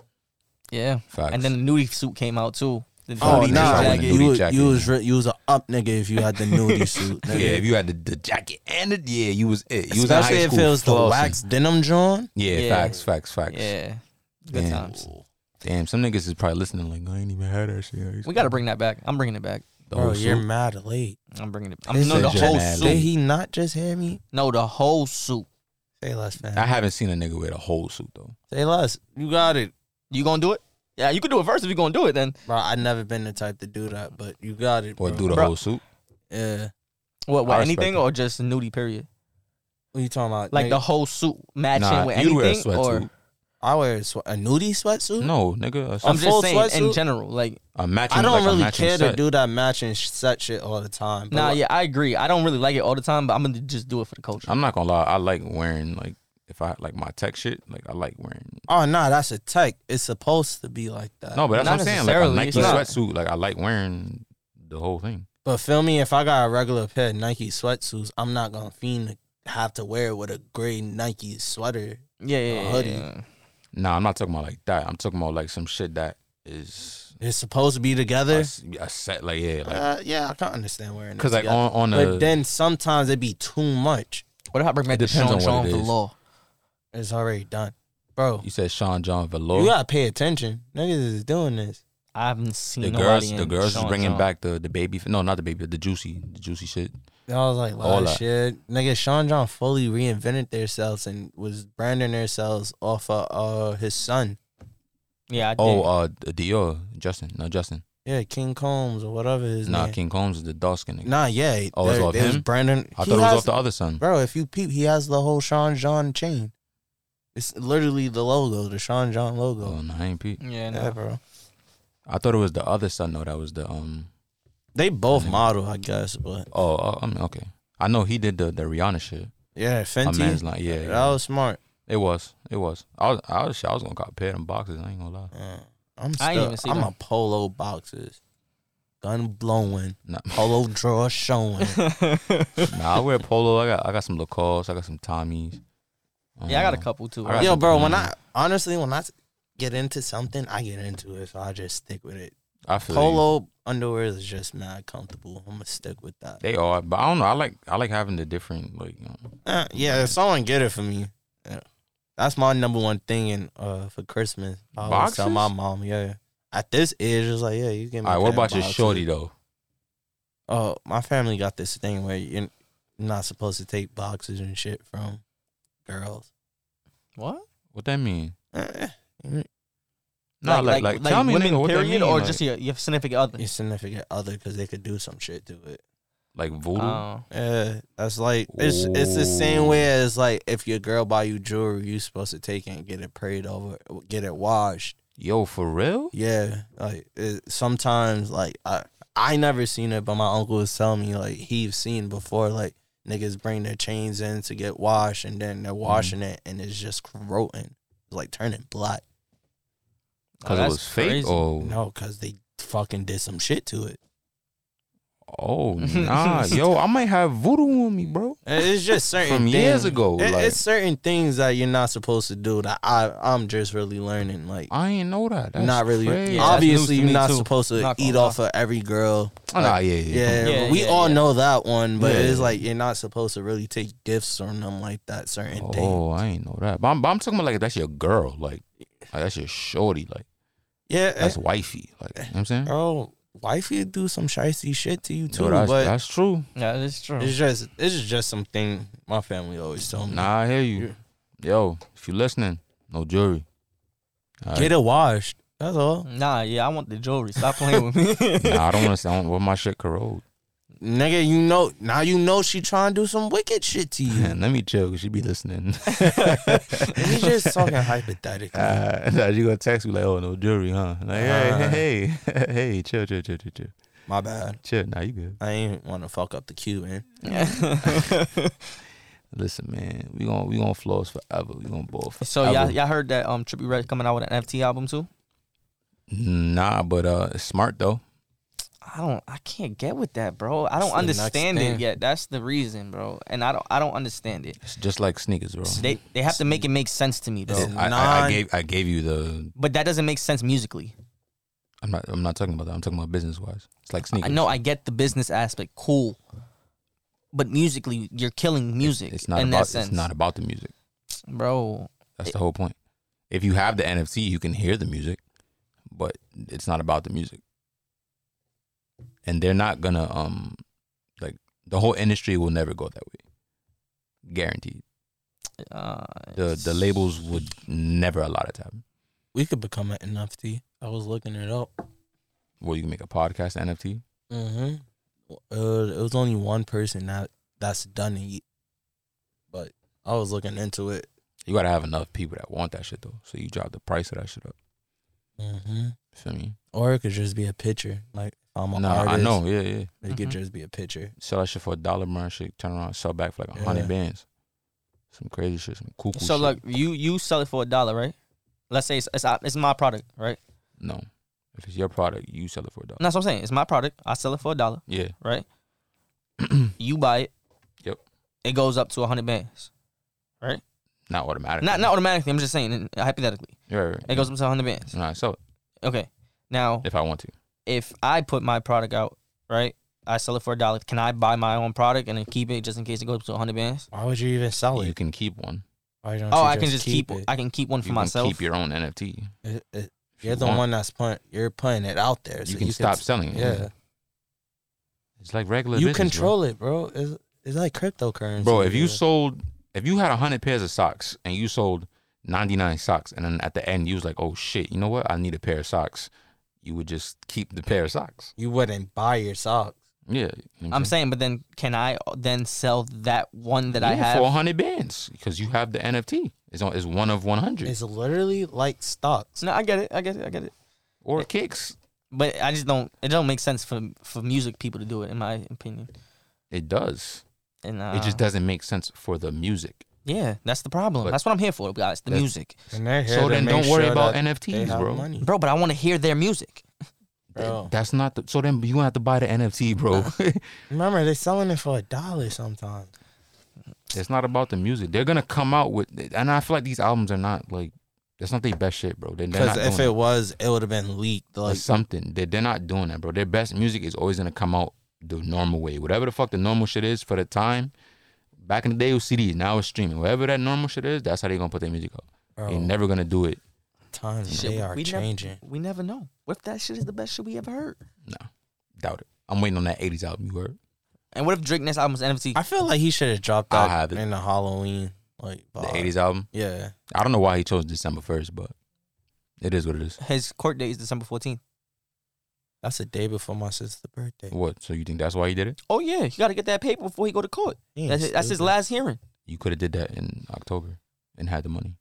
[SPEAKER 2] Yeah.
[SPEAKER 3] Facts.
[SPEAKER 2] And then the nudie suit came out too. The
[SPEAKER 4] Oh,
[SPEAKER 2] nudie
[SPEAKER 4] nah,
[SPEAKER 3] jacket.
[SPEAKER 4] you, was-
[SPEAKER 3] Nudie
[SPEAKER 4] you was
[SPEAKER 3] jacket.
[SPEAKER 4] re- you was a up nigga if you had the nudie suit.
[SPEAKER 3] yeah,
[SPEAKER 4] Nigga.
[SPEAKER 3] if you had the, the jacket and the yeah, you was it. You was in high
[SPEAKER 4] Especially if
[SPEAKER 3] school
[SPEAKER 4] it was the
[SPEAKER 3] flossing.
[SPEAKER 4] wax denim John.
[SPEAKER 3] Yeah,
[SPEAKER 2] Yeah.
[SPEAKER 3] facts, facts, facts.
[SPEAKER 2] Yeah. Good
[SPEAKER 3] Damn.
[SPEAKER 2] times.
[SPEAKER 3] Damn, some niggas is probably listening like I ain't even had that shit. I used
[SPEAKER 2] We
[SPEAKER 3] to-
[SPEAKER 2] got to bring that back. I'm bringing it back.
[SPEAKER 3] the
[SPEAKER 4] Bro,
[SPEAKER 3] whole
[SPEAKER 4] you're
[SPEAKER 3] suit.
[SPEAKER 4] mad late.
[SPEAKER 2] I'm bringing it. I'm,
[SPEAKER 4] This
[SPEAKER 2] no,
[SPEAKER 4] is
[SPEAKER 2] the
[SPEAKER 3] Jen
[SPEAKER 2] whole
[SPEAKER 3] Adler.
[SPEAKER 2] suit.
[SPEAKER 4] Did he not just hear me?
[SPEAKER 2] No, the whole suit.
[SPEAKER 4] Say less, fam.
[SPEAKER 3] I haven't seen a nigga wear a whole suit though.
[SPEAKER 4] Say less. You got it.
[SPEAKER 2] You gonna do it? Yeah, you could do it first if you gonna do it. Then
[SPEAKER 4] Bro, I never been the type to do that, but you got it.
[SPEAKER 3] Or
[SPEAKER 4] bro.
[SPEAKER 3] do the
[SPEAKER 2] Bro.
[SPEAKER 3] whole suit.
[SPEAKER 4] Yeah.
[SPEAKER 2] what?
[SPEAKER 3] I
[SPEAKER 2] What?
[SPEAKER 3] respect
[SPEAKER 2] Anything
[SPEAKER 3] it.
[SPEAKER 2] or just nudie? Period.
[SPEAKER 4] What you talking about?
[SPEAKER 2] Like
[SPEAKER 4] Nigga,
[SPEAKER 2] the whole suit matching
[SPEAKER 3] Nah,
[SPEAKER 2] with
[SPEAKER 3] you
[SPEAKER 2] anything
[SPEAKER 3] wear a
[SPEAKER 2] or
[SPEAKER 3] sweatsuit.
[SPEAKER 4] I wear a, swe- a nudie sweatsuit.
[SPEAKER 3] No, nigga, a,
[SPEAKER 2] I'm
[SPEAKER 3] suit-
[SPEAKER 2] just
[SPEAKER 4] full
[SPEAKER 2] saying in
[SPEAKER 4] sweatsuit?
[SPEAKER 2] general. Like
[SPEAKER 3] a matching.
[SPEAKER 4] I
[SPEAKER 3] like
[SPEAKER 4] don't
[SPEAKER 3] a
[SPEAKER 4] really
[SPEAKER 3] matching
[SPEAKER 4] care to
[SPEAKER 3] set.
[SPEAKER 4] do that matching sh- set shit all the time. But
[SPEAKER 2] nah,
[SPEAKER 4] like,
[SPEAKER 2] yeah, I agree. I don't really like it all the time, but I'm gonna just do it for the culture.
[SPEAKER 3] I'm not gonna lie. I like wearing like if I like my tech shit. Like I like wearing.
[SPEAKER 4] Oh nah, that's a tech. It's supposed to be like that.
[SPEAKER 3] No, but that's
[SPEAKER 2] Not
[SPEAKER 3] what I'm saying. Like a
[SPEAKER 2] necessarily,
[SPEAKER 3] Nike
[SPEAKER 2] it's not.
[SPEAKER 3] sweatsuit. Like I like wearing the whole thing.
[SPEAKER 4] But feel me, if I got a regular pair of Nike sweatsuits, I'm not gonna fiend to have to wear it with a gray Nike sweater.
[SPEAKER 2] yeah, yeah, yeah,
[SPEAKER 4] hoodie.
[SPEAKER 2] yeah.
[SPEAKER 3] Nah, I'm not talking about like that. I'm talking about like some shit that is
[SPEAKER 4] It's supposed to be
[SPEAKER 3] a,
[SPEAKER 4] together.
[SPEAKER 3] s- a set. Like yeah, like
[SPEAKER 4] Uh, yeah, I can't understand wearing it.
[SPEAKER 3] because like
[SPEAKER 4] together.
[SPEAKER 3] on on
[SPEAKER 4] but
[SPEAKER 3] a
[SPEAKER 4] then sometimes it be too much.
[SPEAKER 2] What if I bring back
[SPEAKER 3] It
[SPEAKER 2] the Sean
[SPEAKER 3] depends on what
[SPEAKER 2] John
[SPEAKER 3] it
[SPEAKER 2] for
[SPEAKER 3] is.
[SPEAKER 2] law?
[SPEAKER 4] It's already done, bro.
[SPEAKER 3] you said Sean John
[SPEAKER 4] You
[SPEAKER 3] Velour.
[SPEAKER 4] gotta pay attention. Niggas is doing this.
[SPEAKER 2] I haven't seen
[SPEAKER 3] The
[SPEAKER 2] nobody
[SPEAKER 3] girls,
[SPEAKER 2] in
[SPEAKER 3] the girls is
[SPEAKER 2] Sean
[SPEAKER 3] bringing
[SPEAKER 2] John.
[SPEAKER 3] back the the baby. No, not the baby. The juicy, the juicy shit.
[SPEAKER 4] And I was like,
[SPEAKER 3] All
[SPEAKER 4] oh
[SPEAKER 3] that.
[SPEAKER 4] shit, nigga. Sean John fully reinvented themselves and was branding themselves off of uh, his son.
[SPEAKER 2] Yeah, I did.
[SPEAKER 3] Oh, uh, Dior, Justin, no Justin.
[SPEAKER 4] Yeah, King Combs or whatever his
[SPEAKER 3] Nah,
[SPEAKER 4] name.
[SPEAKER 3] King Combs is the dark skin nigga.
[SPEAKER 4] Nah, yeah.
[SPEAKER 3] Oh, it's
[SPEAKER 4] they-
[SPEAKER 3] off
[SPEAKER 4] they was
[SPEAKER 3] him?
[SPEAKER 4] Brandon.
[SPEAKER 3] I
[SPEAKER 4] he
[SPEAKER 3] thought it was
[SPEAKER 4] has-
[SPEAKER 3] off the other son.
[SPEAKER 4] Bro, if you peep, he has the whole Sean John chain. It's literally the logo, the Sean John
[SPEAKER 3] Oh,
[SPEAKER 4] logo.
[SPEAKER 3] no, I ain't peep.
[SPEAKER 2] yeah, no.
[SPEAKER 4] Yeah, bro.
[SPEAKER 3] I thought it was the other son though. That was the um.
[SPEAKER 4] They both model, I guess, but
[SPEAKER 3] Oh, uh, I mean, okay. I know he did the the Rihanna shit.
[SPEAKER 4] yeah,
[SPEAKER 3] My man's
[SPEAKER 4] Fenty.
[SPEAKER 3] like, yeah,
[SPEAKER 4] That
[SPEAKER 3] yeah.
[SPEAKER 4] was smart.
[SPEAKER 3] it was, it was. I was, I was, shit, I was gonna cop pair them boxes. I ain't gonna lie.
[SPEAKER 4] Yeah. I'm
[SPEAKER 2] I
[SPEAKER 4] still,
[SPEAKER 2] ain't
[SPEAKER 4] I
[SPEAKER 2] even see
[SPEAKER 4] am
[SPEAKER 2] them.
[SPEAKER 4] a polo boxes, gun blowing,
[SPEAKER 3] Nah,
[SPEAKER 4] polo draw showing.
[SPEAKER 3] nah, I wear polo. I got, I got some Lacoste. I got some Tommies.
[SPEAKER 2] yeah, I got a
[SPEAKER 3] Um,
[SPEAKER 2] couple too.
[SPEAKER 3] I got
[SPEAKER 4] Yo,
[SPEAKER 3] some-
[SPEAKER 4] bro, when
[SPEAKER 3] mm,
[SPEAKER 4] I honestly when I get into something, I get into it, so I just stick with it.
[SPEAKER 3] I feel you.
[SPEAKER 4] Polo underwear is just mad comfortable. I'm gonna stick with that.
[SPEAKER 3] They are, but I don't know. I like, I like having the different like. um, You know,
[SPEAKER 4] Uh, yeah, if someone get it for me, yeah. that's my number one thing in uh for Christmas. I always tell
[SPEAKER 3] Boxes?
[SPEAKER 4] my mom, yeah. At this age, it's like, yeah, you can.
[SPEAKER 3] all right, what about your shorty though?
[SPEAKER 4] Oh, my family got this thing where you're not supposed to take boxes and shit from girls.
[SPEAKER 2] what?
[SPEAKER 3] What that mean?
[SPEAKER 4] Eh,
[SPEAKER 3] No, like, like, tell me,
[SPEAKER 2] women
[SPEAKER 3] nigga, what that
[SPEAKER 2] period
[SPEAKER 3] mean?
[SPEAKER 2] or
[SPEAKER 3] like,
[SPEAKER 2] just your, your significant other.
[SPEAKER 4] your significant other because they could do some shit to it.
[SPEAKER 3] like voodoo.
[SPEAKER 2] Oh.
[SPEAKER 4] Yeah, Uh, that's like it's it's the same way as like if your girl buy you jewelry, you supposed to take it and get it prayed over, get it washed.
[SPEAKER 3] Yo, for
[SPEAKER 2] Oh,
[SPEAKER 3] real?
[SPEAKER 4] Yeah, like it, sometimes, like I I never seen it, but my uncle was telling me like he's seen before, like niggas bring their chains in to get washed, and then
[SPEAKER 3] Mm-hmm.
[SPEAKER 4] they're washing it, and it's just corroding, it's like turning black.
[SPEAKER 3] Because
[SPEAKER 2] Oh,
[SPEAKER 3] it
[SPEAKER 2] that's
[SPEAKER 3] was fake
[SPEAKER 2] crazy.
[SPEAKER 3] or
[SPEAKER 4] No, because they fucking did some shit to it.
[SPEAKER 3] oh nah, yo, I might have voodoo on me, bro.
[SPEAKER 4] It's just certain
[SPEAKER 3] From
[SPEAKER 4] things.
[SPEAKER 3] years ago,
[SPEAKER 4] It-
[SPEAKER 3] like-
[SPEAKER 4] it's certain things that you're not supposed to do that I I'm just really learning. Like
[SPEAKER 3] I ain't know that. That's
[SPEAKER 4] not really.
[SPEAKER 3] Crazy.
[SPEAKER 2] Yeah, that's news to
[SPEAKER 4] Obviously, you're
[SPEAKER 2] me
[SPEAKER 4] not
[SPEAKER 2] too.
[SPEAKER 4] supposed to
[SPEAKER 2] Not gonna
[SPEAKER 4] eat
[SPEAKER 2] lie.
[SPEAKER 4] off of every girl.
[SPEAKER 3] Oh, nah, yeah, yeah.
[SPEAKER 4] Yeah,
[SPEAKER 2] Yeah,
[SPEAKER 4] but we
[SPEAKER 2] yeah,
[SPEAKER 4] all
[SPEAKER 2] yeah.
[SPEAKER 4] know that one. But
[SPEAKER 3] Yeah.
[SPEAKER 4] it's like you're not supposed to really take gifts from them like that. Certain thing.
[SPEAKER 3] Oh, I ain't know that. But I'm, but I'm talking about like that's your girl, like, like, that's your shorty, like
[SPEAKER 4] Yeah,
[SPEAKER 3] that's
[SPEAKER 4] eh,
[SPEAKER 3] wifey, like you know what I'm saying.
[SPEAKER 4] bro. Wifey do some shicey shit to you too,
[SPEAKER 3] Yo, that's,
[SPEAKER 4] but
[SPEAKER 3] that's true.
[SPEAKER 2] Yeah, that's true.
[SPEAKER 4] it's just it's just something my family always told me.
[SPEAKER 3] Nah, I hear you. Yo, if you listening, no jury. All right.
[SPEAKER 4] Get it washed. That's all.
[SPEAKER 2] Nah, yeah, I want the jewelry. Stop playing with me.
[SPEAKER 3] Nah, I don't want to sound what my shit corrode.
[SPEAKER 4] Nigga, you know now you know she trying to do some wicked shit to you.
[SPEAKER 3] Man, let me chill. 'cause She be listening.
[SPEAKER 4] we just talking hypothetically.
[SPEAKER 3] Uh, nah, she gonna text me like, "Oh, no jury, huh?" Like, hey, hey, hey, hey, chill, chill, chill, chill, chill,
[SPEAKER 4] My bad.
[SPEAKER 3] chill. Nah, you good.
[SPEAKER 4] I ain't want to fuck up the queue, man.
[SPEAKER 3] Listen, man, we gon' we gon' floss forever. We gon' ball forever.
[SPEAKER 2] so y'all, y'all heard that um Trippie Red coming out with an NFT album too?
[SPEAKER 3] Nah, but uh, it's smart though.
[SPEAKER 2] I don't I can't get with that, bro. I don't
[SPEAKER 4] the next
[SPEAKER 2] understand it
[SPEAKER 4] thing.
[SPEAKER 2] yet. That's the reason, bro. And I don't I don't understand it.
[SPEAKER 3] It's just like sneakers, bro.
[SPEAKER 2] They they have to make it make sense to me, bro.
[SPEAKER 4] It's-
[SPEAKER 3] I, I, I
[SPEAKER 4] non-
[SPEAKER 3] gave I gave you the.
[SPEAKER 2] But that doesn't make sense musically.
[SPEAKER 3] I'm not I'm not talking about that. I'm talking about business wise. It's like
[SPEAKER 2] I
[SPEAKER 3] sneakers.
[SPEAKER 2] know I get the business aspect, cool. But musically, you're killing music
[SPEAKER 3] It's not
[SPEAKER 2] in
[SPEAKER 3] about
[SPEAKER 2] that sense.
[SPEAKER 3] it's not about the music.
[SPEAKER 2] bro.
[SPEAKER 3] That's the whole point. If you have the NFT, you can hear the music, but it's not about the music. And they're not gonna um like the whole industry will never go that way. Guaranteed.
[SPEAKER 2] Uh,
[SPEAKER 3] The the labels would never allow that to happen.
[SPEAKER 4] We could become an NFT. I was looking it up.
[SPEAKER 3] Well, you can make a podcast NFT.
[SPEAKER 4] Mm-hmm. Uh, it was only one person that that's done it, but I was looking into it.
[SPEAKER 3] You gotta have enough people that want that shit though. So you drop the price of that shit up.
[SPEAKER 4] Mm-hmm.
[SPEAKER 3] Feel me?
[SPEAKER 4] Or it could just be a picture. Like I'm an
[SPEAKER 3] Nah,
[SPEAKER 4] artist.
[SPEAKER 3] I know. Yeah, yeah.
[SPEAKER 4] It could
[SPEAKER 2] Mhm.
[SPEAKER 4] just be a picture.
[SPEAKER 3] Sell that shit for a dollar, man. Shit, turn around, sell back for like a hundred
[SPEAKER 4] Yeah.
[SPEAKER 3] bands. Some crazy shit. Some cool.
[SPEAKER 2] so
[SPEAKER 3] shit.
[SPEAKER 2] like you you sell it for a dollar, right? Let's say it's, it's it's my product, right?
[SPEAKER 3] no, if it's your product, you sell it for a dollar.
[SPEAKER 2] And that's what I'm saying. It's my product. I sell it for a dollar,
[SPEAKER 3] Yeah.
[SPEAKER 2] right? you buy it.
[SPEAKER 3] Yep.
[SPEAKER 2] It goes up to 100 bands.
[SPEAKER 3] Not automatic.
[SPEAKER 2] Not not automatically. I'm just saying in- hypothetically.
[SPEAKER 3] Right, right,
[SPEAKER 2] It goes up to 100 bands.
[SPEAKER 3] Nah, I sell it
[SPEAKER 2] Okay. Now,
[SPEAKER 3] if I want to.
[SPEAKER 2] if I put my product out, right? I sell it for a dollar. Can I buy my own product and then keep it just in case it goes up to 100 bands?
[SPEAKER 4] Why would you even sell
[SPEAKER 3] you
[SPEAKER 4] it?
[SPEAKER 3] can keep one.
[SPEAKER 4] Why don't
[SPEAKER 2] Oh,
[SPEAKER 4] you
[SPEAKER 2] I can just keep.
[SPEAKER 4] it?
[SPEAKER 2] I can keep one Oh,
[SPEAKER 3] You
[SPEAKER 2] for
[SPEAKER 3] can
[SPEAKER 2] myself.
[SPEAKER 3] keep your own NFT.
[SPEAKER 4] It- it-
[SPEAKER 3] if
[SPEAKER 4] you're
[SPEAKER 3] you
[SPEAKER 4] the
[SPEAKER 3] want.
[SPEAKER 4] one that's putting. You're putting it out there.
[SPEAKER 3] You
[SPEAKER 4] so
[SPEAKER 3] can
[SPEAKER 4] could
[SPEAKER 3] stop
[SPEAKER 4] s-
[SPEAKER 3] selling it.
[SPEAKER 4] Yeah.
[SPEAKER 3] It's like regular.
[SPEAKER 4] you
[SPEAKER 3] business, bro.
[SPEAKER 4] control it, bro. It's, it's like cryptocurrency.
[SPEAKER 3] Bro, if you sold, if you had hundred pairs of socks and you sold ninety nine socks, and then at the end you was like, oh shit, you know what? I need a pair of socks. You would just keep the pair of socks.
[SPEAKER 4] you wouldn't buy your socks.
[SPEAKER 3] Yeah. you know what
[SPEAKER 2] I'm saying, but then can I then sell that one that I
[SPEAKER 3] yeah,
[SPEAKER 2] have?
[SPEAKER 3] four hundred bands because you have the NFT. It's on. It's one of one hundred
[SPEAKER 4] It's literally like stocks.
[SPEAKER 2] No, I get it. I get it. I get it.
[SPEAKER 3] or kicks.
[SPEAKER 2] But I just don't. It don't make sense for for music people to do it, in my opinion.
[SPEAKER 3] It does.
[SPEAKER 2] And uh,
[SPEAKER 3] it
[SPEAKER 4] Uh-huh.
[SPEAKER 3] just doesn't make sense for the music.
[SPEAKER 2] Yeah, that's the problem.
[SPEAKER 3] But-
[SPEAKER 2] that's what I'm here for, guys. The
[SPEAKER 3] That's-
[SPEAKER 2] music,
[SPEAKER 4] And they're
[SPEAKER 3] So then don't worry about
[SPEAKER 4] they
[SPEAKER 3] NFTs,
[SPEAKER 4] have
[SPEAKER 3] bro.
[SPEAKER 4] money,
[SPEAKER 2] bro. But I want to hear their music.
[SPEAKER 4] bro.
[SPEAKER 3] That's not the, so. Then you gonna have to buy the NFT, bro.
[SPEAKER 4] Remember, they're selling it for a dollar sometimes.
[SPEAKER 3] it's not about the music. They're gonna come out with, and I feel like these albums are not like that's not their best shit, bro. They, they're not
[SPEAKER 4] Because
[SPEAKER 3] doing
[SPEAKER 4] if
[SPEAKER 3] that.
[SPEAKER 4] it was, it would have been leaked.
[SPEAKER 3] Or
[SPEAKER 4] Like
[SPEAKER 3] something, they they're not doing that, bro. Their best music is always gonna come out the normal way, whatever the fuck the normal shit is for the time. Back in the day, it was CDs. Now it's streaming. Whatever that normal shit is, that's how they gonna put their music out.
[SPEAKER 4] bro,
[SPEAKER 3] They're never gonna do it.
[SPEAKER 4] times
[SPEAKER 2] Shit,
[SPEAKER 4] Mm, they are
[SPEAKER 2] we never-
[SPEAKER 4] changing.
[SPEAKER 2] We never know. What if that shit is the best shit we ever heard?
[SPEAKER 3] Doubt it. I'm waiting on that '80s album you heard.
[SPEAKER 2] And what if Drake next album's NFT?
[SPEAKER 4] I feel like he should have dropped
[SPEAKER 3] I'll
[SPEAKER 4] that
[SPEAKER 3] have it.
[SPEAKER 4] in the Halloween, like
[SPEAKER 3] The
[SPEAKER 4] vibe.
[SPEAKER 3] '80s album.
[SPEAKER 4] Yeah,
[SPEAKER 3] I don't know why he chose December first, but it is what it is.
[SPEAKER 2] His court date is December 14th.
[SPEAKER 4] that's the day before my sister's birthday.
[SPEAKER 3] What? So you think that's why he did it?
[SPEAKER 2] Oh yeah, he got to get that paper before he go to court.
[SPEAKER 4] He ain't
[SPEAKER 2] That's his, that's his
[SPEAKER 4] stupid.
[SPEAKER 2] last hearing.
[SPEAKER 3] You could have did that in October and had the money.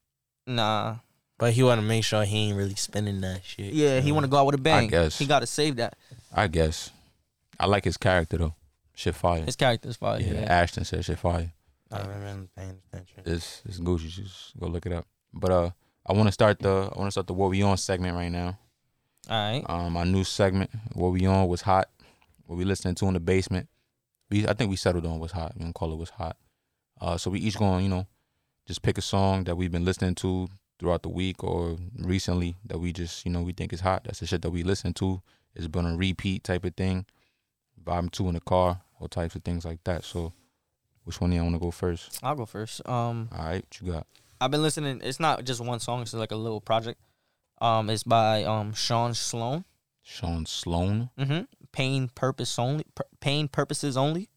[SPEAKER 2] Nah.
[SPEAKER 4] But he want to make sure he ain't really spending that shit.
[SPEAKER 2] Yeah, he want to go out with a bang.
[SPEAKER 3] guess.
[SPEAKER 2] he got to save that.
[SPEAKER 3] I guess. I like his character though. Shit fire.
[SPEAKER 2] His character's fire.
[SPEAKER 3] yeah,
[SPEAKER 2] Yeah.
[SPEAKER 3] Ashton said shit fire.
[SPEAKER 4] I haven't been paying attention.
[SPEAKER 3] It's it's Gucci. Just go look it up. But uh, I want to start the I want to start the what we on segment right now.
[SPEAKER 2] All right.
[SPEAKER 3] Um, our new segment what we on was hot. What we listening to in the basement. We I think we settled on what's hot. We don't call it what's hot. Uh, so we each going, you know, just pick a song that we've been listening to throughout the week or recently that we just, you know, we think is hot. That's the shit that we listen to. It's been a repeat type of thing. Vibing to in the car, all types of things like that. So which one do you want to go first?
[SPEAKER 2] I'll go first. Um,
[SPEAKER 3] All right, what you got?
[SPEAKER 2] I've been listening. It's not just one song. It's like a little project. Um, it's by um Sean Sloan.
[SPEAKER 3] Sean Sloan.
[SPEAKER 2] Mm-hmm. Pain purpose only. Pur- pain purposes only.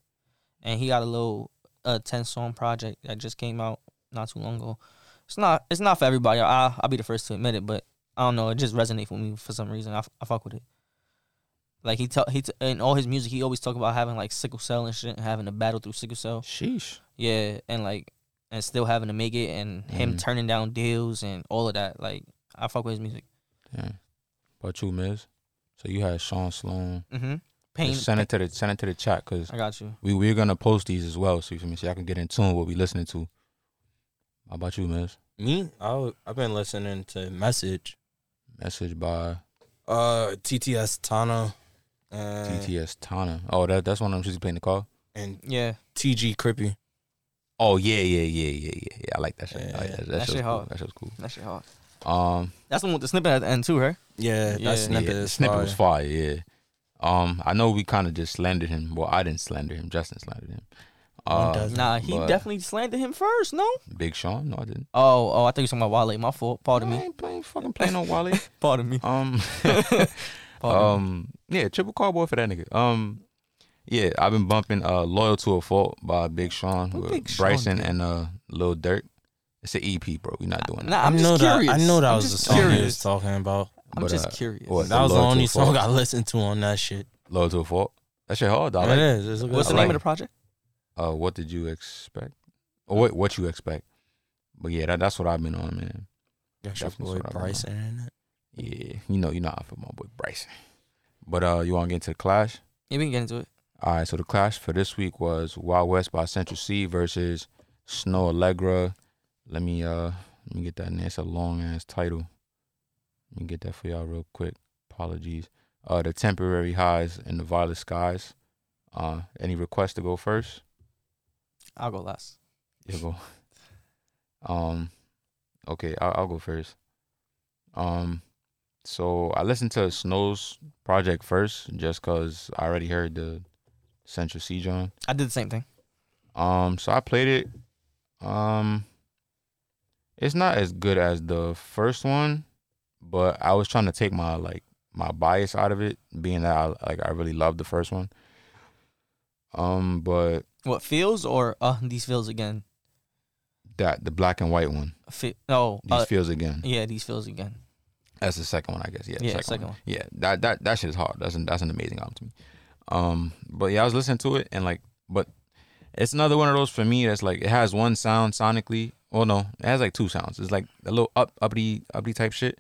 [SPEAKER 2] And he got a little uh ten song project that just came out not too long ago. It's not. It's not for everybody. I I'll be the first to admit it, but I don't know. It just resonates with me for some reason. I, f- I fuck with it. Like he tell he t- in all his music, he always talk about having like sickle cell and shit, and having to battle through sickle cell.
[SPEAKER 3] Sheesh.
[SPEAKER 2] Yeah, and like and still having to make it and him
[SPEAKER 3] Mhm.
[SPEAKER 2] turning down deals and all of that. Like I fuck with his music.
[SPEAKER 3] Damn. About you, Miz. So you had Sean Sloan.
[SPEAKER 2] Mm-hmm. Pain.
[SPEAKER 3] Just send it to the send it to the chat because
[SPEAKER 2] I got you.
[SPEAKER 3] we we're gonna post these as well, so you feel me? So y'all can get in tune with what we listening to. How about you, Miz?
[SPEAKER 4] Me, I I've been listening to Message,
[SPEAKER 3] Message by
[SPEAKER 4] uh, TTS Tana, and,
[SPEAKER 3] TTS Tana. Oh, that that's one of them she's playing the call.
[SPEAKER 4] and
[SPEAKER 2] Yeah.
[SPEAKER 4] TG Crippy.
[SPEAKER 3] Oh yeah, yeah, yeah, yeah, yeah. yeah. I like that shit. I like that, that, shit's
[SPEAKER 2] shit
[SPEAKER 3] cool.
[SPEAKER 2] hard.
[SPEAKER 3] That shit's cool.
[SPEAKER 2] That shit hard.
[SPEAKER 3] Um,
[SPEAKER 2] That's the one with the snippet at the end too, right?
[SPEAKER 4] Yeah,
[SPEAKER 2] Yeah.
[SPEAKER 4] that snippet
[SPEAKER 3] yeah, the
[SPEAKER 4] is
[SPEAKER 3] snippet
[SPEAKER 4] fire.
[SPEAKER 3] was fire. Yeah. Um, I know we kind of just slandered him. Well, I didn't slander him. Justin slandered him.
[SPEAKER 4] One
[SPEAKER 3] Uh,
[SPEAKER 4] does.
[SPEAKER 2] Nah, he
[SPEAKER 3] But-
[SPEAKER 2] definitely slandered him first, no?
[SPEAKER 3] Big Sean? No, I didn't.
[SPEAKER 2] Oh, oh, I thought you were talking about Wale. My fault. Pardon
[SPEAKER 3] I
[SPEAKER 2] me.
[SPEAKER 3] ain't playing fucking playing on Wally.
[SPEAKER 2] Pardon me.
[SPEAKER 3] Um,
[SPEAKER 2] Pardon me.
[SPEAKER 3] um, yeah, triple cardboard for that nigga. Um, yeah, I've been bumping uh "Loyal to a Fault" by Big Sean
[SPEAKER 2] What
[SPEAKER 3] with
[SPEAKER 2] Big Sean
[SPEAKER 3] Bryson
[SPEAKER 2] did?
[SPEAKER 3] and uh Lil Durk. It's an EP, bro. We're not doing that.
[SPEAKER 2] Nah, I'm
[SPEAKER 4] I
[SPEAKER 2] just
[SPEAKER 4] know
[SPEAKER 2] curious.
[SPEAKER 4] that. I know that
[SPEAKER 2] I'm
[SPEAKER 4] was the
[SPEAKER 2] just
[SPEAKER 4] song he was
[SPEAKER 2] Curious.
[SPEAKER 4] talking about.
[SPEAKER 2] I'm
[SPEAKER 3] But,
[SPEAKER 2] just
[SPEAKER 3] uh,
[SPEAKER 2] curious.
[SPEAKER 3] what?
[SPEAKER 4] That was the
[SPEAKER 3] Loyal to
[SPEAKER 4] only
[SPEAKER 3] a Fault.
[SPEAKER 4] song I listened to on that shit.
[SPEAKER 3] "Loyal to a Fault." That shit hard. dawg.
[SPEAKER 4] it
[SPEAKER 3] Like,
[SPEAKER 4] is. It's a good
[SPEAKER 2] What's the
[SPEAKER 4] song.
[SPEAKER 2] name
[SPEAKER 3] like-
[SPEAKER 2] of the project?
[SPEAKER 3] uh, what did you expect? Or what what you expect? But yeah, that, that's what I've been on, man.
[SPEAKER 4] Got your
[SPEAKER 3] Definitely
[SPEAKER 4] boy
[SPEAKER 3] what I remember.
[SPEAKER 4] Bryson in it.
[SPEAKER 3] Yeah, you know, you know, I feel my boy Bryson. But uh, you want to get into the clash?
[SPEAKER 2] Yeah, we can get into it.
[SPEAKER 3] All right, so the clash for this week was Wild West by Central C versus Snow Allegra. Let me uh let me get that in there. It's a long ass title. Let me get that for y'all real quick. Apologies. Uh the temporary highs and the violet skies. Uh any requests to go first?
[SPEAKER 2] I'll go last.
[SPEAKER 3] You go. Um okay, I'll, I'll go first. Um so I listened to Snow's project first just cuz I already heard the Central C John.
[SPEAKER 2] I did the same thing.
[SPEAKER 3] Um, so I played it. Um, it's not as good as the first one, but I was trying to take my like my bias out of it, being that I like I really loved the first one. Um, but
[SPEAKER 2] What feels or uh these feels again?
[SPEAKER 3] that the black and white one,
[SPEAKER 2] Fe- no,
[SPEAKER 3] these
[SPEAKER 2] uh,
[SPEAKER 3] feels again.
[SPEAKER 2] yeah, these feels again.
[SPEAKER 3] That's the second one, I guess. Yeah, the
[SPEAKER 2] Yeah,
[SPEAKER 3] second,
[SPEAKER 2] second
[SPEAKER 3] one.
[SPEAKER 2] one.
[SPEAKER 3] Yeah, that that that shit is hard. That's an, that's an amazing album to me. Um, but yeah, I was listening to it and like, but it's another one of those for me that's like it has one sound sonically. Oh no, it has like two sounds. It's like a little up uppity uppity type shit,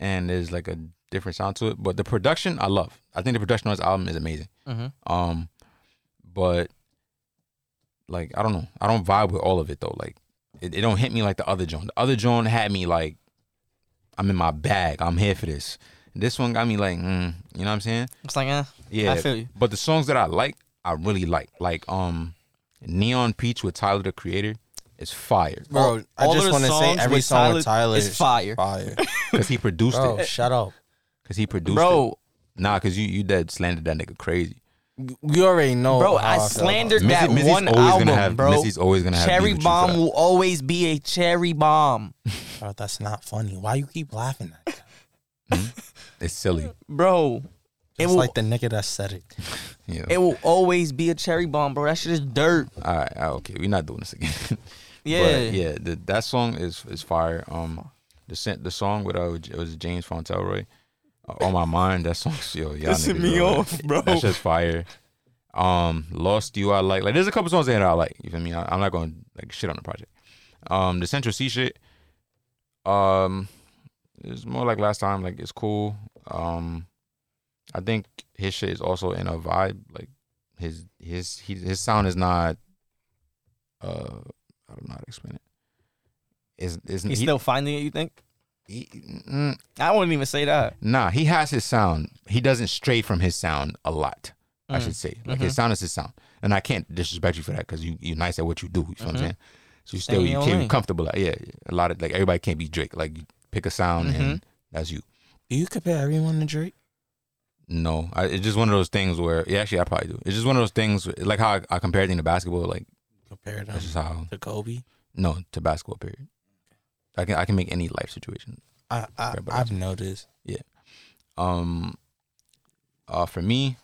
[SPEAKER 3] and there's like a different sound to it. But the production, I love. I think the production on this album is amazing.
[SPEAKER 2] Mm-hmm.
[SPEAKER 3] Um, but like I don't know, I don't vibe with all of it though. Like it, it don't hit me like the other John. The other John had me like I'm in my bag. I'm here for this. This one got me like, mm, you know what I'm saying?
[SPEAKER 2] It's like, eh,
[SPEAKER 3] Yeah.
[SPEAKER 2] I feel you.
[SPEAKER 3] But the songs that I like, I really like. Like um, Neon Peach with Tyler the Creator is fire
[SPEAKER 4] Bro, I
[SPEAKER 2] all
[SPEAKER 4] just
[SPEAKER 2] of the
[SPEAKER 4] want to say
[SPEAKER 2] songs
[SPEAKER 4] every
[SPEAKER 2] with
[SPEAKER 4] song with
[SPEAKER 2] Tyler
[SPEAKER 4] Tyler
[SPEAKER 2] is fire.
[SPEAKER 4] Fire.
[SPEAKER 3] because he produced
[SPEAKER 4] Bro,
[SPEAKER 3] it.
[SPEAKER 4] shut up.
[SPEAKER 3] Because he produced it.
[SPEAKER 2] bro.
[SPEAKER 3] Nah, because you you dead slandered that nigga crazy.
[SPEAKER 4] You already know.
[SPEAKER 2] Bro,
[SPEAKER 4] how
[SPEAKER 2] I
[SPEAKER 4] feel about
[SPEAKER 2] slandered
[SPEAKER 4] it.
[SPEAKER 2] that
[SPEAKER 3] Mizzy's
[SPEAKER 2] one
[SPEAKER 3] always
[SPEAKER 2] album,
[SPEAKER 3] gonna have
[SPEAKER 2] bro.
[SPEAKER 3] Missy's always gonna have beef
[SPEAKER 2] cherry
[SPEAKER 3] with you for
[SPEAKER 2] bomb
[SPEAKER 3] that.
[SPEAKER 2] will always be a cherry bomb,
[SPEAKER 4] Bro, that's not funny. Why you keep laughing at that?
[SPEAKER 3] It's silly.
[SPEAKER 2] bro. It
[SPEAKER 4] It's
[SPEAKER 2] will,
[SPEAKER 4] like the nigga that said it.
[SPEAKER 3] Yeah.
[SPEAKER 2] it will always be a cherry bomb, bro. That shit is dirt.
[SPEAKER 3] all right, all right, okay, we're not doing this again.
[SPEAKER 2] Yeah,
[SPEAKER 3] but yeah. The, that song is is fire. Um, the sen- the song with uh, it was James Fontelroy. Uh, on my mind, that song. Yo, y'all
[SPEAKER 2] Pissing
[SPEAKER 3] niggas
[SPEAKER 2] me
[SPEAKER 3] know that.
[SPEAKER 2] off, bro.
[SPEAKER 3] That's just fire. Um, Lost You, I like. Like, there's a couple songs in here that I like. You feel me? I, I'm not going to like shit on the project. Um, the Central C shit. Um, it's more like last time. Like, it's cool. Um, I think his shit is also in a vibe. Like, his his he, his sound is not. Uh, I don't know how to explain it. Is is
[SPEAKER 2] he's still finding it. You think?
[SPEAKER 3] he, mm,
[SPEAKER 2] I wouldn't even say that.
[SPEAKER 3] nah? He has his sound. He doesn't stray from his sound a lot. I
[SPEAKER 2] Mm. Mm-hmm.
[SPEAKER 3] should say. Like his sound is his sound. and I can't disrespect you for that because you you're nice at what you do. You feel what I'm
[SPEAKER 2] Mhm.
[SPEAKER 3] saying? So you still
[SPEAKER 2] in
[SPEAKER 3] you
[SPEAKER 2] your
[SPEAKER 3] can't be
[SPEAKER 2] lane.
[SPEAKER 3] comfortable. at- yeah, a lot of like everybody can't be Drake. Like you pick a sound
[SPEAKER 2] Mm-hmm.
[SPEAKER 3] and that's you.
[SPEAKER 4] Do you compare everyone to Drake?
[SPEAKER 3] No, I, it's just one of those things where yeah, actually I probably do. It's just one of those things like how I, I compared it to basketball. Like
[SPEAKER 4] Compared
[SPEAKER 3] that's just how
[SPEAKER 4] to Kobe?
[SPEAKER 3] no to basketball period. I can I can make any life situation.
[SPEAKER 4] I, I
[SPEAKER 3] Compared by
[SPEAKER 4] I've noticed.
[SPEAKER 3] Um, uh, for me,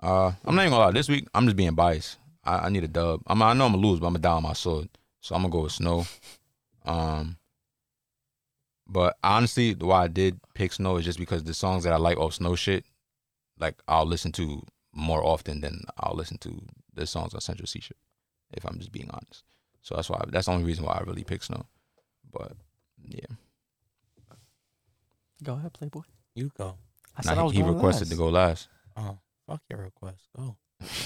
[SPEAKER 3] uh, I'm not even gonna lie. This week, I'm just being biased. I, I need a dub. I'm, I know I'm gonna lose, but I'm gonna die on my sword. So I'm gonna go with Snow. Um, but honestly, why I did pick Snow is just because the songs that I like off Snow shit, like I'll listen to more often than I'll listen to the songs on Central C shit. If I'm just being honest, so that's why that's the only reason why I really picked Snow. But yeah,
[SPEAKER 2] Go ahead, Playboy.
[SPEAKER 4] You go.
[SPEAKER 2] I
[SPEAKER 3] Nah, he, he
[SPEAKER 2] going
[SPEAKER 3] requested
[SPEAKER 2] last.
[SPEAKER 3] to go last.
[SPEAKER 4] Oh, fuck your request. Go.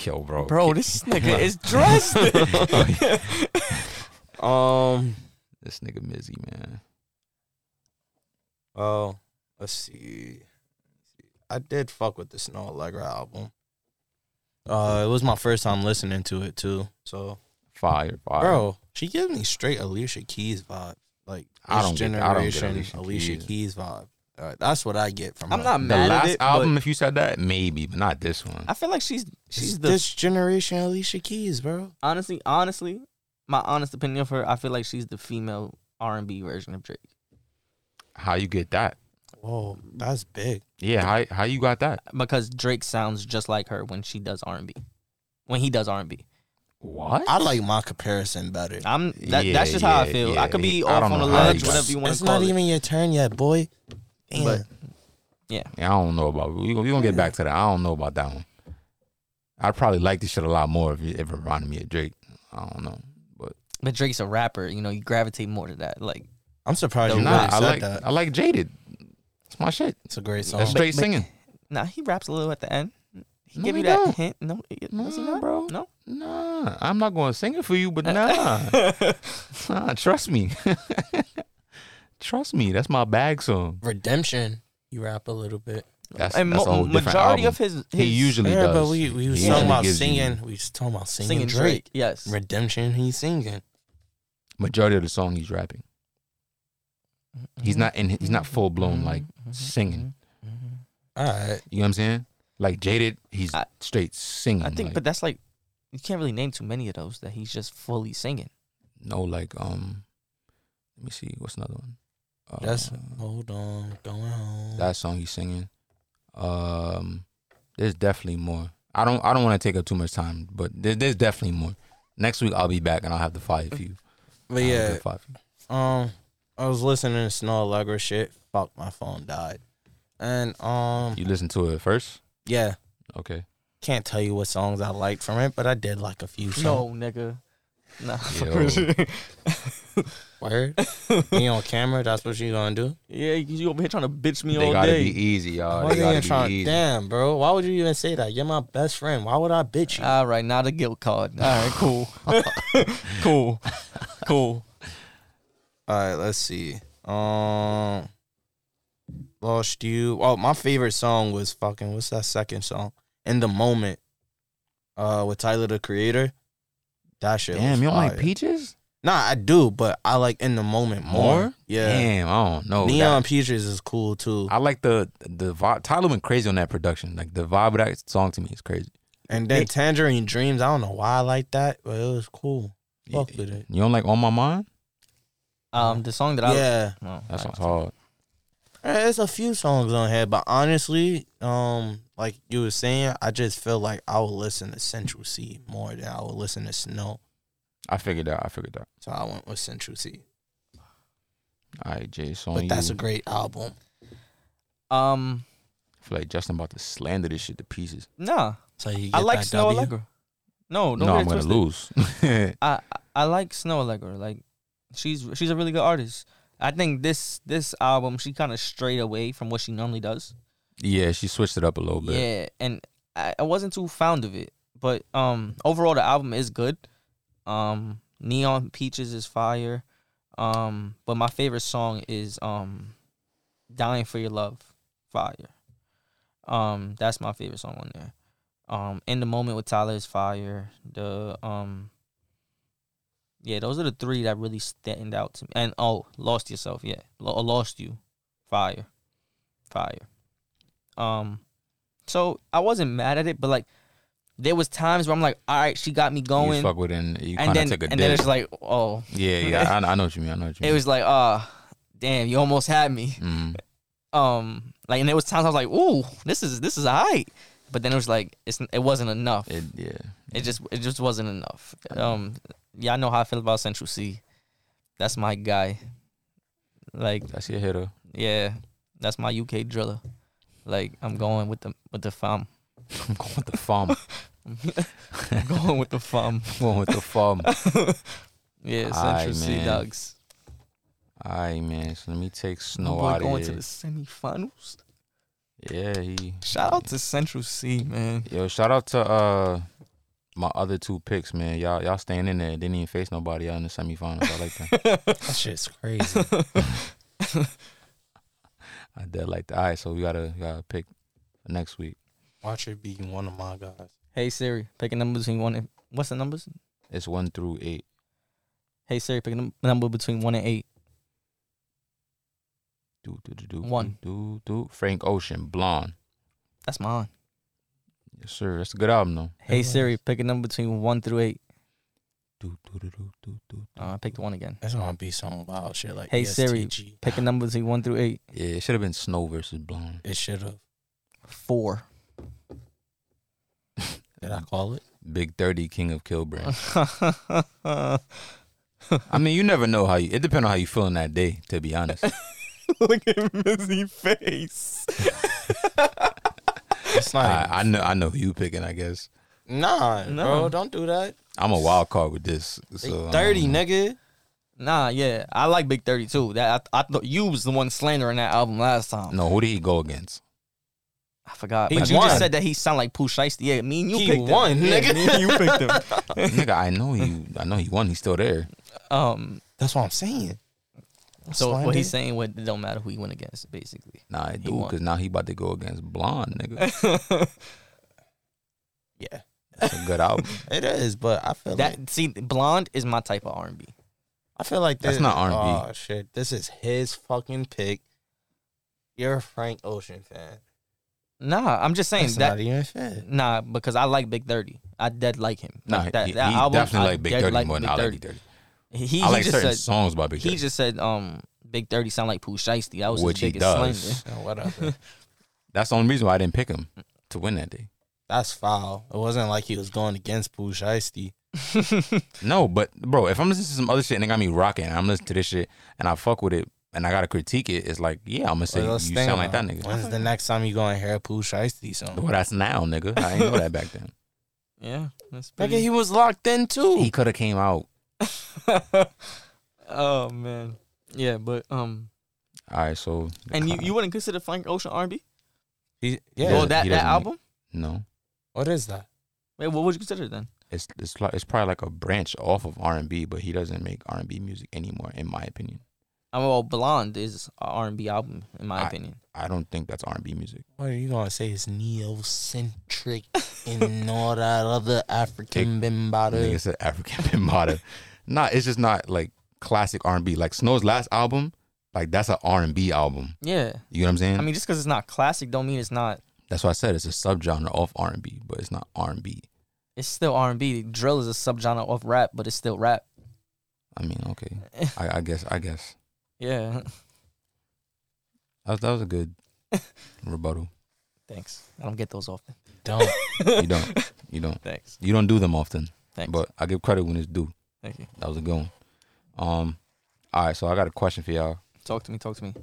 [SPEAKER 3] Yo, bro.
[SPEAKER 2] Bro, this nigga is dressed.
[SPEAKER 4] Um.
[SPEAKER 3] This nigga Mizzy, man.
[SPEAKER 4] Oh, let's see. I did fuck with the Snow Allegra album. Uh, it was my first time listening to it too. So,
[SPEAKER 3] Fire, fire.
[SPEAKER 4] bro, she gives me straight Alicia Keys vibe, like
[SPEAKER 3] I
[SPEAKER 4] this
[SPEAKER 3] don't get- I don't get Alicia
[SPEAKER 4] generation Alicia,
[SPEAKER 3] Keys.
[SPEAKER 4] Keys. vibe. Uh, that's what I get from.
[SPEAKER 2] I'm
[SPEAKER 4] her.
[SPEAKER 2] not
[SPEAKER 3] the
[SPEAKER 2] mad
[SPEAKER 3] last
[SPEAKER 2] at it,
[SPEAKER 3] album, if you said that, maybe, but not this one.
[SPEAKER 2] but I feel like she's
[SPEAKER 4] She's
[SPEAKER 2] she's the
[SPEAKER 4] this generation Alicia Keys, bro.
[SPEAKER 2] honestly, honestly, my honest opinion of her, I feel like she's the female R and B version of Drake.
[SPEAKER 3] How you get that?
[SPEAKER 4] Whoa, that's big.
[SPEAKER 3] Yeah, how how you got that?
[SPEAKER 2] Because Drake sounds just like her when she does R and B. When he does R and B.
[SPEAKER 3] What?
[SPEAKER 4] I like my comparison better.
[SPEAKER 2] I'm that,
[SPEAKER 3] Yeah,
[SPEAKER 2] that's just how I
[SPEAKER 3] yeah,
[SPEAKER 2] feel.
[SPEAKER 3] yeah.
[SPEAKER 2] I could
[SPEAKER 3] He-
[SPEAKER 2] be
[SPEAKER 3] I
[SPEAKER 2] off
[SPEAKER 3] don't
[SPEAKER 2] on a
[SPEAKER 3] know how
[SPEAKER 2] ledge,
[SPEAKER 3] he-
[SPEAKER 2] whatever you want
[SPEAKER 4] It's
[SPEAKER 2] to call
[SPEAKER 4] not
[SPEAKER 2] it.
[SPEAKER 4] even your turn yet, boy.
[SPEAKER 2] But-
[SPEAKER 4] But
[SPEAKER 3] Yeah, I don't know about. We we gonna get back to that. I don't know about that one. I'd probably like this shit a lot more if it ever reminded me of Drake. I don't know, but
[SPEAKER 2] but Drake's a rapper, you know, you gravitate more to that. Like
[SPEAKER 4] I'm surprised
[SPEAKER 2] The
[SPEAKER 4] you
[SPEAKER 2] Nah,
[SPEAKER 4] really
[SPEAKER 3] nah,
[SPEAKER 4] said
[SPEAKER 3] I like
[SPEAKER 4] that. Oh.
[SPEAKER 3] I like Jaded. It's my shit.
[SPEAKER 4] It's a great song.
[SPEAKER 3] That's straight
[SPEAKER 2] but-
[SPEAKER 3] singing.
[SPEAKER 2] nah, he raps a little at the end. He
[SPEAKER 3] No,
[SPEAKER 2] give
[SPEAKER 3] he
[SPEAKER 2] you that
[SPEAKER 3] don't.
[SPEAKER 2] hint. No, he- does he
[SPEAKER 3] Nah,
[SPEAKER 2] not?
[SPEAKER 3] bro.
[SPEAKER 2] No.
[SPEAKER 3] Nah, I'm not going to sing it for you, but nah. nah trust me. trust me. That's my bag song.
[SPEAKER 4] Redemption. You rap a little bit.
[SPEAKER 3] That's,
[SPEAKER 2] and
[SPEAKER 3] that's a
[SPEAKER 2] mo-
[SPEAKER 3] whole different
[SPEAKER 2] majority
[SPEAKER 3] album.
[SPEAKER 2] of his, his
[SPEAKER 3] He usually
[SPEAKER 4] Yeah,
[SPEAKER 3] does.
[SPEAKER 4] but we we was
[SPEAKER 3] He
[SPEAKER 4] talking
[SPEAKER 3] usually
[SPEAKER 4] about
[SPEAKER 3] gives you-
[SPEAKER 4] singing. We was talking about singing,
[SPEAKER 2] singing Drake.
[SPEAKER 4] Drake.
[SPEAKER 2] Yes.
[SPEAKER 4] Redemption. He's singing.
[SPEAKER 3] majority of the song he's rapping.
[SPEAKER 2] Mm-hmm. Mhm.
[SPEAKER 3] He's not in. He's not full blown like singing.
[SPEAKER 2] Mm-hmm.
[SPEAKER 4] All right.
[SPEAKER 3] You know what I'm saying? Like jaded, he's
[SPEAKER 2] I-
[SPEAKER 3] straight singing.
[SPEAKER 2] I think,
[SPEAKER 3] like,
[SPEAKER 2] but that's like you can't really name too many of those that he's just fully singing.
[SPEAKER 3] no, like um, let me see. What's another one? Uh,
[SPEAKER 4] That's hold on. Going home.
[SPEAKER 3] that song he's singing. Um, there's definitely more. I don't I don't want to take up too much time, but there, there's definitely more. Next week I'll be back and I'll have the five for you.
[SPEAKER 4] but
[SPEAKER 3] I'll have
[SPEAKER 4] yeah.
[SPEAKER 3] the five for you.
[SPEAKER 4] Um, I was listening to Snow Allegra shit. Fuck, my phone died. And um,
[SPEAKER 3] You listen to it first,
[SPEAKER 4] yeah.
[SPEAKER 3] okay?
[SPEAKER 4] Can't tell you what songs I liked from it, but I did like a few songs.
[SPEAKER 2] No, nigga. Nah.
[SPEAKER 3] Yo.
[SPEAKER 4] Word. Me on camera. That's what you gonna do.
[SPEAKER 2] yeah, you you over here trying to bitch me
[SPEAKER 3] they
[SPEAKER 2] all
[SPEAKER 3] gotta
[SPEAKER 2] day.
[SPEAKER 3] be easy, y'all.
[SPEAKER 4] Why
[SPEAKER 3] They
[SPEAKER 4] Oh, you even
[SPEAKER 3] gotta be
[SPEAKER 4] trying?
[SPEAKER 3] easy.
[SPEAKER 4] Damn, bro. Why would you even say that? You're my best friend. Why would I bitch you?
[SPEAKER 2] All right, not a guilt card. All right, cool, cool, cool.
[SPEAKER 4] All right, let's see. Um, lost you. Oh, my favorite song was fucking. What's that second song? In the moment. Uh, with Tyler the Creator. That shit.
[SPEAKER 3] Damn,
[SPEAKER 4] was
[SPEAKER 3] you don't like
[SPEAKER 4] fire.
[SPEAKER 3] peaches?
[SPEAKER 4] Nah, I do, but I like in the moment more.
[SPEAKER 3] More?
[SPEAKER 4] Yeah.
[SPEAKER 3] Damn, I don't know.
[SPEAKER 4] Neon Peaches is cool too.
[SPEAKER 3] That- I like the the vibe. Tyler went crazy on that production. Like the vibe of that song to me is crazy.
[SPEAKER 4] And then Tangerine Dreams. I don't know why I like that, but it was cool. Fuck with it.
[SPEAKER 3] You don't like On My Mind?
[SPEAKER 2] Um, the song that I Oh,
[SPEAKER 4] Yeah,
[SPEAKER 2] No,
[SPEAKER 3] That
[SPEAKER 2] I-
[SPEAKER 3] song's hard.
[SPEAKER 4] Uh, there's a few songs on here, but honestly, um, like you were saying, I just feel like I will listen to Central C more than I will listen to Snow.
[SPEAKER 3] I figured that. I figured that.
[SPEAKER 4] So I went with Central C.
[SPEAKER 3] All right, Jay. So
[SPEAKER 4] But
[SPEAKER 3] you,
[SPEAKER 4] that's a great album.
[SPEAKER 2] Um,
[SPEAKER 3] I feel like Justin about to slander this shit to pieces.
[SPEAKER 2] nah,
[SPEAKER 4] So you get
[SPEAKER 2] I like
[SPEAKER 4] that
[SPEAKER 2] Snow
[SPEAKER 4] W.
[SPEAKER 2] Allegra. No, don't
[SPEAKER 3] no,
[SPEAKER 2] get
[SPEAKER 3] I'm
[SPEAKER 2] it
[SPEAKER 3] gonna
[SPEAKER 2] twisted.
[SPEAKER 3] lose.
[SPEAKER 2] I I like Snow Allegra. Like she's she's a really good artist. I think this this album she kind of strayed away from what she normally does.
[SPEAKER 3] yeah, she switched it up a little bit.
[SPEAKER 2] Yeah, and I, I wasn't too fond of it, but um, overall the album is good. Um, Neon Peaches is fire. Um, but my favorite song is um, Dying for Your Love, fire. Um, that's my favorite song on there. Um, in the moment with Tyler is fire. The um, yeah, those are the three that really stand out to me. And oh, lost yourself, yeah, Lo- uh, lost you, fire, fire. Um, so I wasn't mad at it, but like, there was times where I'm like, all right, she got me
[SPEAKER 3] you
[SPEAKER 2] going,
[SPEAKER 3] fuck with it and you
[SPEAKER 2] and
[SPEAKER 3] kind
[SPEAKER 2] then
[SPEAKER 3] of took a
[SPEAKER 2] and then
[SPEAKER 3] dip. Mm-hmm.
[SPEAKER 2] it's like, oh,
[SPEAKER 3] yeah, yeah, I, I know what you mean. I know what you
[SPEAKER 2] it
[SPEAKER 3] mean.
[SPEAKER 2] was like, uh, damn, you almost had me.
[SPEAKER 3] Mhm.
[SPEAKER 2] um like and there was times I was like, ooh, this is this is alright. But then it was like it's it wasn't enough. It,
[SPEAKER 3] It- yeah.
[SPEAKER 2] just it just wasn't enough. Um y'all know how I feel about Central C. That's my guy. Like,
[SPEAKER 3] That's your hitter.
[SPEAKER 2] yeah, that's my UK driller. Like I'm going with the with the fam.
[SPEAKER 3] I'm going with the farm.
[SPEAKER 2] I'm going with the fam.
[SPEAKER 3] I'm going with the farm.
[SPEAKER 2] Yeah,
[SPEAKER 3] Aye,
[SPEAKER 2] Central C
[SPEAKER 3] man.
[SPEAKER 2] dogs.
[SPEAKER 3] All right, man. So let me take Snow
[SPEAKER 2] My boy
[SPEAKER 3] out
[SPEAKER 2] going
[SPEAKER 3] of
[SPEAKER 2] to
[SPEAKER 3] here.
[SPEAKER 2] the semifinals.
[SPEAKER 3] Yeah, he.
[SPEAKER 2] Shout out to Central C, man.
[SPEAKER 3] Yo, shout out to uh my other two picks, man. Y'all, y'all staying in there. Didn't even face nobody out in the semifinals. I like that.
[SPEAKER 4] That shit's crazy.
[SPEAKER 3] I did like that. All right, so we gotta we gotta pick next week.
[SPEAKER 4] Watch her be one of my guys.
[SPEAKER 2] Hey Siri, pick a number between one and what's the numbers?
[SPEAKER 3] It's one through eight.
[SPEAKER 2] Hey Siri, pick a num- number between one and eight.
[SPEAKER 3] Do do do do
[SPEAKER 2] One.
[SPEAKER 3] do do. Frank Ocean, Blonde.
[SPEAKER 2] That's mine.
[SPEAKER 3] Yes, sir. That's a good album though.
[SPEAKER 2] Hey Siri, pick a number between one through eight.
[SPEAKER 3] Do do do do do do.
[SPEAKER 2] Uh, I picked one again.
[SPEAKER 4] That's gonna be some wild shit like
[SPEAKER 2] Hey, Siri.
[SPEAKER 4] ESTG.
[SPEAKER 2] Pick a number between one through eight.
[SPEAKER 3] Yeah, it should have been Snow versus Blonde.
[SPEAKER 4] It should have.
[SPEAKER 2] Four.
[SPEAKER 4] Did I call it?
[SPEAKER 3] Big Thirty, King of Killbrand.
[SPEAKER 2] Look
[SPEAKER 3] I mean, you never know how you. It depends on how you feeling that day. To be honest.
[SPEAKER 2] at Missy face.
[SPEAKER 4] It's not.
[SPEAKER 3] I, I know I know who you picking. I guess
[SPEAKER 4] nah,
[SPEAKER 2] No.
[SPEAKER 4] bro, don't do that.
[SPEAKER 3] I'm a wild card with this. So, um,
[SPEAKER 4] Thirty, nigga.
[SPEAKER 2] Nah, yeah, I like Big Thirty too. That I, I thought you was the one slandering that album last time.
[SPEAKER 3] No, who did he go against?
[SPEAKER 2] I forgot.
[SPEAKER 4] He
[SPEAKER 2] but you
[SPEAKER 4] won.
[SPEAKER 2] just said that he sound like Pooh Shiesty. Yeah, me and you
[SPEAKER 4] He
[SPEAKER 2] picked
[SPEAKER 4] won,
[SPEAKER 2] him. Yeah,
[SPEAKER 4] nigga.
[SPEAKER 2] me and you picked him.
[SPEAKER 3] Nigga, I know he. I know he won. He's still there.
[SPEAKER 2] Um,
[SPEAKER 4] That's what I'm saying.
[SPEAKER 2] so
[SPEAKER 4] Slime
[SPEAKER 2] what
[SPEAKER 4] did.
[SPEAKER 2] he's saying, what it don't matter who he went against, basically.
[SPEAKER 3] Nah, I do
[SPEAKER 2] won.
[SPEAKER 3] because now he about to go against Blonde. Nigga,
[SPEAKER 4] Yeah,
[SPEAKER 3] that's a good album.
[SPEAKER 4] it is. But I feel like
[SPEAKER 2] That see, blonde is my type of R and B.
[SPEAKER 4] I feel like
[SPEAKER 3] That's
[SPEAKER 4] this,
[SPEAKER 3] not R&B.
[SPEAKER 4] Oh shit, this is his fucking pick. You're a Frank Ocean fan.
[SPEAKER 2] Nah, I'm just saying
[SPEAKER 4] That's
[SPEAKER 2] that
[SPEAKER 4] not even fair.
[SPEAKER 2] Nah, because I like Big Thirty. I dead like him.
[SPEAKER 3] Nah,
[SPEAKER 2] Like, that,
[SPEAKER 3] he,
[SPEAKER 2] that
[SPEAKER 3] he
[SPEAKER 2] album,
[SPEAKER 3] definitely
[SPEAKER 2] I
[SPEAKER 3] like Big
[SPEAKER 2] dead
[SPEAKER 3] Thirty more than I like
[SPEAKER 2] Big
[SPEAKER 3] Big Thirty.
[SPEAKER 2] He, he
[SPEAKER 3] I like
[SPEAKER 2] just
[SPEAKER 3] certain
[SPEAKER 2] said
[SPEAKER 3] songs by Big
[SPEAKER 2] he
[SPEAKER 3] Thirty,
[SPEAKER 2] just said um Big Thirty sound like Pooh Shiesty. That was
[SPEAKER 3] which
[SPEAKER 2] his
[SPEAKER 3] he
[SPEAKER 2] biggest
[SPEAKER 3] does.
[SPEAKER 2] slander.
[SPEAKER 4] Yeah, whatever.
[SPEAKER 3] That's the only reason why I didn't pick him to win that day.
[SPEAKER 4] That's foul. It wasn't like he was going against Pooh Shiesty.
[SPEAKER 3] No, but bro, if I'm listening to some other shit and they got me rocking, and I'm listening to this shit and I fuck with it and I gotta critique it, it's like, yeah, I'm gonna say
[SPEAKER 4] Well,
[SPEAKER 3] you
[SPEAKER 4] let's think
[SPEAKER 3] sound like that
[SPEAKER 4] about it.
[SPEAKER 3] nigga.
[SPEAKER 4] When's the next time you gonna hear a Pooh Shiesty song?
[SPEAKER 3] Well, that's now, nigga. I ain't know that back then.
[SPEAKER 2] Yeah, that's
[SPEAKER 4] Nigga,
[SPEAKER 2] pretty.
[SPEAKER 4] he was locked in too.
[SPEAKER 3] He could have came out.
[SPEAKER 2] oh man, yeah, but um,
[SPEAKER 3] All right, so the
[SPEAKER 2] and you,
[SPEAKER 3] con-
[SPEAKER 2] you wouldn't consider Frank Ocean R and B?
[SPEAKER 4] He-
[SPEAKER 3] Yeah,
[SPEAKER 4] yeah.
[SPEAKER 2] Well,
[SPEAKER 3] he
[SPEAKER 2] that that
[SPEAKER 3] doesn't-
[SPEAKER 2] album.
[SPEAKER 3] no,
[SPEAKER 4] What is that?
[SPEAKER 2] Wait, what would you consider it then?
[SPEAKER 3] it's it's like it's probably like a branch off of R and B, but he doesn't make R and B music anymore, in my opinion.
[SPEAKER 2] I mean, well, Blonde is an R and B album in my
[SPEAKER 3] I-
[SPEAKER 2] opinion.
[SPEAKER 3] I don't think that's R and B music.
[SPEAKER 4] What are you gonna say? It's neocentric and all that other African
[SPEAKER 3] I think
[SPEAKER 4] bimbada.
[SPEAKER 3] it's an African Bimbada. nah, it's just not like classic R and B. Like Snow's last album, like that's an R and B album.
[SPEAKER 2] Yeah,
[SPEAKER 3] You know what I'm saying?
[SPEAKER 2] I mean, just because it's not classic, don't mean it's not.
[SPEAKER 3] That's why I said it's a subgenre of R and B, but it's not R and B.
[SPEAKER 2] It's still R and B. Drill is a subgenre of rap, but it's still rap.
[SPEAKER 3] I mean, okay, I, I guess, I guess
[SPEAKER 2] Yeah.
[SPEAKER 3] that was, that was a good rebuttal.
[SPEAKER 2] Thanks. I don't get those often.
[SPEAKER 4] Don't.
[SPEAKER 3] You don't, you don't,
[SPEAKER 2] Thanks.
[SPEAKER 3] you don't do them often,
[SPEAKER 2] Thanks.
[SPEAKER 3] but I give credit when it's due.
[SPEAKER 2] Thank you.
[SPEAKER 3] That was a good one. Um, all right, so I got a question for y'all.
[SPEAKER 2] Talk to me. Talk to me.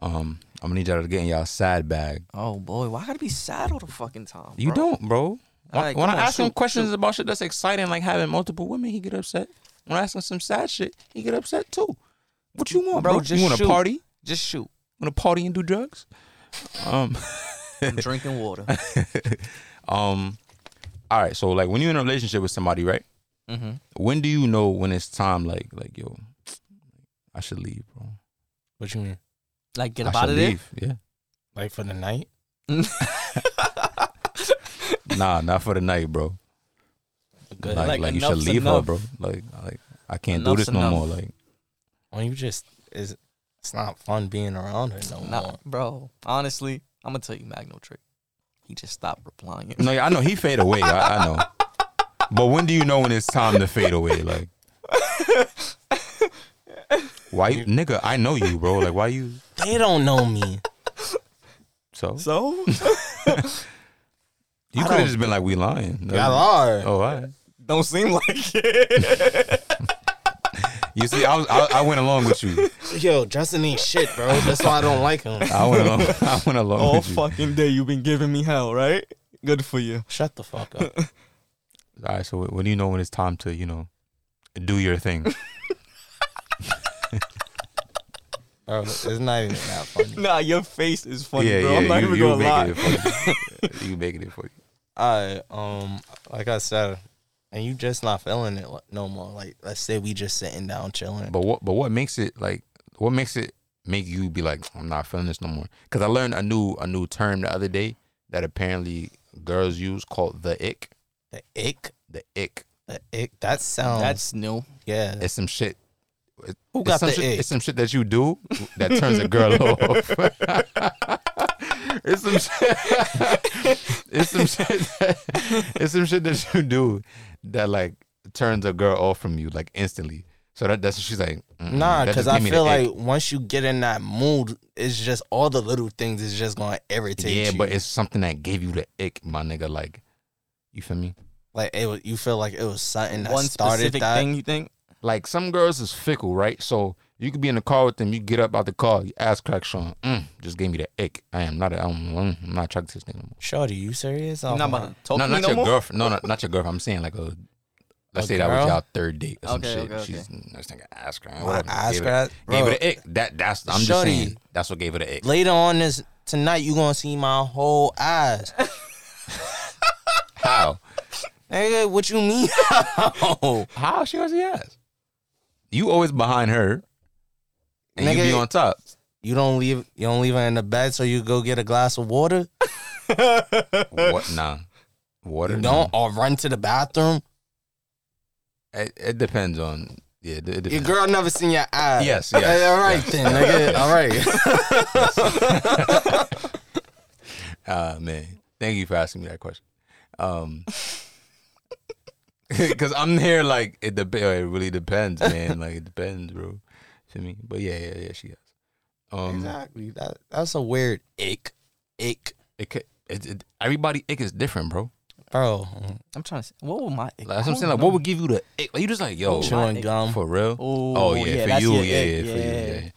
[SPEAKER 3] Um, I'm gonna need y'all to get in y'all sad bag.
[SPEAKER 2] Oh boy, why I gotta be sad all the fucking time?
[SPEAKER 3] You
[SPEAKER 2] bro?
[SPEAKER 3] don't, bro. When,
[SPEAKER 2] All right,
[SPEAKER 3] when I
[SPEAKER 2] come on,
[SPEAKER 3] ask him
[SPEAKER 2] shoot,
[SPEAKER 3] questions
[SPEAKER 2] shoot.
[SPEAKER 3] about shit that's exciting, like having multiple women, he get upset. When I ask him some sad shit, he get upset too. What you want,
[SPEAKER 2] Bro,
[SPEAKER 3] bro?
[SPEAKER 2] just
[SPEAKER 3] you want to
[SPEAKER 2] shoot.
[SPEAKER 3] party?
[SPEAKER 2] Just shoot.
[SPEAKER 3] Want to party and do drugs? Um.
[SPEAKER 2] I'm drinking water.
[SPEAKER 3] Um, all right. So like when you're in a relationship with somebody, right?
[SPEAKER 2] hmm
[SPEAKER 3] When do you know when it's time? Like like yo, I should leave, bro.
[SPEAKER 4] What you mean?
[SPEAKER 2] Like get
[SPEAKER 3] I
[SPEAKER 2] up out
[SPEAKER 3] should
[SPEAKER 2] of there.
[SPEAKER 3] leave. Yeah.
[SPEAKER 4] Like for the night?
[SPEAKER 3] nah, not for the night, bro. Like, like, you should
[SPEAKER 2] enough's
[SPEAKER 3] leave her,
[SPEAKER 2] enough.
[SPEAKER 3] bro. Like, like I can't do
[SPEAKER 2] Enough's
[SPEAKER 3] this no
[SPEAKER 2] enough.
[SPEAKER 3] more. Like,
[SPEAKER 4] When you just is, it's not fun being around her no
[SPEAKER 2] Nah,
[SPEAKER 4] more.
[SPEAKER 2] bro. Honestly, I'm gonna tell you Magno trick. He just stopped replying.
[SPEAKER 3] no, yeah, I know he fade away. I, I know. But when do you know when it's time to fade away? Like, why, you, nigga? I know you, bro. Like, why you?
[SPEAKER 4] They don't know me.
[SPEAKER 3] So
[SPEAKER 2] So
[SPEAKER 3] you could have just been like, we lying. Like,
[SPEAKER 4] Y'all are.
[SPEAKER 3] Oh, all right.
[SPEAKER 2] don't seem like it.
[SPEAKER 3] You see, I, was, I I went along with you.
[SPEAKER 4] Yo, Justin ain't shit, bro. That's why I don't like him.
[SPEAKER 3] I went along. I went along
[SPEAKER 2] All
[SPEAKER 3] with you.
[SPEAKER 2] fucking day you've been giving me hell, right? Good for you.
[SPEAKER 4] Shut the fuck up.
[SPEAKER 3] All right. So when do you know when it's time to, you know, do your thing?
[SPEAKER 4] Bro, it's not even that funny.
[SPEAKER 2] Nah, your face is funny, bro. I'm not even gonna lie.
[SPEAKER 3] for you. you making it for you.
[SPEAKER 4] I um like I said, and you just not feeling it like, no more. Like let's say we just sitting down chilling.
[SPEAKER 3] But what but what makes it like what makes it make you be like I'm not feeling this no more? Because I learned a new a new term the other day that apparently girls use called the ick.
[SPEAKER 4] The ick,
[SPEAKER 3] The ick.
[SPEAKER 4] the ick. That sounds
[SPEAKER 2] That's new.
[SPEAKER 4] yeah.
[SPEAKER 3] It's some shit. it-
[SPEAKER 4] Who
[SPEAKER 3] it's
[SPEAKER 4] got
[SPEAKER 3] some
[SPEAKER 4] the
[SPEAKER 3] shit,
[SPEAKER 4] ick?
[SPEAKER 3] It's some shit that you do that turns a girl off. it's some shit. it's some shit. That, it's some shit that you do that like turns a girl off from you like instantly. So that, that's what she's like. mm, that
[SPEAKER 4] Nah, because
[SPEAKER 3] just
[SPEAKER 4] I
[SPEAKER 3] gave me the
[SPEAKER 4] feel
[SPEAKER 3] ick.
[SPEAKER 4] like once you get in that mood, it's just all the little things is just gonna irritate
[SPEAKER 3] Yeah,
[SPEAKER 4] you.
[SPEAKER 3] but it's something that gave you the ick, my nigga. Like, you feel me?
[SPEAKER 4] like it was, you feel like it was something that
[SPEAKER 2] One
[SPEAKER 4] started
[SPEAKER 2] specific
[SPEAKER 4] that.
[SPEAKER 2] thing you think?
[SPEAKER 3] Like some girls is fickle, right? So you could be in the car with them, you get up out the car, your ass crack showing. Mm, just gave me the ick. I am not. A, I'm, I'm not attracted to this nigga no more.
[SPEAKER 4] Shorty, you serious?
[SPEAKER 2] You're
[SPEAKER 4] Oh, I'm
[SPEAKER 2] not about
[SPEAKER 4] like,
[SPEAKER 2] to talk
[SPEAKER 3] no,
[SPEAKER 2] to me
[SPEAKER 3] not
[SPEAKER 2] no
[SPEAKER 3] your
[SPEAKER 2] more?
[SPEAKER 3] girlfriend. No, not, not your girlfriend. I'm saying like a. Let's
[SPEAKER 4] A
[SPEAKER 3] say that was
[SPEAKER 4] girl?
[SPEAKER 3] y'all third date or some
[SPEAKER 2] Okay,
[SPEAKER 3] shit.
[SPEAKER 2] okay,
[SPEAKER 3] She's mm, this nigga ass crack.
[SPEAKER 4] my
[SPEAKER 3] whatever.
[SPEAKER 4] ass
[SPEAKER 3] Gave it-
[SPEAKER 4] crack,
[SPEAKER 3] Gave
[SPEAKER 4] bro.
[SPEAKER 3] her the ick. That that's. I'm just
[SPEAKER 4] Shorty.
[SPEAKER 3] saying. That's what gave her the ick.
[SPEAKER 4] Later on this tonight, you gonna see my whole eyes.
[SPEAKER 3] How?
[SPEAKER 4] Nigga, what you mean? How?
[SPEAKER 3] How she was the ass? You always behind her, and you
[SPEAKER 4] Nigga,
[SPEAKER 3] be on top.
[SPEAKER 4] you don't leave. You don't leave her in the bed, so you go get a glass of water.
[SPEAKER 3] What? Nah. Water?
[SPEAKER 4] You
[SPEAKER 3] nah.
[SPEAKER 4] don't or run to the bathroom.
[SPEAKER 3] It, it depends on. Yeah, it, it
[SPEAKER 4] Your
[SPEAKER 3] depends.
[SPEAKER 4] girl never seen your eyes.
[SPEAKER 3] Yes,
[SPEAKER 4] Hey,
[SPEAKER 3] yes,
[SPEAKER 4] all right
[SPEAKER 3] yes.
[SPEAKER 4] then, nigga. All right.
[SPEAKER 3] Ah, man. Thank you for asking me that question. Um, because I'm here like it dep- It really depends, man. Like it depends, bro. To me, but yeah, yeah, yeah. She has. Um,
[SPEAKER 4] exactly. That that's a weird ick, ick,
[SPEAKER 3] it, could- it, it everybody ick is different, bro.
[SPEAKER 4] bro.
[SPEAKER 2] I'm trying to say, what would my
[SPEAKER 3] Like, that's what I'm saying. Like, what would give you the ick? Like, you just like, yo,
[SPEAKER 4] Chewing gum.
[SPEAKER 3] Oh, for real?
[SPEAKER 2] Ooh,
[SPEAKER 3] oh yeah,
[SPEAKER 2] yeah,
[SPEAKER 3] for
[SPEAKER 2] that's
[SPEAKER 3] you,
[SPEAKER 2] your
[SPEAKER 3] yeah, yeah,
[SPEAKER 2] ick,
[SPEAKER 3] for you,
[SPEAKER 2] yeah.
[SPEAKER 3] yeah.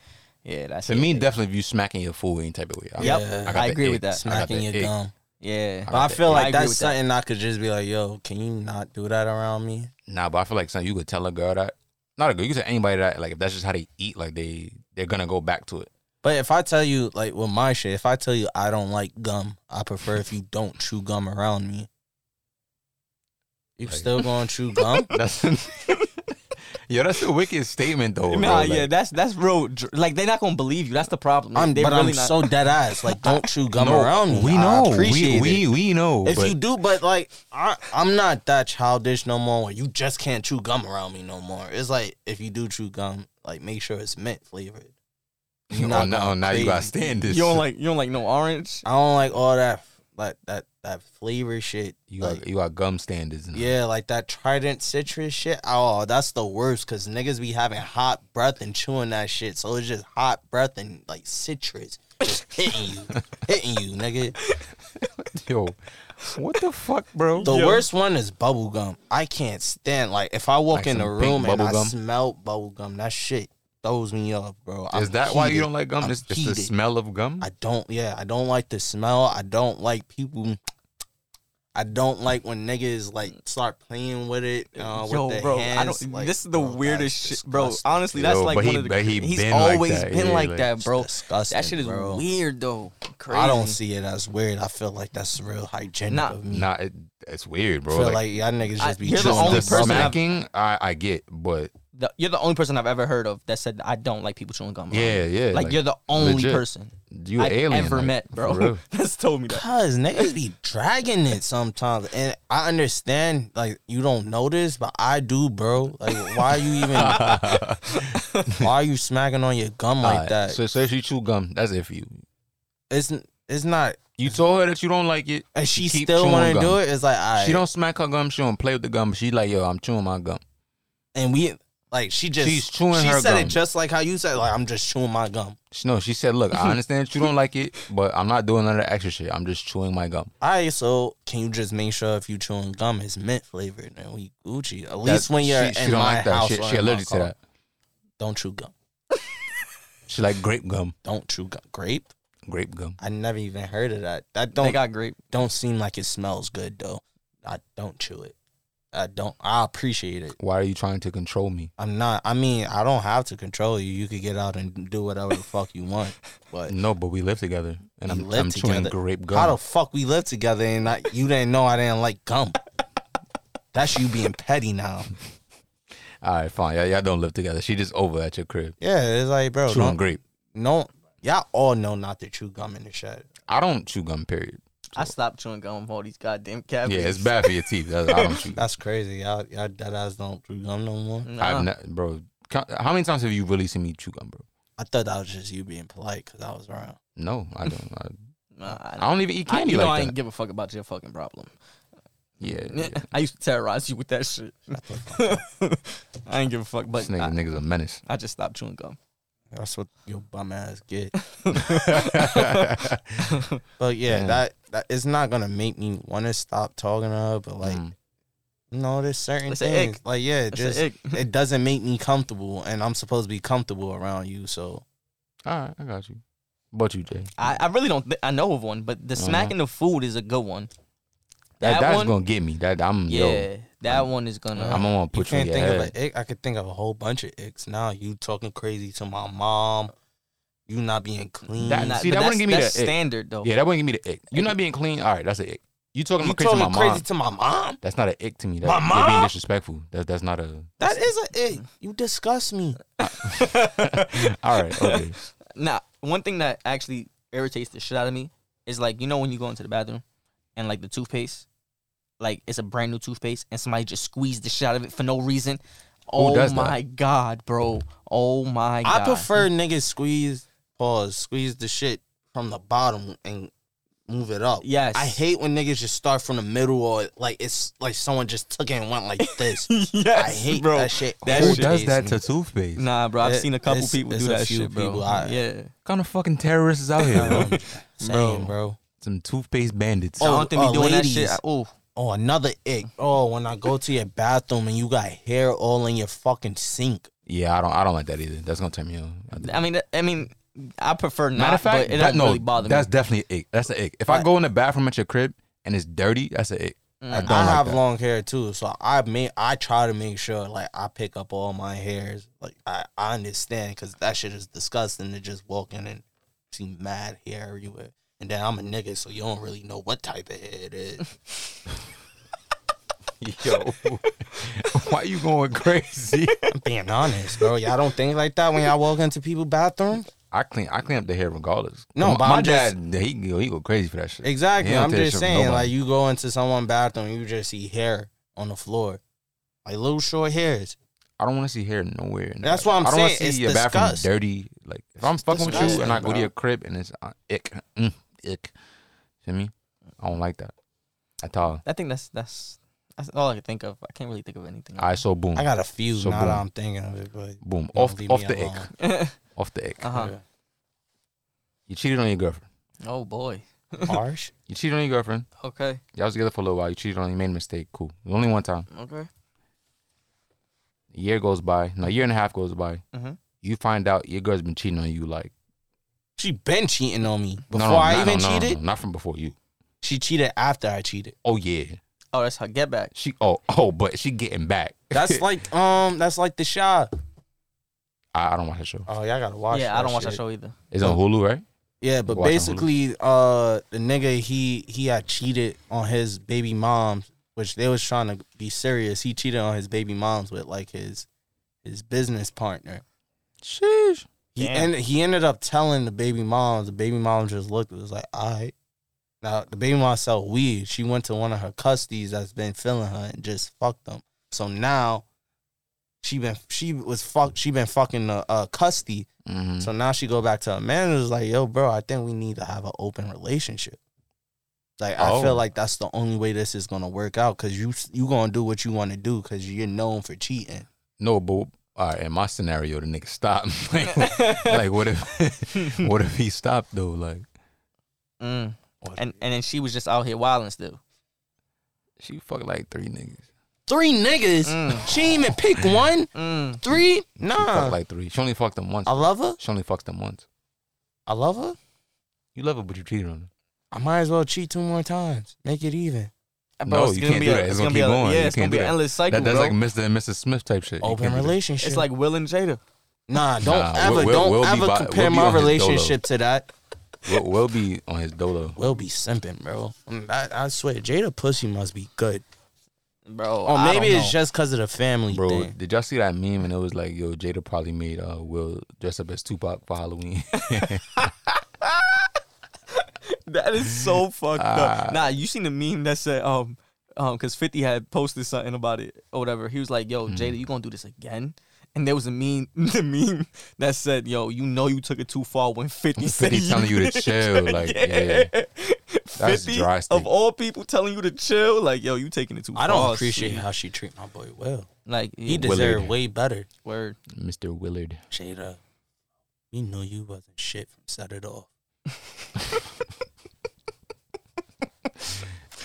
[SPEAKER 2] Yeah, that's
[SPEAKER 3] To
[SPEAKER 2] it.
[SPEAKER 3] me, definitely, if you smacking your fool any type of way. I-
[SPEAKER 2] Yep,
[SPEAKER 4] Yeah.
[SPEAKER 3] got
[SPEAKER 2] I
[SPEAKER 3] the
[SPEAKER 2] agree
[SPEAKER 3] ick.
[SPEAKER 2] with that.
[SPEAKER 3] I got
[SPEAKER 4] Smacking
[SPEAKER 3] the
[SPEAKER 4] your
[SPEAKER 3] ick.
[SPEAKER 4] gum.
[SPEAKER 2] Yeah.
[SPEAKER 4] But I
[SPEAKER 3] the
[SPEAKER 2] ick.
[SPEAKER 4] feel
[SPEAKER 2] I
[SPEAKER 4] like
[SPEAKER 2] agree
[SPEAKER 4] that's
[SPEAKER 2] with that.
[SPEAKER 4] something I could just be like, yo, can you not do that around me?
[SPEAKER 3] Nah, but I feel like something you could tell a girl that not a girl. You could tell anybody that like if that's just how they eat, like they they're gonna go back to it.
[SPEAKER 4] But if I tell you, like with my shit, if I tell you I don't like gum, I prefer if you don't chew gum around me. You
[SPEAKER 3] Like-
[SPEAKER 4] still gonna chew gum?
[SPEAKER 3] That's yo, that's a wicked statement though.
[SPEAKER 2] Nah,
[SPEAKER 3] bro.
[SPEAKER 2] uh, yeah,
[SPEAKER 3] Like,
[SPEAKER 2] that's that's real. dr- Like they're not gonna believe you. That's the problem. Like,
[SPEAKER 4] I'm,
[SPEAKER 2] they
[SPEAKER 4] but
[SPEAKER 2] really
[SPEAKER 4] I'm
[SPEAKER 2] not.
[SPEAKER 4] so dead ass. Like, don't chew gum
[SPEAKER 3] no,
[SPEAKER 4] around me.
[SPEAKER 3] We
[SPEAKER 4] I
[SPEAKER 3] know.
[SPEAKER 4] appreciate
[SPEAKER 3] We, we
[SPEAKER 4] it.
[SPEAKER 3] we know.
[SPEAKER 4] If
[SPEAKER 3] but
[SPEAKER 4] you do, but like I, I'm not that childish no more. Where you just can't chew gum around me no more. It's like if you do chew gum, like make sure it's mint flavored.
[SPEAKER 3] oh,
[SPEAKER 4] You're
[SPEAKER 3] no,
[SPEAKER 4] not
[SPEAKER 3] now,
[SPEAKER 4] going
[SPEAKER 3] you
[SPEAKER 4] crazy.
[SPEAKER 3] gotta stand this.
[SPEAKER 2] you don't like you don't like no orange.
[SPEAKER 4] I don't like all that like that that flavor shit.
[SPEAKER 3] you
[SPEAKER 4] like,
[SPEAKER 3] got you got gum standards. now.
[SPEAKER 4] yeah, like that Trident citrus shit. Oh, that's the worst because niggas be having hot breath and chewing that shit. So it's just hot breath and like citrus just hitting you, hitting you, nigga.
[SPEAKER 3] Yo, what the fuck, bro?
[SPEAKER 4] The worst one is bubble gum. I can't stand like if I walk
[SPEAKER 3] Like
[SPEAKER 4] in the
[SPEAKER 3] some pink
[SPEAKER 4] room and
[SPEAKER 3] bubble
[SPEAKER 4] I
[SPEAKER 3] gum?
[SPEAKER 4] smell bubble gum, that shit throws me off, bro. I'm
[SPEAKER 3] Is that why you
[SPEAKER 4] heated.
[SPEAKER 3] don't like gum?
[SPEAKER 4] I'm
[SPEAKER 3] It's, it's the
[SPEAKER 4] heated.
[SPEAKER 3] smell of gum.
[SPEAKER 4] I don't. Yeah, I don't like the smell. I don't like people. I don't like when niggas like start playing with it. Uh, with
[SPEAKER 2] Yo,
[SPEAKER 4] their
[SPEAKER 2] bro, I
[SPEAKER 4] hands.
[SPEAKER 2] don't.
[SPEAKER 4] like,
[SPEAKER 2] this is the
[SPEAKER 4] bro, that's
[SPEAKER 2] weirdest shit, bro.
[SPEAKER 4] disgusting.
[SPEAKER 2] Honestly, that's
[SPEAKER 3] Yo,
[SPEAKER 2] like
[SPEAKER 3] but
[SPEAKER 2] one
[SPEAKER 3] he-
[SPEAKER 2] of the.
[SPEAKER 3] but he
[SPEAKER 2] he's
[SPEAKER 3] been like
[SPEAKER 2] always
[SPEAKER 3] that,
[SPEAKER 2] been
[SPEAKER 3] yeah,
[SPEAKER 2] like,
[SPEAKER 3] like-
[SPEAKER 2] that, bro.
[SPEAKER 4] It's disgusting,
[SPEAKER 2] That shit is
[SPEAKER 4] bro.
[SPEAKER 2] weird though. Crazy.
[SPEAKER 4] I don't see it as weird. I feel like that's real hygienic
[SPEAKER 2] Nah.
[SPEAKER 4] of me.
[SPEAKER 3] Nah, it, it's weird,
[SPEAKER 4] I
[SPEAKER 3] bro.
[SPEAKER 4] feel like,
[SPEAKER 3] like
[SPEAKER 4] y'all niggas
[SPEAKER 2] I-
[SPEAKER 4] just be
[SPEAKER 2] you're the
[SPEAKER 4] chewing
[SPEAKER 2] only
[SPEAKER 3] the
[SPEAKER 4] this
[SPEAKER 2] person
[SPEAKER 4] gum.
[SPEAKER 2] I've-
[SPEAKER 3] smacking, I I get, but
[SPEAKER 2] the, you're the only person I've ever heard of that said I don't like people chewing gum. around
[SPEAKER 3] Yeah,
[SPEAKER 2] me."
[SPEAKER 3] yeah,
[SPEAKER 2] Like,
[SPEAKER 3] like,
[SPEAKER 2] you're the only
[SPEAKER 3] legit.
[SPEAKER 2] person
[SPEAKER 3] You
[SPEAKER 2] I've
[SPEAKER 3] alien
[SPEAKER 2] ever
[SPEAKER 3] like,
[SPEAKER 2] met,
[SPEAKER 3] for
[SPEAKER 2] bro.
[SPEAKER 3] real.
[SPEAKER 2] That's told me that.
[SPEAKER 4] Cause niggas be dragging it sometimes, and I understand like you don't notice, but I do, bro. Like, why are you even? why are you smacking on your gum like
[SPEAKER 3] Alright,
[SPEAKER 4] that?
[SPEAKER 3] So, so if you chew gum, that's it for you.
[SPEAKER 4] it's it's not,
[SPEAKER 3] You told her that you don't like it,
[SPEAKER 4] and she
[SPEAKER 3] you keep
[SPEAKER 4] still
[SPEAKER 3] chewing
[SPEAKER 4] want to
[SPEAKER 3] gum.
[SPEAKER 4] do it. It's like I
[SPEAKER 3] She don't smack her gum. She don't play with the gum. She like, yo, I'm chewing my gum.
[SPEAKER 4] and we like she just
[SPEAKER 3] She's chewing
[SPEAKER 4] she
[SPEAKER 3] her
[SPEAKER 4] said
[SPEAKER 3] gum.
[SPEAKER 4] it just like how you said. Like I'm just chewing my gum.
[SPEAKER 3] She, no, she said, look, I understand that you don't like it, but I'm not doing none of that extra shit. I'm just chewing my gum.
[SPEAKER 4] All right, so can you just make sure if you chewing gum it's mint flavored and we Gucci? At
[SPEAKER 3] That-
[SPEAKER 4] least when you're
[SPEAKER 3] she, she
[SPEAKER 4] in
[SPEAKER 3] don't
[SPEAKER 4] my
[SPEAKER 3] like that.
[SPEAKER 4] house,
[SPEAKER 3] She,
[SPEAKER 4] or
[SPEAKER 3] she
[SPEAKER 4] in my
[SPEAKER 3] allergic to
[SPEAKER 4] car.
[SPEAKER 3] that.
[SPEAKER 4] Don't chew gum.
[SPEAKER 3] She like grape gum.
[SPEAKER 4] Don't chew gum. Grape.
[SPEAKER 3] Grape gum.
[SPEAKER 4] I never even heard of that. That
[SPEAKER 2] They
[SPEAKER 4] don't
[SPEAKER 2] got grape.
[SPEAKER 4] don't seem like it smells good though. I don't chew it. I don't. I appreciate it.
[SPEAKER 3] Why are you trying to control me?
[SPEAKER 4] I'm not. I mean, I don't have to control you. You could get out and do whatever the fuck you want. But
[SPEAKER 3] No, but we live together, and
[SPEAKER 4] We
[SPEAKER 3] I'm,
[SPEAKER 4] live
[SPEAKER 3] I'm chewing
[SPEAKER 4] together.
[SPEAKER 3] grape
[SPEAKER 4] how the
[SPEAKER 3] gum.
[SPEAKER 4] fuck we live together and I, you didn't know I didn't like gum? That's you being petty now.
[SPEAKER 3] All right, fine. Y'all, y'all don't live together. She just over at your crib
[SPEAKER 4] Yeah, it's like, bro,
[SPEAKER 3] chewing
[SPEAKER 4] don't,
[SPEAKER 3] grape.
[SPEAKER 4] no, y'all all know not to chew gum in the shed.
[SPEAKER 3] I don't chew gum. Period.
[SPEAKER 2] I stopped chewing gum with all these goddamn cavities.
[SPEAKER 3] Yeah, it's bad for your teeth. That's, I don't chew.
[SPEAKER 4] That's crazy. Y'all, y'all dead ass don't chew gum no more.
[SPEAKER 3] I've
[SPEAKER 2] Nah.
[SPEAKER 3] not, bro. count- How many times have you really seen me chew gum, bro?
[SPEAKER 4] I thought that was just you being polite because I was around.
[SPEAKER 3] No, I don't. I,
[SPEAKER 2] Nah, I,
[SPEAKER 3] I don't even eat
[SPEAKER 2] I-
[SPEAKER 3] candy
[SPEAKER 2] you know, I
[SPEAKER 3] like
[SPEAKER 2] ain't
[SPEAKER 3] that.
[SPEAKER 2] give a fuck about your fucking problem.
[SPEAKER 3] yeah, yeah.
[SPEAKER 2] I used to terrorize you with that shit. I ain't give a fuck,
[SPEAKER 3] This
[SPEAKER 2] but
[SPEAKER 3] nigga,
[SPEAKER 2] I,
[SPEAKER 3] nigga's a menace.
[SPEAKER 2] I just stopped chewing gum.
[SPEAKER 4] That's what your bum ass get.
[SPEAKER 3] like,
[SPEAKER 4] But yeah,
[SPEAKER 3] Yeah.
[SPEAKER 4] that that it's not gonna make me want to stop talking to her. But
[SPEAKER 3] Mm.
[SPEAKER 4] like, no, there's certain
[SPEAKER 2] It's a
[SPEAKER 4] things.
[SPEAKER 2] ick.
[SPEAKER 4] Like, yeah,
[SPEAKER 2] It's
[SPEAKER 4] just
[SPEAKER 2] a ick.
[SPEAKER 4] it doesn't make me comfortable, and I'm supposed to be comfortable around you. So
[SPEAKER 3] all right, I got you. What you, Jay?
[SPEAKER 2] I, I really don't. Th- I know of one, but the
[SPEAKER 3] Uh-huh.
[SPEAKER 2] smacking of food is a good one.
[SPEAKER 3] That,
[SPEAKER 2] That
[SPEAKER 3] that's
[SPEAKER 2] one-
[SPEAKER 3] gonna get me. That I'm
[SPEAKER 2] Yeah,
[SPEAKER 3] yo.
[SPEAKER 2] that one is gonna.
[SPEAKER 3] I'm gonna
[SPEAKER 4] you
[SPEAKER 3] put you,
[SPEAKER 4] can't
[SPEAKER 3] in
[SPEAKER 4] think
[SPEAKER 3] your
[SPEAKER 4] of
[SPEAKER 3] head.
[SPEAKER 4] an ick. I could think of a whole bunch of icks now. You talking crazy to my mom. You not being clean.
[SPEAKER 3] That-
[SPEAKER 2] Nah,
[SPEAKER 3] see,
[SPEAKER 2] but
[SPEAKER 3] that wouldn't
[SPEAKER 2] that's-
[SPEAKER 3] give me
[SPEAKER 2] that's
[SPEAKER 3] the ick.
[SPEAKER 2] standard though.
[SPEAKER 3] Yeah, that wouldn't give me the ick. You're not being clean. All right, that's a ick. You talking
[SPEAKER 4] you
[SPEAKER 3] about crazy to my
[SPEAKER 4] talking
[SPEAKER 3] mom?
[SPEAKER 4] crazy to my mom.
[SPEAKER 3] That's not an ick to me. That,
[SPEAKER 4] My
[SPEAKER 3] You're being
[SPEAKER 4] mom?
[SPEAKER 3] disrespectful. That, that's not a.
[SPEAKER 4] That is an ick. You disgust me.
[SPEAKER 3] All right, okay.
[SPEAKER 2] Nah, one thing that actually irritates the shit out of me is like you know when you go into the bathroom and like the toothpaste, like it's a brand new toothpaste and somebody just squeezed the shit out of it for no reason. Oh
[SPEAKER 3] does that?
[SPEAKER 2] my god, bro! Oh my god!
[SPEAKER 4] I prefer niggas squeeze pause, squeeze the shit from the bottom and move it up.
[SPEAKER 2] Yes.
[SPEAKER 4] I hate when niggas just start from the middle or like it's like someone just took it and went like this.
[SPEAKER 2] Yes,
[SPEAKER 4] I hate
[SPEAKER 2] bro.
[SPEAKER 4] that shit.
[SPEAKER 2] That
[SPEAKER 3] Who
[SPEAKER 2] shit
[SPEAKER 3] does that to
[SPEAKER 4] irritates
[SPEAKER 3] toothpaste?
[SPEAKER 2] Nah, bro. I've
[SPEAKER 4] It-
[SPEAKER 2] seen a couple
[SPEAKER 4] it's-
[SPEAKER 2] people
[SPEAKER 4] it's
[SPEAKER 2] do
[SPEAKER 4] a
[SPEAKER 2] that
[SPEAKER 4] few
[SPEAKER 2] shit, bro.
[SPEAKER 4] people, I-
[SPEAKER 2] yeah.
[SPEAKER 3] What kind of fucking terrorists is out here, bro?
[SPEAKER 4] me. Same, bro.
[SPEAKER 3] Some toothpaste bandits.
[SPEAKER 2] I
[SPEAKER 4] Oh,
[SPEAKER 2] don't think we
[SPEAKER 4] uh,
[SPEAKER 2] doing that shit.
[SPEAKER 4] ladies.
[SPEAKER 2] I- Oh,
[SPEAKER 4] Oh, another ick. Oh, when I go to your bathroom and you got hair all in your fucking sink.
[SPEAKER 3] Yeah, I don't. I don't like that either. That's gonna turn me on. I
[SPEAKER 2] I mean, I mean, I prefer not.
[SPEAKER 3] Matter of fact,
[SPEAKER 2] but it
[SPEAKER 3] that,
[SPEAKER 2] doesn't
[SPEAKER 3] no,
[SPEAKER 2] really bother
[SPEAKER 3] that's
[SPEAKER 2] me.
[SPEAKER 3] definitely an ick. That's an ick. If I go in the bathroom at your crib and it's dirty, that's an ick. I don't
[SPEAKER 4] I
[SPEAKER 3] like
[SPEAKER 4] have
[SPEAKER 3] that.
[SPEAKER 4] Mm, long hair too, so I make I try to make sure like I pick up all my hairs. Like I, I understand because that shit is disgusting to just walk in and see mad hair everywhere. And then I'm a nigga, so you don't really know what type of hair it is.
[SPEAKER 3] Yo, why you going crazy?
[SPEAKER 4] I'm being honest, bro. Y'all don't think like that when y'all walk into people's bathrooms.
[SPEAKER 3] I clean. I clean up the hair regardless.
[SPEAKER 4] No,
[SPEAKER 3] my,
[SPEAKER 4] but
[SPEAKER 3] my
[SPEAKER 4] I'm just-
[SPEAKER 3] dad, he go, he go crazy for that shit.
[SPEAKER 4] Exactly.
[SPEAKER 3] He don't
[SPEAKER 4] I'm
[SPEAKER 3] take
[SPEAKER 4] just
[SPEAKER 3] shit from
[SPEAKER 4] saying,
[SPEAKER 3] nobody.
[SPEAKER 4] like you go into someone's bathroom, you just see hair on the floor, like little short hairs.
[SPEAKER 3] I don't want to see hair nowhere. in the
[SPEAKER 4] That's
[SPEAKER 3] bathroom.
[SPEAKER 4] what I'm
[SPEAKER 3] I don't wanna
[SPEAKER 4] saying.
[SPEAKER 3] see
[SPEAKER 4] It's
[SPEAKER 3] your bathroom
[SPEAKER 4] disgust.
[SPEAKER 3] dirty. Like if I'm fucking with you
[SPEAKER 4] disgusting,
[SPEAKER 3] and I go to
[SPEAKER 4] bro.
[SPEAKER 3] your crib and it's uh, ick, mm, ick. See me? I don't like that at all.
[SPEAKER 2] I think that's that's that's all I can think of. I can't really think of anything.
[SPEAKER 3] I so boom,
[SPEAKER 4] I got a few
[SPEAKER 3] So
[SPEAKER 4] now
[SPEAKER 3] boom.
[SPEAKER 4] that I'm thinking of it, but
[SPEAKER 3] boom,
[SPEAKER 4] Don't
[SPEAKER 3] off
[SPEAKER 4] leave
[SPEAKER 3] off
[SPEAKER 4] me
[SPEAKER 3] the ick,
[SPEAKER 4] alone.
[SPEAKER 2] uh
[SPEAKER 3] off the ick.
[SPEAKER 2] huh.
[SPEAKER 3] You cheated on your girlfriend.
[SPEAKER 2] Oh boy.
[SPEAKER 4] harsh.
[SPEAKER 3] You cheated on your girlfriend.
[SPEAKER 2] Okay.
[SPEAKER 3] Y'all was together for a little while. You cheated on. You made a mistake. Cool. Only one time.
[SPEAKER 2] Okay.
[SPEAKER 3] A year goes by. No, a year and a half goes by.
[SPEAKER 2] Mhm.
[SPEAKER 3] You find out your girl's been cheating on you. Like
[SPEAKER 4] She been cheating on me
[SPEAKER 3] no,
[SPEAKER 4] before
[SPEAKER 3] no,
[SPEAKER 4] I
[SPEAKER 3] no,
[SPEAKER 4] even
[SPEAKER 3] no, no,
[SPEAKER 4] cheated.
[SPEAKER 3] no, not from before you.
[SPEAKER 4] She cheated after I cheated.
[SPEAKER 3] Oh yeah.
[SPEAKER 2] Oh, that's her get back.
[SPEAKER 3] She. Oh oh. But she getting back.
[SPEAKER 4] That's like um, that's like the shot.
[SPEAKER 3] I, I don't watch that show.
[SPEAKER 4] Oh, y'all gotta watch.
[SPEAKER 2] yeah, I don't watch that
[SPEAKER 4] shit.
[SPEAKER 2] show either.
[SPEAKER 3] It's on Hulu, right?
[SPEAKER 4] Yeah, but
[SPEAKER 3] Watch on Hulu.
[SPEAKER 4] basically, uh, the nigga he he had cheated on his baby mom, which they was trying to be serious. He cheated on his baby moms with like his his business partner.
[SPEAKER 3] Sheesh.
[SPEAKER 4] He
[SPEAKER 2] Damn.
[SPEAKER 4] and he ended up telling the baby mom. The baby mom just looked. It was like, all right. Now the baby mom sell weed. She went to one of her custodies that's been feeling her and just fucked them. So now she been she was fuck she been fucking the uh, custody.
[SPEAKER 3] Mm-hmm.
[SPEAKER 4] So now she go back to her man and was like, yo, bro, I think we need to have an open relationship. Like I
[SPEAKER 3] Oh.
[SPEAKER 4] feel like that's the only way this is gonna work out because you you gonna do what you want to do because you're known for cheating.
[SPEAKER 3] No, but all right, in my scenario, the nigga stopped. like, like, what if, what if he stopped though? Like,
[SPEAKER 2] Mm. And and then she was just out here wilding still.
[SPEAKER 3] she fucked like three niggas.
[SPEAKER 4] Three niggas.
[SPEAKER 2] Mm.
[SPEAKER 4] She ain't even pick one.
[SPEAKER 2] Mm.
[SPEAKER 4] Three.
[SPEAKER 3] She
[SPEAKER 4] Nah.
[SPEAKER 3] fucked like three. She only fucked them once.
[SPEAKER 4] I love her.
[SPEAKER 3] She only fucked them once.
[SPEAKER 4] I love her.
[SPEAKER 3] You love her, but you cheated on her.
[SPEAKER 4] I might as well cheat two more times. Make it even.
[SPEAKER 3] No,
[SPEAKER 2] it's
[SPEAKER 3] you
[SPEAKER 2] gonna
[SPEAKER 3] can't
[SPEAKER 2] be
[SPEAKER 3] do
[SPEAKER 2] a-
[SPEAKER 3] that. It's gonna
[SPEAKER 2] be
[SPEAKER 3] keep
[SPEAKER 2] a,
[SPEAKER 3] going.
[SPEAKER 2] Yeah,
[SPEAKER 3] You
[SPEAKER 2] it's gonna
[SPEAKER 3] can't
[SPEAKER 2] be
[SPEAKER 3] do
[SPEAKER 2] an
[SPEAKER 3] that.
[SPEAKER 2] endless cycle,
[SPEAKER 3] That, that's
[SPEAKER 2] bro.
[SPEAKER 3] like Mr. and Mrs. Smith type shit. You
[SPEAKER 4] Open
[SPEAKER 3] can't do that.
[SPEAKER 4] relationship.
[SPEAKER 2] it's like Will and Jada.
[SPEAKER 4] nah, don't
[SPEAKER 3] Nah,
[SPEAKER 4] ever,
[SPEAKER 3] we'll- we'll-
[SPEAKER 4] don't
[SPEAKER 3] we'll be
[SPEAKER 4] ever
[SPEAKER 3] bi-
[SPEAKER 4] compare
[SPEAKER 3] we'll be
[SPEAKER 4] my
[SPEAKER 3] on his dolo.
[SPEAKER 4] relationship to that.
[SPEAKER 3] Will, Will be on his dolo.
[SPEAKER 4] We'll be simping, bro. Mm, I, I swear, Jada pussy must be good.
[SPEAKER 2] Bro.
[SPEAKER 4] Or
[SPEAKER 2] I
[SPEAKER 4] maybe
[SPEAKER 2] don't
[SPEAKER 4] it's
[SPEAKER 2] know.
[SPEAKER 4] just because of the family
[SPEAKER 3] Bro,
[SPEAKER 4] thing.
[SPEAKER 3] did y'all see that meme? And it was like, yo, Jada probably made uh, Will dress up as Tupac for Halloween.
[SPEAKER 2] that is so fucked up. Ah. Nah, you seen the meme that said um um because 50 had posted something about it or whatever. He was like, yo,
[SPEAKER 3] Mm-hmm.
[SPEAKER 2] Jada, you gonna do this again? And there was a meme the meme that said, yo, you know you took it too far when 50 said
[SPEAKER 3] 50 telling you to
[SPEAKER 2] did it
[SPEAKER 3] chill, like,
[SPEAKER 2] again."
[SPEAKER 3] That's
[SPEAKER 2] 50
[SPEAKER 3] dry
[SPEAKER 2] of
[SPEAKER 3] stick.
[SPEAKER 2] all people telling you to chill, like, yo, you taking it too far.
[SPEAKER 4] I don't appreciate
[SPEAKER 2] shit.
[SPEAKER 4] how she treat my boy Will.
[SPEAKER 2] Like
[SPEAKER 4] He
[SPEAKER 2] yeah,
[SPEAKER 4] deserved
[SPEAKER 3] Willard.
[SPEAKER 4] way better.
[SPEAKER 2] word.
[SPEAKER 3] Mr. Willard.
[SPEAKER 4] Jada, we know you wasn't shit from set it off.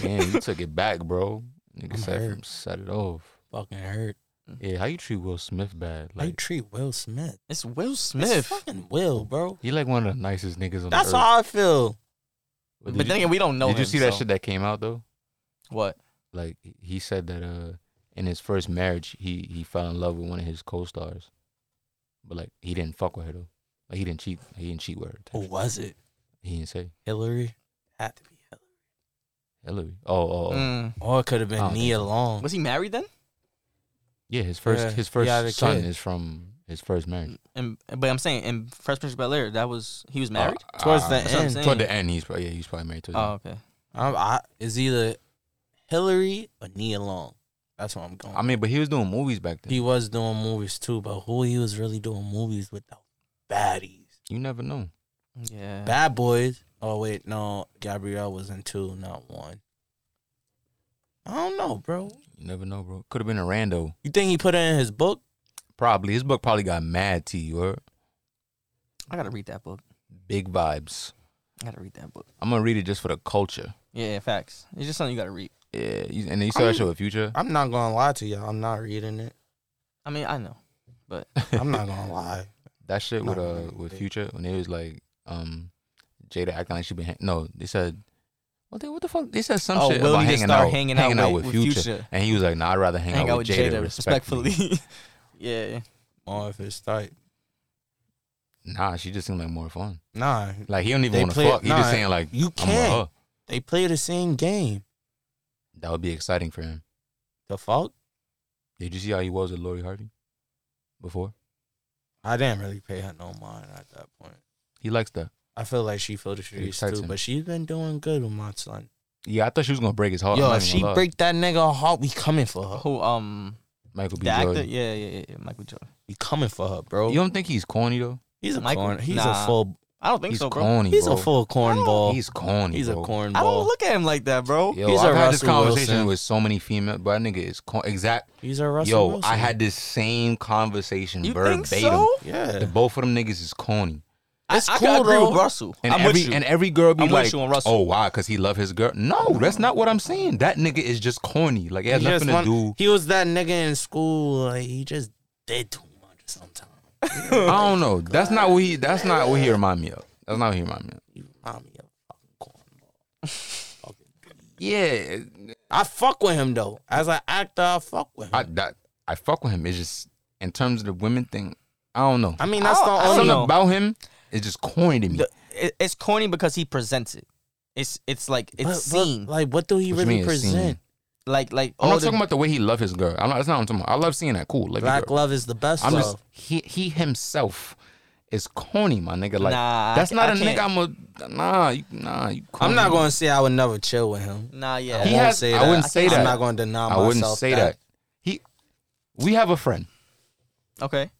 [SPEAKER 3] Damn, you took it back, bro. Nigga
[SPEAKER 4] I'm
[SPEAKER 3] said
[SPEAKER 4] hurt.
[SPEAKER 3] from set it off.
[SPEAKER 4] Fucking hurt.
[SPEAKER 3] Yeah, how you treat Will Smith bad?
[SPEAKER 4] How you
[SPEAKER 3] Like
[SPEAKER 4] treat Will Smith?
[SPEAKER 2] It's Will
[SPEAKER 4] It's
[SPEAKER 2] Smith.
[SPEAKER 4] fucking Will, bro.
[SPEAKER 3] he like one of the nicest niggas on
[SPEAKER 4] That's
[SPEAKER 3] the earth.
[SPEAKER 4] how I feel.
[SPEAKER 3] But did
[SPEAKER 2] but
[SPEAKER 3] you,
[SPEAKER 2] then again, we don't know.
[SPEAKER 3] did you
[SPEAKER 2] him,
[SPEAKER 3] see that
[SPEAKER 2] so-
[SPEAKER 3] shit that came out though?
[SPEAKER 2] What?
[SPEAKER 3] Like he said that uh in his first marriage he he fell in love with one of his co-stars, but like he didn't fuck with her though. Like he didn't cheat. He didn't cheat with her.
[SPEAKER 4] Who was it?
[SPEAKER 3] He didn't say
[SPEAKER 4] Hillary? Had to be Hillary.
[SPEAKER 3] Hillary. Oh, oh, oh.
[SPEAKER 2] Mm.
[SPEAKER 4] Or it could have
[SPEAKER 3] I don't
[SPEAKER 4] been
[SPEAKER 3] think
[SPEAKER 4] Nia Long.
[SPEAKER 2] Was he married then?
[SPEAKER 3] yeah. His first
[SPEAKER 4] Yeah,
[SPEAKER 3] his
[SPEAKER 4] he
[SPEAKER 3] first
[SPEAKER 4] had a
[SPEAKER 3] son
[SPEAKER 4] kid.
[SPEAKER 3] is from his first marriage.
[SPEAKER 2] And but I'm saying in Fresh Prince of Bel Air, that was he was married.
[SPEAKER 3] Mm. Uh,
[SPEAKER 4] Towards
[SPEAKER 3] uh,
[SPEAKER 4] the
[SPEAKER 2] That's what I'm
[SPEAKER 4] end.
[SPEAKER 2] saying.
[SPEAKER 3] Toward the end, he's probably yeah, he's probably married to.
[SPEAKER 2] oh, okay.
[SPEAKER 4] I'm, I, it's either Hillary or Nia Long. That's where I'm going.
[SPEAKER 3] I mean, but he was doing movies back then.
[SPEAKER 4] he was doing movies too, but who he was really doing movies with the baddies.
[SPEAKER 3] you never know.
[SPEAKER 2] Yeah.
[SPEAKER 4] Bad Boys. Oh wait, no, Gabrielle was in two, not one. I don't know, bro.
[SPEAKER 3] You never know, bro. Could have been a rando.
[SPEAKER 4] You think he put it in his book?
[SPEAKER 3] Probably his book probably got mad to you. Or
[SPEAKER 2] I gotta read that book.
[SPEAKER 3] big vibes.
[SPEAKER 2] I gotta read that book.
[SPEAKER 3] I'm gonna read it just for the culture. Yeah.
[SPEAKER 2] Yeah, facts. It's just something you gotta read.
[SPEAKER 3] Yeah, you- and then you saw that show with Future.
[SPEAKER 4] I'm not gonna lie to y'all. I'm not reading it.
[SPEAKER 2] I mean, I know.
[SPEAKER 4] I'm not gonna lie.
[SPEAKER 3] that shit with
[SPEAKER 4] No,
[SPEAKER 3] uh
[SPEAKER 4] no,
[SPEAKER 3] with
[SPEAKER 4] yeah.
[SPEAKER 3] Future when it was like um Jada acting like she been hang- no they said what the what the fuck they said some
[SPEAKER 2] oh,
[SPEAKER 3] shit
[SPEAKER 2] Will
[SPEAKER 3] about
[SPEAKER 2] need to
[SPEAKER 3] hanging
[SPEAKER 2] start
[SPEAKER 3] out
[SPEAKER 2] hanging out
[SPEAKER 3] hanging
[SPEAKER 2] with, with
[SPEAKER 3] Future.
[SPEAKER 2] Future.
[SPEAKER 3] and he was like nah I'd rather hang,
[SPEAKER 2] Hang out with Jada, respectfully. yeah.
[SPEAKER 4] Or if it's tight.
[SPEAKER 3] Nah, she just seemed like more fun.
[SPEAKER 4] Nah,
[SPEAKER 3] Like he don't even
[SPEAKER 4] They
[SPEAKER 3] want to
[SPEAKER 4] play-
[SPEAKER 3] fuck. He
[SPEAKER 4] nah,
[SPEAKER 3] just saying like I'm
[SPEAKER 4] you
[SPEAKER 3] with
[SPEAKER 4] can't.
[SPEAKER 3] her.
[SPEAKER 4] they play the same game.
[SPEAKER 3] That would be exciting for him.
[SPEAKER 4] The fuck?
[SPEAKER 3] Did you see how he was with Lori Harvey before?
[SPEAKER 4] I didn't really pay her no mind at that point.
[SPEAKER 3] He likes that.
[SPEAKER 4] I feel like she feel the streets
[SPEAKER 3] excites
[SPEAKER 4] too,
[SPEAKER 3] him.
[SPEAKER 4] but she's been doing good with my son.
[SPEAKER 3] Yeah, I thought she was gonna break his heart. Oh, I'm
[SPEAKER 4] Yo,
[SPEAKER 3] not
[SPEAKER 4] if
[SPEAKER 3] even
[SPEAKER 4] she
[SPEAKER 3] gonna lie.
[SPEAKER 4] break that nigga heart, we coming for her.
[SPEAKER 2] Who um
[SPEAKER 3] Michael B.
[SPEAKER 2] the actor?
[SPEAKER 3] Jordan.
[SPEAKER 2] Yeah, yeah, yeah, yeah. Michael Jordan.
[SPEAKER 4] We coming for her, bro.
[SPEAKER 3] You don't think he's corny though?
[SPEAKER 4] he's a
[SPEAKER 2] Michael-
[SPEAKER 4] corn. He's
[SPEAKER 2] nah.
[SPEAKER 4] a full.
[SPEAKER 2] I don't think
[SPEAKER 3] He's
[SPEAKER 2] so, bro.
[SPEAKER 3] corny.
[SPEAKER 4] He's a
[SPEAKER 3] bro.
[SPEAKER 4] full cornball. He's,
[SPEAKER 3] He's corny.
[SPEAKER 4] a
[SPEAKER 3] bro.
[SPEAKER 4] cornball.
[SPEAKER 2] I don't look at him like that, bro.
[SPEAKER 3] Yo,
[SPEAKER 4] He's
[SPEAKER 3] I've
[SPEAKER 4] a
[SPEAKER 3] had this
[SPEAKER 4] Russell
[SPEAKER 3] conversation
[SPEAKER 4] Wilson.
[SPEAKER 3] with so many female, but that nigga is co- exact.
[SPEAKER 4] He's a Russell
[SPEAKER 3] Yo,
[SPEAKER 4] Wilson.
[SPEAKER 3] I had this same conversation
[SPEAKER 2] you
[SPEAKER 3] verbatim.
[SPEAKER 2] think so?
[SPEAKER 4] Yeah.
[SPEAKER 3] The both of them niggas is corny,
[SPEAKER 4] It's
[SPEAKER 2] I, I
[SPEAKER 4] cool,
[SPEAKER 2] could agree
[SPEAKER 4] though.
[SPEAKER 2] with Russell.
[SPEAKER 3] and
[SPEAKER 2] I'm
[SPEAKER 3] every
[SPEAKER 2] with you.
[SPEAKER 3] and every girl be
[SPEAKER 2] I'm with
[SPEAKER 3] like,
[SPEAKER 2] you on Russell.
[SPEAKER 3] "Oh, why? Because he love his girl." No, that's not what I'm saying. That nigga is just corny. Like it has
[SPEAKER 4] He just
[SPEAKER 3] nothing to
[SPEAKER 4] want-
[SPEAKER 3] do.
[SPEAKER 4] He was that nigga in school. Like he just did too much sometimes.
[SPEAKER 3] I don't know. That's not what he. That's not what he remind me of. That's not what he remind me of.
[SPEAKER 4] He remind me of a fucking cornball.
[SPEAKER 3] Yeah,
[SPEAKER 4] I fuck with him though. As an actor, I fuck with him.
[SPEAKER 3] I
[SPEAKER 4] I,
[SPEAKER 3] that, I fuck with him. It's just in terms of the women thing. I don't know.
[SPEAKER 4] mean, that's
[SPEAKER 2] I-
[SPEAKER 4] the
[SPEAKER 2] I
[SPEAKER 4] only.
[SPEAKER 2] don't
[SPEAKER 3] Something
[SPEAKER 2] know.
[SPEAKER 3] about him is just corny to me.
[SPEAKER 2] The- it- it's corny because he presents it. It's it's like it's
[SPEAKER 4] But- but,
[SPEAKER 2] seen.
[SPEAKER 4] Like, what do he
[SPEAKER 3] What you
[SPEAKER 4] really
[SPEAKER 3] mean it's seen?
[SPEAKER 4] present?
[SPEAKER 2] Like like
[SPEAKER 3] I'm
[SPEAKER 2] all
[SPEAKER 3] not
[SPEAKER 2] the-
[SPEAKER 3] talking about the way he loved his girl. I'm not, that's not what I'm talking about. I love seeing that. Cool. Like
[SPEAKER 4] Black love is the best
[SPEAKER 3] I'm
[SPEAKER 4] love.
[SPEAKER 3] just he he himself is corny, my nigga. Like
[SPEAKER 2] Nah, I
[SPEAKER 3] that's
[SPEAKER 2] ca-
[SPEAKER 3] not
[SPEAKER 2] I
[SPEAKER 3] a
[SPEAKER 2] can't.
[SPEAKER 3] nigga. I'm a nah. You, nah, you corny.
[SPEAKER 4] I'm not going to say I would never chill with him.
[SPEAKER 2] Nah, yeah.
[SPEAKER 3] He
[SPEAKER 4] won't
[SPEAKER 3] has.
[SPEAKER 4] say
[SPEAKER 3] I
[SPEAKER 4] that.
[SPEAKER 3] wouldn't say
[SPEAKER 4] I'm
[SPEAKER 3] that.
[SPEAKER 4] not going to deny
[SPEAKER 3] I
[SPEAKER 4] myself.
[SPEAKER 3] wouldn't say that. He. We have a friend,
[SPEAKER 2] okay.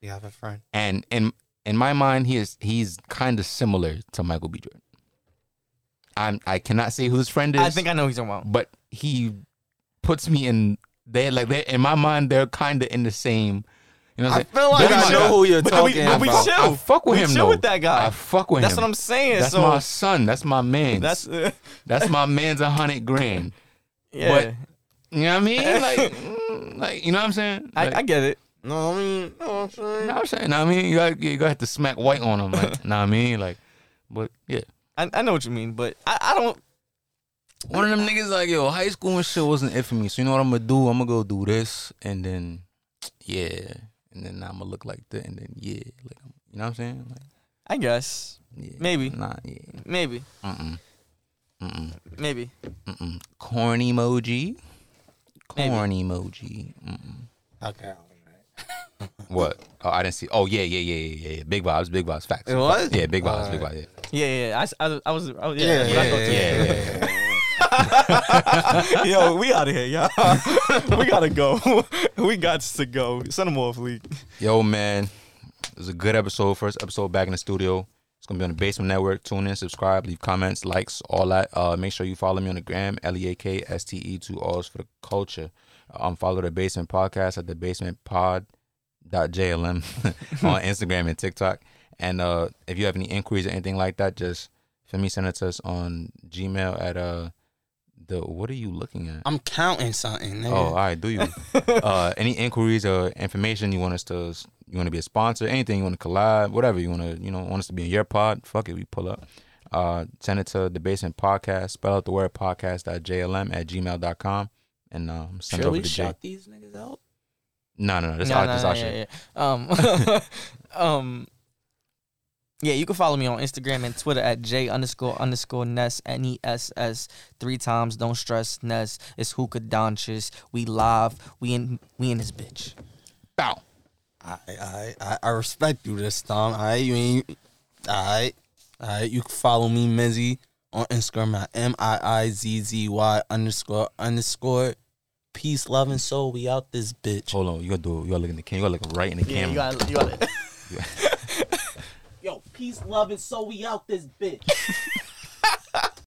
[SPEAKER 4] You have a friend.
[SPEAKER 3] and in in my mind, he is he's kind of similar to Michael B. Jordan. I'm. I cannot say who his friend is.
[SPEAKER 2] I think I know who he's talking about.
[SPEAKER 3] but he puts me in. They like they in my mind. They're kind of in the same. You know what I'm
[SPEAKER 4] feel like
[SPEAKER 3] They're
[SPEAKER 4] I
[SPEAKER 3] my
[SPEAKER 4] know
[SPEAKER 3] guy.
[SPEAKER 4] who you're
[SPEAKER 2] But we-
[SPEAKER 4] talking
[SPEAKER 2] but we
[SPEAKER 4] about.
[SPEAKER 2] chill.
[SPEAKER 3] saying? I fuck with
[SPEAKER 2] We
[SPEAKER 3] him.
[SPEAKER 2] chill
[SPEAKER 3] though.
[SPEAKER 2] with that guy.
[SPEAKER 3] I fuck with
[SPEAKER 2] That's
[SPEAKER 3] him.
[SPEAKER 2] what I'm saying.
[SPEAKER 3] That's
[SPEAKER 2] so
[SPEAKER 3] my son. That's my man.
[SPEAKER 2] that's uh,
[SPEAKER 3] That's my man's a hundred grand.
[SPEAKER 2] yeah.
[SPEAKER 3] You know what I mean? Like, mm, like you know what I'm saying? Like,
[SPEAKER 2] I, I get it.
[SPEAKER 4] No, I mean, no, I'm
[SPEAKER 3] you
[SPEAKER 4] saying.
[SPEAKER 3] know what I'm saying? Know what I mean? You gotta, you gotta have to smack white on him. Like, know what I mean? Like, but yeah.
[SPEAKER 2] I, I know what you mean, but I, I don't.
[SPEAKER 3] One of them niggas like, yo, high school and shit wasn't it for me. So you know what I'm gonna do? I'm gonna go do this and then, yeah. And then I'm gonna look like that and then, yeah. Like, you know what I'm saying? Like,
[SPEAKER 2] I guess
[SPEAKER 3] yeah.
[SPEAKER 2] Maybe.
[SPEAKER 3] Nah, yeah.
[SPEAKER 2] maybe
[SPEAKER 3] Mm-mm. Mm-mm.
[SPEAKER 2] maybe
[SPEAKER 3] Mm-mm. Corny emoji.
[SPEAKER 2] Maybe.
[SPEAKER 3] Corny emoji. Mm. Mm-mm.
[SPEAKER 4] Okay.
[SPEAKER 3] What? Oh, I didn't see. Oh, yeah, yeah, yeah, yeah, yeah. Big vibes, big vibes, facts.
[SPEAKER 4] It was?
[SPEAKER 3] Yeah, big vibes, big
[SPEAKER 4] Alright.
[SPEAKER 3] vibes.
[SPEAKER 2] yeah yeah. yeah. I s- I, I was I, was- yeah.
[SPEAKER 4] Yeah,
[SPEAKER 2] that's what I
[SPEAKER 4] yeah,
[SPEAKER 2] thought
[SPEAKER 3] Yeah,
[SPEAKER 2] too.
[SPEAKER 3] yeah, yeah. yeah, yeah.
[SPEAKER 2] Yo, we out of here, y'all. we gotta go. we got to go. Send them off, Lee.
[SPEAKER 3] Yo, man, it was a good episode. First episode back in the studio. It's gonna be on the Basement Network. Tune in, subscribe, leave comments, likes, all that. Uh, make sure you follow me on the gram, L E A K S T E two R's for the culture. Um, follow the Basement Podcast at the Basement Pod. Dot JLM on Instagram and TikTok. And uh, if you have any inquiries or anything like that, just feel me send it to us on Gmail at uh the what are you looking at?
[SPEAKER 4] I'm counting something, nigga.
[SPEAKER 3] Oh, all right. Do you? uh, any inquiries or information you want us to? You want to be a sponsor? Anything you want to collab? Whatever you want to, you know, want us to be in your pod? Fuck it, we pull up. Uh, send it to the Basement Podcast. Spell out the word podcast.jlm at gmail.com. and um, send it
[SPEAKER 4] Should
[SPEAKER 3] over
[SPEAKER 4] we
[SPEAKER 3] to Jay.
[SPEAKER 4] shout these niggas out?
[SPEAKER 3] No, no, no. That's
[SPEAKER 2] No,
[SPEAKER 3] our,
[SPEAKER 2] no,
[SPEAKER 3] that's
[SPEAKER 2] no,
[SPEAKER 3] our
[SPEAKER 2] yeah,
[SPEAKER 3] shit.
[SPEAKER 2] yeah. Um, um, yeah, you can follow me on Instagram and Twitter at J underscore underscore Ness N E S S three times. Don't stress Ness. It's hookah donches. We live. We in we in this bitch.
[SPEAKER 3] Bow.
[SPEAKER 4] I, I, I, I respect you this time. All right, you ain't. All right, all right. You can follow me, Mizzy, on Instagram at m i i z z y underscore underscore. Peace, love, and soul. We out this bitch.
[SPEAKER 3] Hold on. You gotta do. You gotta look in the camera. You gotta look right in the camera.
[SPEAKER 2] gotta you gotta.
[SPEAKER 4] Yo, peace, love, and soul. We out this bitch.